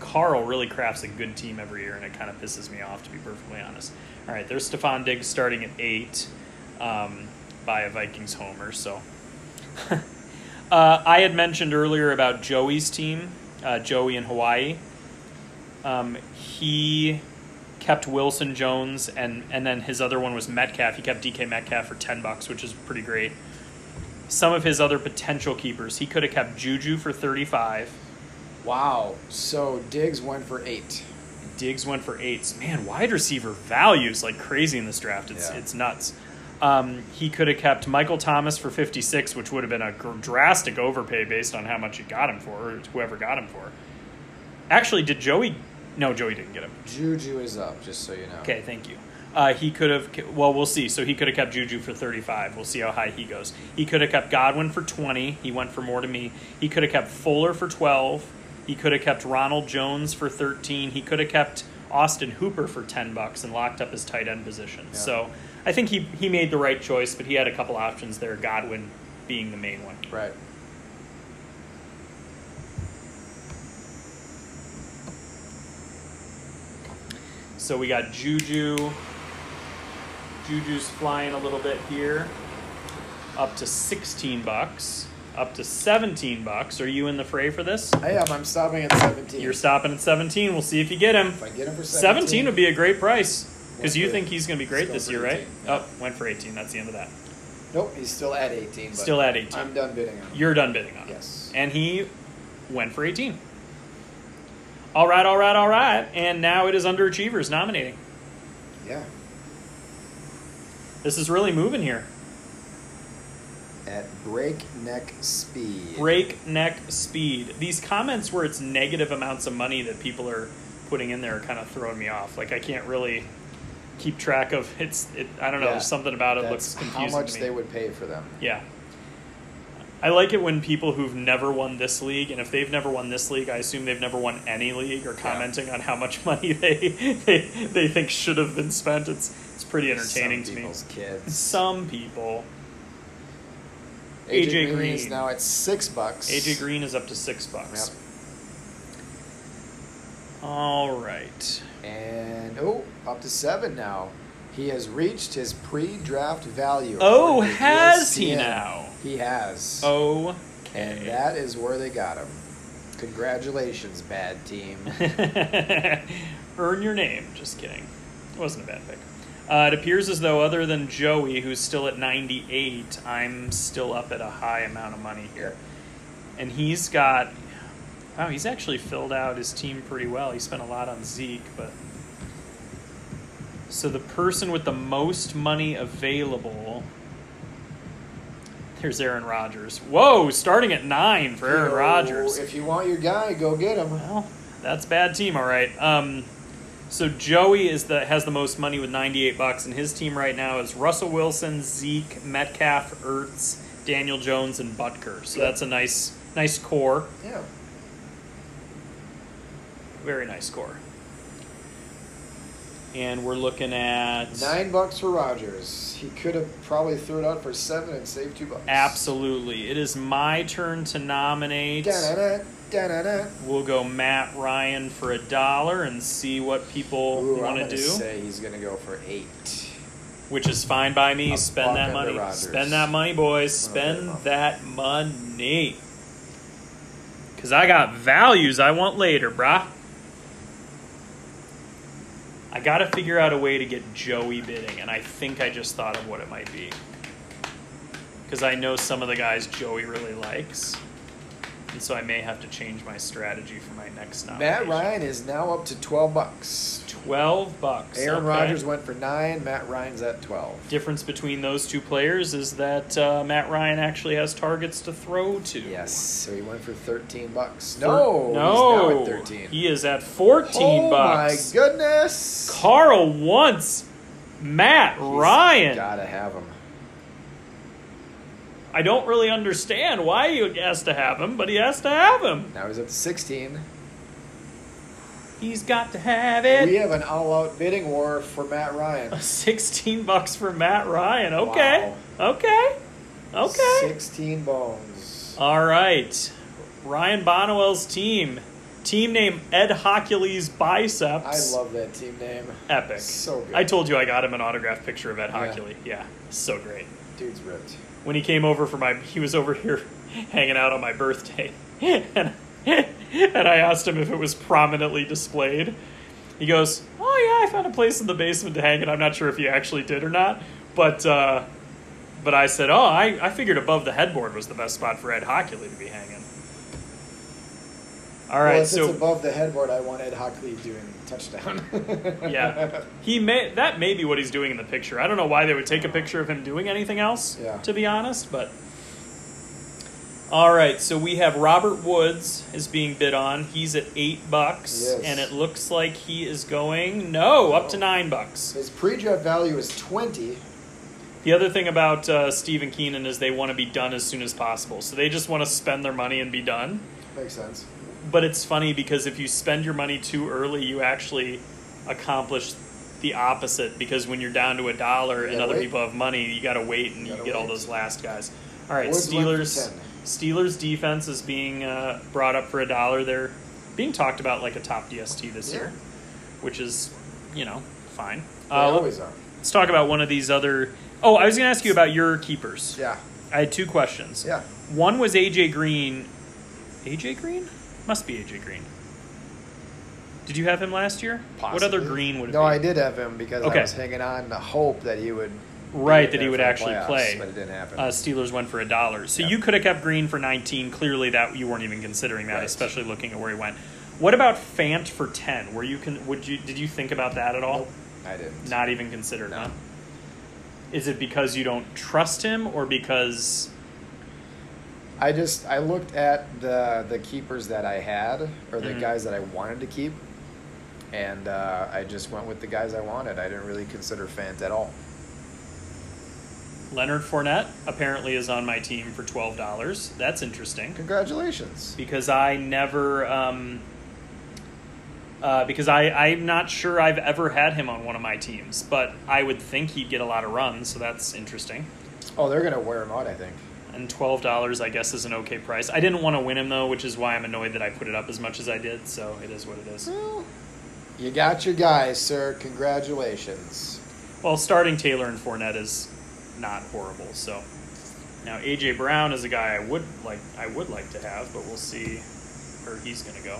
[SPEAKER 2] Carl really crafts a good team every year, and it kind of pisses me off to be perfectly honest. All right, there's Stephon Diggs starting at eight um, by a Vikings homer. So *laughs* uh, I had mentioned earlier about Joey's team, uh, Joey in Hawaii. Um, he kept Wilson Jones, and and then his other one was Metcalf. He kept DK Metcalf for ten bucks, which is pretty great. Some of his other potential keepers, he could have kept Juju for thirty five.
[SPEAKER 3] Wow. So Diggs went for eight.
[SPEAKER 2] Diggs went for eights. Man, wide receiver values like crazy in this draft. It's
[SPEAKER 3] Yeah.
[SPEAKER 2] it's nuts. Um, he could have kept Michael Thomas for 56, which would have been a gr- drastic overpay based on how much you got him for, or whoever got him for. Actually, did Joey? No, Joey didn't get him.
[SPEAKER 3] Juju is up, just so you know.
[SPEAKER 2] Okay, thank you. Uh, he could have. Well, we'll see. So he could have kept Juju for thirty-five. We'll see how high he goes. He could have kept Godwin for twenty. He went for more to me. He could have kept Fuller for twelve. He could have kept Ronald Jones for thirteen. He could have kept Austin Hooper for ten bucks and locked up his tight end position.
[SPEAKER 3] Yeah.
[SPEAKER 2] So I think he he made the right choice, but he had a couple options there. Godwin being the main one.
[SPEAKER 3] Right.
[SPEAKER 2] So we got Juju. Juju's flying a little bit here. Up to 16 bucks. Up to 17 bucks. Are you in the fray for this?
[SPEAKER 3] I am. I'm stopping at 17.
[SPEAKER 2] You're stopping at 17. We'll see if you get him.
[SPEAKER 3] If I get him for 17.
[SPEAKER 2] 17 would be a great price because
[SPEAKER 3] Went
[SPEAKER 2] you
[SPEAKER 3] for-
[SPEAKER 2] think he's going to be great
[SPEAKER 3] still
[SPEAKER 2] this
[SPEAKER 3] for
[SPEAKER 2] year, right?
[SPEAKER 3] 18,
[SPEAKER 2] Oh, went for 18. That's the end of that.
[SPEAKER 3] Nope, he's still at 18. But
[SPEAKER 2] Still at 18.
[SPEAKER 3] I'm done bidding on him.
[SPEAKER 2] You're done bidding on it.
[SPEAKER 3] Yes.
[SPEAKER 2] And he went for 18. All right, all right, all right. And now it is underachievers nominating.
[SPEAKER 3] Yeah.
[SPEAKER 2] This is really moving here.
[SPEAKER 3] At breakneck speed.
[SPEAKER 2] breakneck speed. These comments where it's negative amounts of money that people are putting in there are kind of throwing me off. Like I can't really keep track of it's. It, I don't know.
[SPEAKER 3] Yeah.
[SPEAKER 2] There's something about it looks
[SPEAKER 3] That's
[SPEAKER 2] confusing.
[SPEAKER 3] How much
[SPEAKER 2] to me.
[SPEAKER 3] they would pay for them.
[SPEAKER 2] Yeah. I like it when people who've never won this league, and if they've never won this league, I assume they've never won any league, are commenting on how much *laughs* money they, they they think should have been spent. It's it's pretty entertaining to
[SPEAKER 3] Some
[SPEAKER 2] me.
[SPEAKER 3] people's kids.
[SPEAKER 2] Some people.
[SPEAKER 3] AJ,
[SPEAKER 2] AJ
[SPEAKER 3] Green is
[SPEAKER 2] Green.
[SPEAKER 3] now at six bucks.
[SPEAKER 2] AJ Green is up to six bucks.
[SPEAKER 3] Yep.
[SPEAKER 2] All right.
[SPEAKER 3] And oh, up to seven now. He has reached his pre-draft value.
[SPEAKER 2] Oh,
[SPEAKER 3] according to E
[SPEAKER 2] has he
[SPEAKER 3] ESPN.
[SPEAKER 2] now?
[SPEAKER 3] He has.
[SPEAKER 2] Okay.
[SPEAKER 3] And that is where they got him. Congratulations, bad team.
[SPEAKER 2] *laughs* Earn your name. Just kidding. It wasn't a bad pick. Uh, it appears as though, other than Joey, who's still at 98, I'm still up at a high amount of money here. And he's got. Wow, he's actually filled out his team pretty well. He spent a lot on Zeke, but. So the person with the most money available. There's Aaron Rodgers. Whoa, starting at nine for Aaron
[SPEAKER 3] Yo,
[SPEAKER 2] Rodgers.
[SPEAKER 3] If you want your guy, go get him.
[SPEAKER 2] Well, that's bad team, all right. Um, so Joey is the has the most money with ninety eight bucks, and his team right now is Russell Wilson, Zeke, Metcalf, Ertz, Daniel Jones, and Butker. So that's a nice nice core,
[SPEAKER 3] Yeah.
[SPEAKER 2] very nice core. And we're looking at
[SPEAKER 3] Nine bucks for Rogers. He could have probably threw it out for seven and saved two bucks.
[SPEAKER 2] absolutely. It is my turn to nominate.
[SPEAKER 3] Da-da-da, da-da-da.
[SPEAKER 2] We'll go Matt Ryan for a dollar and see what people
[SPEAKER 3] Ooh, I'm
[SPEAKER 2] want
[SPEAKER 3] gonna
[SPEAKER 2] to do.
[SPEAKER 3] say he's gonna go for eight.
[SPEAKER 2] which is fine by me.
[SPEAKER 3] A buck
[SPEAKER 2] Spend that
[SPEAKER 3] under
[SPEAKER 2] money.
[SPEAKER 3] Rodgers.
[SPEAKER 2] Spend that money, boys.
[SPEAKER 3] Well, there you
[SPEAKER 2] Spend
[SPEAKER 3] go.
[SPEAKER 2] that money. Cause I got values I want later, brah. I gotta figure out a way to get Joey bidding, and I think I just thought of what it might be. Cause I know some of the guys Joey really likes. And so I may have to change my strategy for my next
[SPEAKER 3] Matt
[SPEAKER 2] nomination.
[SPEAKER 3] Ryan is now up to twelve bucks.
[SPEAKER 2] Twelve bucks.
[SPEAKER 3] Aaron
[SPEAKER 2] okay.
[SPEAKER 3] Rodgers went for nine. Matt Ryan's at twelve.
[SPEAKER 2] difference between those two players is that uh, Matt Ryan actually has targets to throw to.
[SPEAKER 3] Yes, so he went for thirteen bucks.
[SPEAKER 2] Thir-
[SPEAKER 3] No,
[SPEAKER 2] no,
[SPEAKER 3] he's now at thirteen.
[SPEAKER 2] He is at fourteen
[SPEAKER 3] oh
[SPEAKER 2] bucks.
[SPEAKER 3] my goodness!
[SPEAKER 2] Carl wants Matt
[SPEAKER 3] He's
[SPEAKER 2] Ryan.
[SPEAKER 3] gotta have him.
[SPEAKER 2] I don't really understand why he has to have him, but he has to have him.
[SPEAKER 3] Now he's up to sixteen.
[SPEAKER 2] He's got to have
[SPEAKER 3] We
[SPEAKER 2] it.
[SPEAKER 3] have an all-out bidding war for Matt
[SPEAKER 2] *laughs*
[SPEAKER 3] Ryan.
[SPEAKER 2] Sixteen bucks for Matt Ryan. Okay, okay, okay.
[SPEAKER 3] Sixteen bones.
[SPEAKER 2] All right. Ryan Bonnewell's team. Team name Ed Hockley's
[SPEAKER 3] I
[SPEAKER 2] Biceps.
[SPEAKER 3] love that team name.
[SPEAKER 2] Epic.
[SPEAKER 3] So good.
[SPEAKER 2] I told you I got him an autographed picture of Ed
[SPEAKER 3] Yeah.
[SPEAKER 2] Hockley. Yeah. So great.
[SPEAKER 3] Dude's ripped.
[SPEAKER 2] When he came over for my he was over here *laughs* hanging out on my birthday. *laughs* and, and I asked him if it was prominently displayed. He goes, "Oh I found a place in the basement to hang it. I'm not sure if he actually did or not, but uh, but I said, oh, I, I figured above the headboard was the best spot for Ed Hockley to be hanging. All right,
[SPEAKER 3] well, if
[SPEAKER 2] so
[SPEAKER 3] it's above the headboard, I want Ed Hockley doing touchdown.
[SPEAKER 2] *laughs* yeah, he may that may be what he's doing in the picture. I don't know why they would take a picture of him doing anything else.
[SPEAKER 3] Yeah.
[SPEAKER 2] To be honest, but all right. So we have Robert Woods is being bid on. He's at eight bucks,
[SPEAKER 3] Yes.
[SPEAKER 2] and it looks like he is going no up to nine bucks.
[SPEAKER 3] *laughs* His pre-draft value is twenty.
[SPEAKER 2] The other thing about uh, Stephen Keenan is they want to be done as soon as possible. So they just want to spend their money and be done.
[SPEAKER 3] Makes sense.
[SPEAKER 2] But it's funny because if you spend your money too early, you actually accomplish the opposite because when you're down to a dollar and
[SPEAKER 3] gotta
[SPEAKER 2] other
[SPEAKER 3] wait.
[SPEAKER 2] people have money, you got to wait and you
[SPEAKER 3] Gotta
[SPEAKER 2] get all
[SPEAKER 3] wait.
[SPEAKER 2] those last guys. All right,
[SPEAKER 3] Woods went for
[SPEAKER 2] Steelers.
[SPEAKER 3] 10.
[SPEAKER 2] Steelers defense is being uh, brought up for a dollar. They're being talked about like a top DST this
[SPEAKER 3] Yeah.
[SPEAKER 2] year, which is, you know, fine.
[SPEAKER 3] They
[SPEAKER 2] Uh,
[SPEAKER 3] always are.
[SPEAKER 2] let's talk about one of these other. Oh, I was going to ask you about your keepers.
[SPEAKER 3] Yeah,
[SPEAKER 2] I had two questions.
[SPEAKER 3] yeah.
[SPEAKER 2] One was AJ Green. AJ Green? Must be AJ Green. Did you have him last year? What other
[SPEAKER 3] Possibly.
[SPEAKER 2] Green would it
[SPEAKER 3] No,
[SPEAKER 2] be?
[SPEAKER 3] I did have him because
[SPEAKER 2] Okay.
[SPEAKER 3] I was hanging on the hope that he would. be
[SPEAKER 2] Right, that
[SPEAKER 3] there
[SPEAKER 2] he would
[SPEAKER 3] for the
[SPEAKER 2] actually
[SPEAKER 3] playoffs,
[SPEAKER 2] play.
[SPEAKER 3] but it didn't happen.
[SPEAKER 2] Uh, Steelers went for a dollar. So
[SPEAKER 3] Yeah.
[SPEAKER 2] you could have kept Green for 19. Clearly that you weren't even considering that,
[SPEAKER 3] Right.
[SPEAKER 2] especially looking at where he went. What about Fant for 10? Were you con- would you did you think about that at all?
[SPEAKER 3] Nope, I didn't.
[SPEAKER 2] Not even considered,
[SPEAKER 3] No.
[SPEAKER 2] huh? Is it because you don't trust him or because
[SPEAKER 3] I just I looked at the the keepers that I had or the
[SPEAKER 2] Mhm.
[SPEAKER 3] guys that I wanted to keep, and uh, I just went with the guys I wanted. I didn't really consider fans at all.
[SPEAKER 2] Leonard Fournette apparently is on my team for $12? That's interesting.
[SPEAKER 3] Congratulations.
[SPEAKER 2] because I never um, uh, because I I'm not sure I've ever had him on one of my teams, but I would think he'd get a lot of runs, so that's interesting.
[SPEAKER 3] Oh, they're gonna wear him out. I think.
[SPEAKER 2] And twelve dollars, I guess, is an okay price. I didn't want to win him though, which is why I'm annoyed that I put it up as much as I did. So it is what it is.
[SPEAKER 3] You got your guy, sir. Congratulations.
[SPEAKER 2] Well, starting Taylor and Fournette is not horrible. So now AJ Brown is a guy I would like. I would like to have, but we'll see where he's going to go.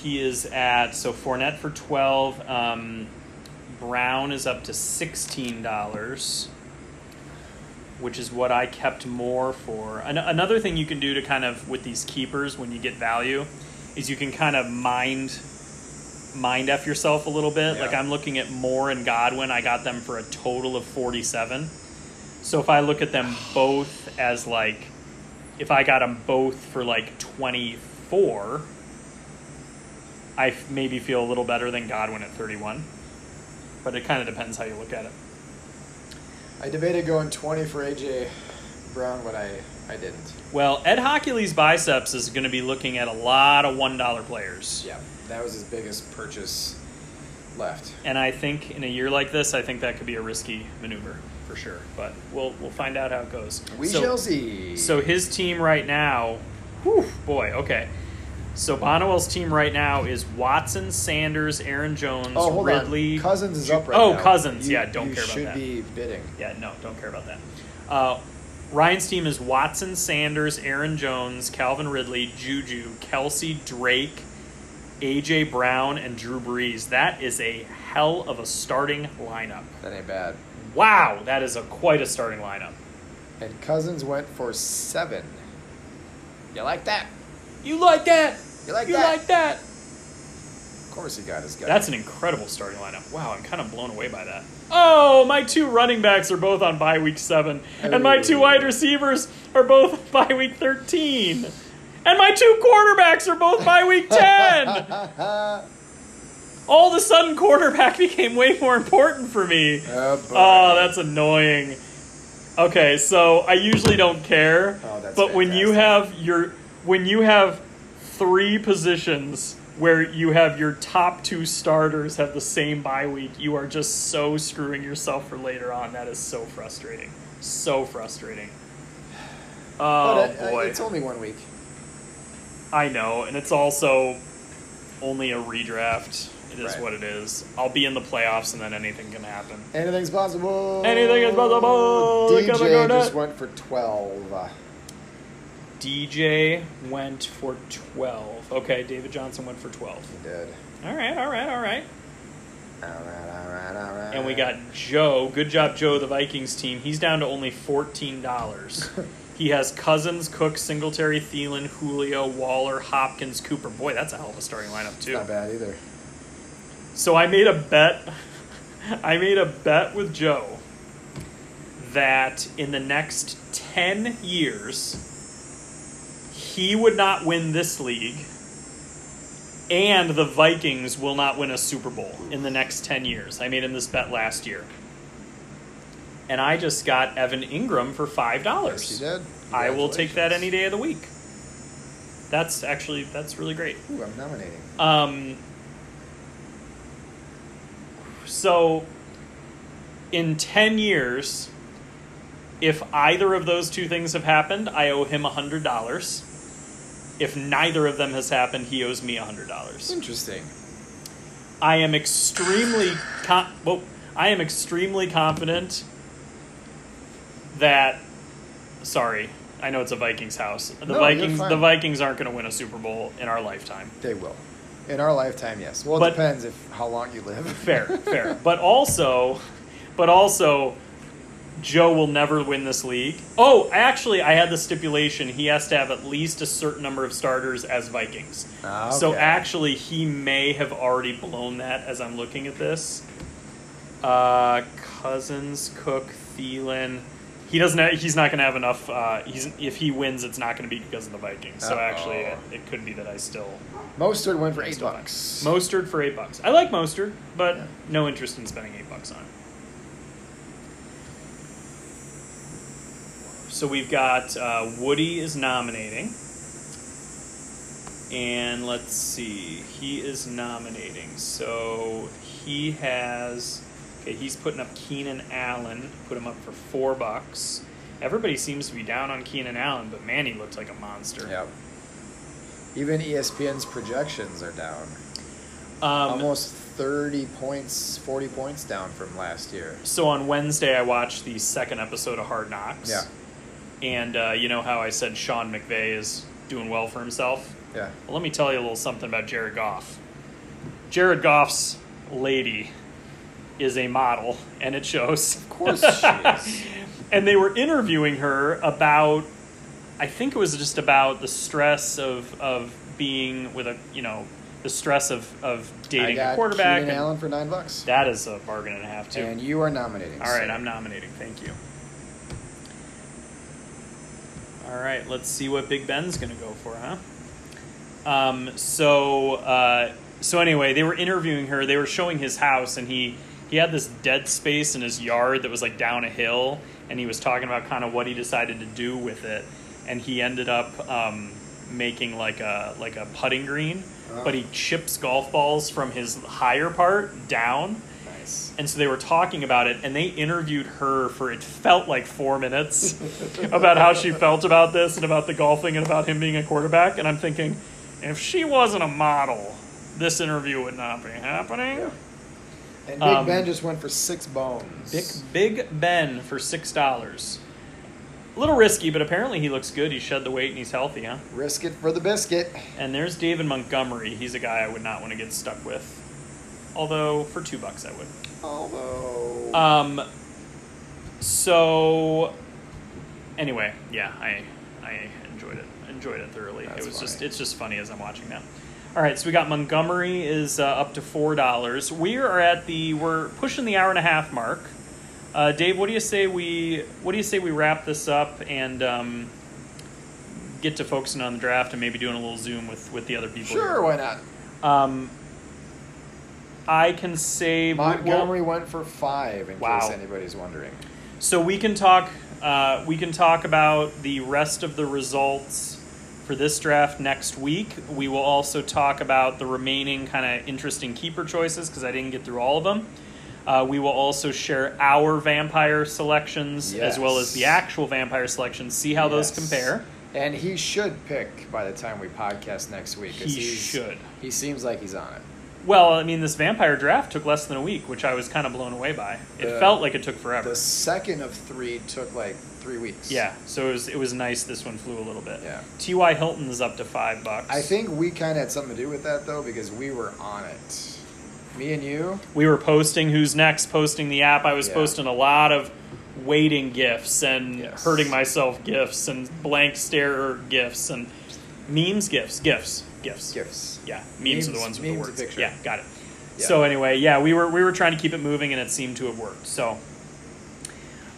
[SPEAKER 2] He is at so Fournette for twelve. Um, Brown is up to sixteen dollars, which is what I kept more for. An- another thing you can do to kind of with these keepers when you get value is you can kind of mind mind f yourself a little bit.
[SPEAKER 3] Yeah.
[SPEAKER 2] Like I'm looking at Moore and Godwin. I got them for a total of forty seven. So if I look at them both as like, if I got them both for like twenty four. I f- maybe feel a little better than Godwin at 31 but it kind of depends how you look at it.
[SPEAKER 3] I debated going twenty for AJ Brown, but I I didn't.
[SPEAKER 2] Well, Ed Hockley's biceps is going to be looking at a lot of one dollar players,
[SPEAKER 3] Yeah, that was his biggest purchase left.
[SPEAKER 2] and I think in a year like this, I think that could be a risky maneuver for sure. But we'll we'll find out how it goes.
[SPEAKER 3] We
[SPEAKER 2] so,
[SPEAKER 3] shall see.
[SPEAKER 2] So his team right now, whew, boy, okay. So Bonnewell's team right now is Watson, Sanders, Aaron Jones,
[SPEAKER 3] oh, hold
[SPEAKER 2] Ridley.
[SPEAKER 3] on. Cousins is up right
[SPEAKER 2] oh,
[SPEAKER 3] now.
[SPEAKER 2] Cousins.
[SPEAKER 3] You-
[SPEAKER 2] yeah, don't
[SPEAKER 3] you
[SPEAKER 2] care about
[SPEAKER 3] should
[SPEAKER 2] that.
[SPEAKER 3] be bidding.
[SPEAKER 2] Yeah, no, don't care about that. Uh, Ryan's team is Watson, Sanders, Aaron Jones, Calvin Ridley, Juju, Kelsey, Drake, AJ Brown, and Drew Brees. That is a hell of a starting lineup.
[SPEAKER 3] That ain't bad.
[SPEAKER 2] Wow, that is a quite a starting lineup.
[SPEAKER 3] And Cousins went for seven. You like that?
[SPEAKER 2] You like that?
[SPEAKER 3] You like that?
[SPEAKER 2] like that?
[SPEAKER 3] Of course he got his guy. *laughs*
[SPEAKER 2] That's an incredible starting lineup. Wow, I'm kind of blown away by that. Oh, my two running backs are both on bye week seven, and my two
[SPEAKER 3] Oh.
[SPEAKER 2] wide receivers are both on bye week 13, and my two quarterbacks are both bye week
[SPEAKER 3] Oh, *laughs*
[SPEAKER 2] 10. Oh, All of a sudden, quarterback *laughs* became way more important for me.
[SPEAKER 3] Oh, boy.
[SPEAKER 2] Oh, that's annoying. Okay, so I usually don't care,
[SPEAKER 3] Oh, that's
[SPEAKER 2] but when you have
[SPEAKER 3] fantastic.
[SPEAKER 2] your when you have three positions where you have your top two starters have the same bye week, you are just so screwing yourself for later on. That is so frustrating. So frustrating. Oh
[SPEAKER 3] But, uh, uh,
[SPEAKER 2] boy.
[SPEAKER 3] it's only one week.
[SPEAKER 2] I know, and it's also only a redraft. It is
[SPEAKER 3] Right.
[SPEAKER 2] what it is. I'll be in the playoffs and then anything can happen.
[SPEAKER 3] Anything's possible.
[SPEAKER 2] Anything is possible. Look at the
[SPEAKER 3] DJ just
[SPEAKER 2] Garnett.
[SPEAKER 3] went for twelve.
[SPEAKER 2] DJ went for 12. Okay, David Johnson went for 12.
[SPEAKER 3] He did.
[SPEAKER 2] All right, all right, all right.
[SPEAKER 3] All right, all right, all right.
[SPEAKER 2] And we got Joe. Good job, Joe, the Vikings team. He's down to only *laughs* $14. he has Cousins, Cook, Singletary, Thielen, Julio, Waller, Hopkins, Cooper. Boy, that's a hell of a starting lineup, too.
[SPEAKER 3] not bad either.
[SPEAKER 2] So I made a bet. *laughs* I made a bet with Joe that in the next 10 years, he would not win this league and the Vikings will not win a Super Bowl in the next 10 years. I made him this bet last year. And I just got Evan Ingram for $5.
[SPEAKER 3] Yes, he did.
[SPEAKER 2] I will take that any
[SPEAKER 3] Congratulations.
[SPEAKER 2] day of the week. That's actually that's really great.
[SPEAKER 3] Ooh, I'm nominating.
[SPEAKER 2] Um, so, in 10 years, if either of those two things have happened, I owe him $100. If neither of them has happened, he owes me $100.
[SPEAKER 3] Interesting.
[SPEAKER 2] I am extremely con- whoa, I am extremely confident that sorry, I know it's a Vikings house. The
[SPEAKER 3] No, you're
[SPEAKER 2] Vikings
[SPEAKER 3] fine.
[SPEAKER 2] the Vikings aren't going to win a Super Bowl in our lifetime.
[SPEAKER 3] They will. In our lifetime, yes. Well, it
[SPEAKER 2] But-
[SPEAKER 3] depends if how long you
[SPEAKER 2] *laughs*
[SPEAKER 3] live.
[SPEAKER 2] fair, fair. But also, but also, Joe will never win this league. Oh, actually, I had the stipulation he has to have at least a certain number of starters as Vikings.
[SPEAKER 3] *laughs* Ah,
[SPEAKER 2] So
[SPEAKER 3] okay.
[SPEAKER 2] actually, he may have already blown that as I'm looking at this. Uh, Cousins, Cook, Thielen. He doesn't. Have, he's not going to have enough. Uh, he's if he wins, it's not going to be because of the Vikings. So actually, it,
[SPEAKER 3] Uh-oh.
[SPEAKER 2] it could be that I still
[SPEAKER 3] Mostert went for eight bucks.
[SPEAKER 2] Mostard for eight bucks. I like mostard, but
[SPEAKER 3] Yeah.
[SPEAKER 2] no interest in spending eight bucks on it. So we've got uh, Woody is nominating, and let's see, he is nominating. So he has, okay, he's putting up Keenan Allen. Put him up for four bucks. Everybody seems to be down on Keenan Allen, but man, he looked like a monster.
[SPEAKER 3] Yep. Even E ESPN's projections are down.
[SPEAKER 2] Um,
[SPEAKER 3] Almost 30 points, 40 points down from last year.
[SPEAKER 2] so on Wednesday, I watched the second episode of Hard Knocks.
[SPEAKER 3] Yeah.
[SPEAKER 2] And uh, you know how I said Sean McVay is doing well for himself?
[SPEAKER 3] Yeah.
[SPEAKER 2] Well, let me tell you a little something about Jared Goff. Jared Goff's lady is a model, and it shows. *laughs* Of
[SPEAKER 3] course she is.
[SPEAKER 2] *laughs* and they were interviewing her about, I think it was just about the stress of, of being with a, you know, the stress of, of
[SPEAKER 3] I
[SPEAKER 2] dating
[SPEAKER 3] got
[SPEAKER 2] a quarterback.
[SPEAKER 3] Keenan
[SPEAKER 2] and
[SPEAKER 3] Allen for nine bucks.
[SPEAKER 2] That is a bargain and a half, too.
[SPEAKER 3] And you are nominating.
[SPEAKER 2] All right,
[SPEAKER 3] sir.
[SPEAKER 2] I'm nominating. Thank you. All right, let's see what Big Ben's gonna go for, huh? Um, so, uh, so anyway, they were interviewing her. They were showing his house, and he he had this dead space in his yard that was like down a hill, and he was talking about kind of what he decided to do with it, and he ended up um, making like a like a putting green, but he chips golf balls from his higher part down.
[SPEAKER 3] Nice.
[SPEAKER 2] And so they were talking about it, and they interviewed her for it felt like four minutes *laughs* about how she felt about this and about the golfing and about him being a quarterback. And I'm thinking, if she wasn't a model, this interview would not be happening.
[SPEAKER 3] And Big
[SPEAKER 2] Um,
[SPEAKER 3] Ben just went for six bones.
[SPEAKER 2] Big, Big Ben for six dollars. A little risky, but apparently he looks good. He shed the weight and he's healthy, huh?
[SPEAKER 3] Risk it for the biscuit.
[SPEAKER 2] And there's David Montgomery. He's a guy I would not want to get stuck with. Although for two bucks I would.
[SPEAKER 3] Although.
[SPEAKER 2] Um. So. Anyway, yeah, I I enjoyed it. Enjoyed it thoroughly.
[SPEAKER 3] That's
[SPEAKER 2] it was just
[SPEAKER 3] funny.
[SPEAKER 2] it's just funny as I'm watching that. All right, so we got Montgomery is uh, up to four dollars. We are at the we're pushing the hour and a half mark. Uh, Dave, what do you say we what do you say we wrap this up and um, get to focusing on the draft and maybe doing a little Zoom with with the other people?
[SPEAKER 3] sure, why not?
[SPEAKER 2] Here? Um. I can say we'll-
[SPEAKER 3] Montgomery went for five, in
[SPEAKER 2] Wow.
[SPEAKER 3] case anybody's wondering.
[SPEAKER 2] So we can talk. Uh, we can talk about the rest of the results for this draft next week. We will also talk about the remaining kind of interesting keeper choices because I didn't get through all of them. Uh, we will also share our vampire selections as well as the
[SPEAKER 3] Yes.
[SPEAKER 2] actual vampire selections. See how those
[SPEAKER 3] Yes.
[SPEAKER 2] compare.
[SPEAKER 3] And he should pick by the time we podcast next week. 'cause
[SPEAKER 2] He
[SPEAKER 3] he's-
[SPEAKER 2] should.
[SPEAKER 3] He seems like he's on it.
[SPEAKER 2] Well, I mean, this vampire draft took less than a week, which I was kind of blown away by. It
[SPEAKER 3] Yeah.
[SPEAKER 2] felt like it took forever.
[SPEAKER 3] The second of three took like three weeks.
[SPEAKER 2] yeah, so it was it was nice. This one flew a little bit.
[SPEAKER 3] Yeah.
[SPEAKER 2] T.Y. Hilton is up to five bucks.
[SPEAKER 3] I think we kind of had something to do with that though because we were on it. Me and you.
[SPEAKER 2] we were posting who's next, posting the app. I was
[SPEAKER 3] Yeah.
[SPEAKER 2] posting a lot of waiting gifts and
[SPEAKER 3] Yes.
[SPEAKER 2] hurting myself gifts and blank stare gifts and memes gifs gifs gifs
[SPEAKER 3] Gifts.
[SPEAKER 2] Yeah, memes, are the
[SPEAKER 3] Memes-
[SPEAKER 2] ones with the
[SPEAKER 3] memes
[SPEAKER 2] words.
[SPEAKER 3] picture.
[SPEAKER 2] Yeah, got it.
[SPEAKER 3] Yeah.
[SPEAKER 2] So anyway, yeah, we were we were trying to keep it moving, and it seemed to have worked. So.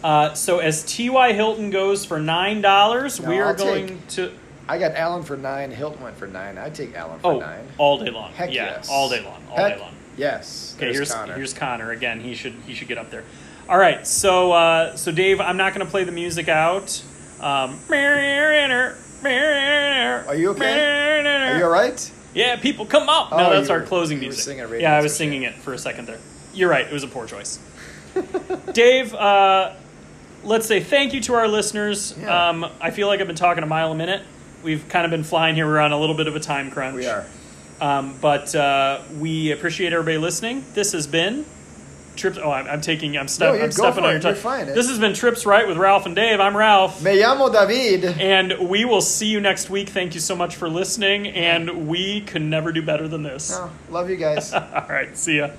[SPEAKER 2] Uh, so as T.Y. Hilton goes for nine dollars,
[SPEAKER 3] No,
[SPEAKER 2] we are
[SPEAKER 3] I'll
[SPEAKER 2] going to
[SPEAKER 3] I got Allen for nine. Hilton went for nine. I'd take Allen for
[SPEAKER 2] oh
[SPEAKER 3] nine.
[SPEAKER 2] all day long.
[SPEAKER 3] Heck
[SPEAKER 2] yeah,
[SPEAKER 3] yes.
[SPEAKER 2] all day long, all
[SPEAKER 3] Heck
[SPEAKER 2] day long.
[SPEAKER 3] Yes.
[SPEAKER 2] Okay,
[SPEAKER 3] There's
[SPEAKER 2] here's
[SPEAKER 3] Connor.
[SPEAKER 2] here's Connor again. He should he should get up there. All right, so uh, so Dave, I'm not going to play the music out. Um, are
[SPEAKER 3] Are you okay? Are you all right?
[SPEAKER 2] Yeah, people come up. No,
[SPEAKER 3] Oh,
[SPEAKER 2] that's
[SPEAKER 3] you
[SPEAKER 2] our
[SPEAKER 3] were-
[SPEAKER 2] closing
[SPEAKER 3] you were
[SPEAKER 2] music.
[SPEAKER 3] singing a radio
[SPEAKER 2] yeah, I was
[SPEAKER 3] station.
[SPEAKER 2] singing it for a second there. You're right. It was a poor
[SPEAKER 3] *laughs*
[SPEAKER 2] choice. Dave, uh, let's say thank you to our listeners.
[SPEAKER 3] Yeah.
[SPEAKER 2] Um, I feel like I've been talking a mile a minute. We've kind of been flying here. We're on a little bit of a time crunch.
[SPEAKER 3] We are.
[SPEAKER 2] Um, but uh, we appreciate everybody listening. This has been trips. Oh, I'm, I'm taking. I'm,
[SPEAKER 3] No,
[SPEAKER 2] step,
[SPEAKER 3] you
[SPEAKER 2] I'm
[SPEAKER 3] go
[SPEAKER 2] stepping
[SPEAKER 3] for
[SPEAKER 2] on your
[SPEAKER 3] it.
[SPEAKER 2] toe.
[SPEAKER 3] You're fine.
[SPEAKER 2] This has been trips right with Ralph and Dave. I'm Ralph.
[SPEAKER 3] Me llamo David.
[SPEAKER 2] And we will see you next week. Thank you so much for listening. And we can never do better than this.
[SPEAKER 3] Oh, love you guys.
[SPEAKER 2] *laughs* All right. See ya.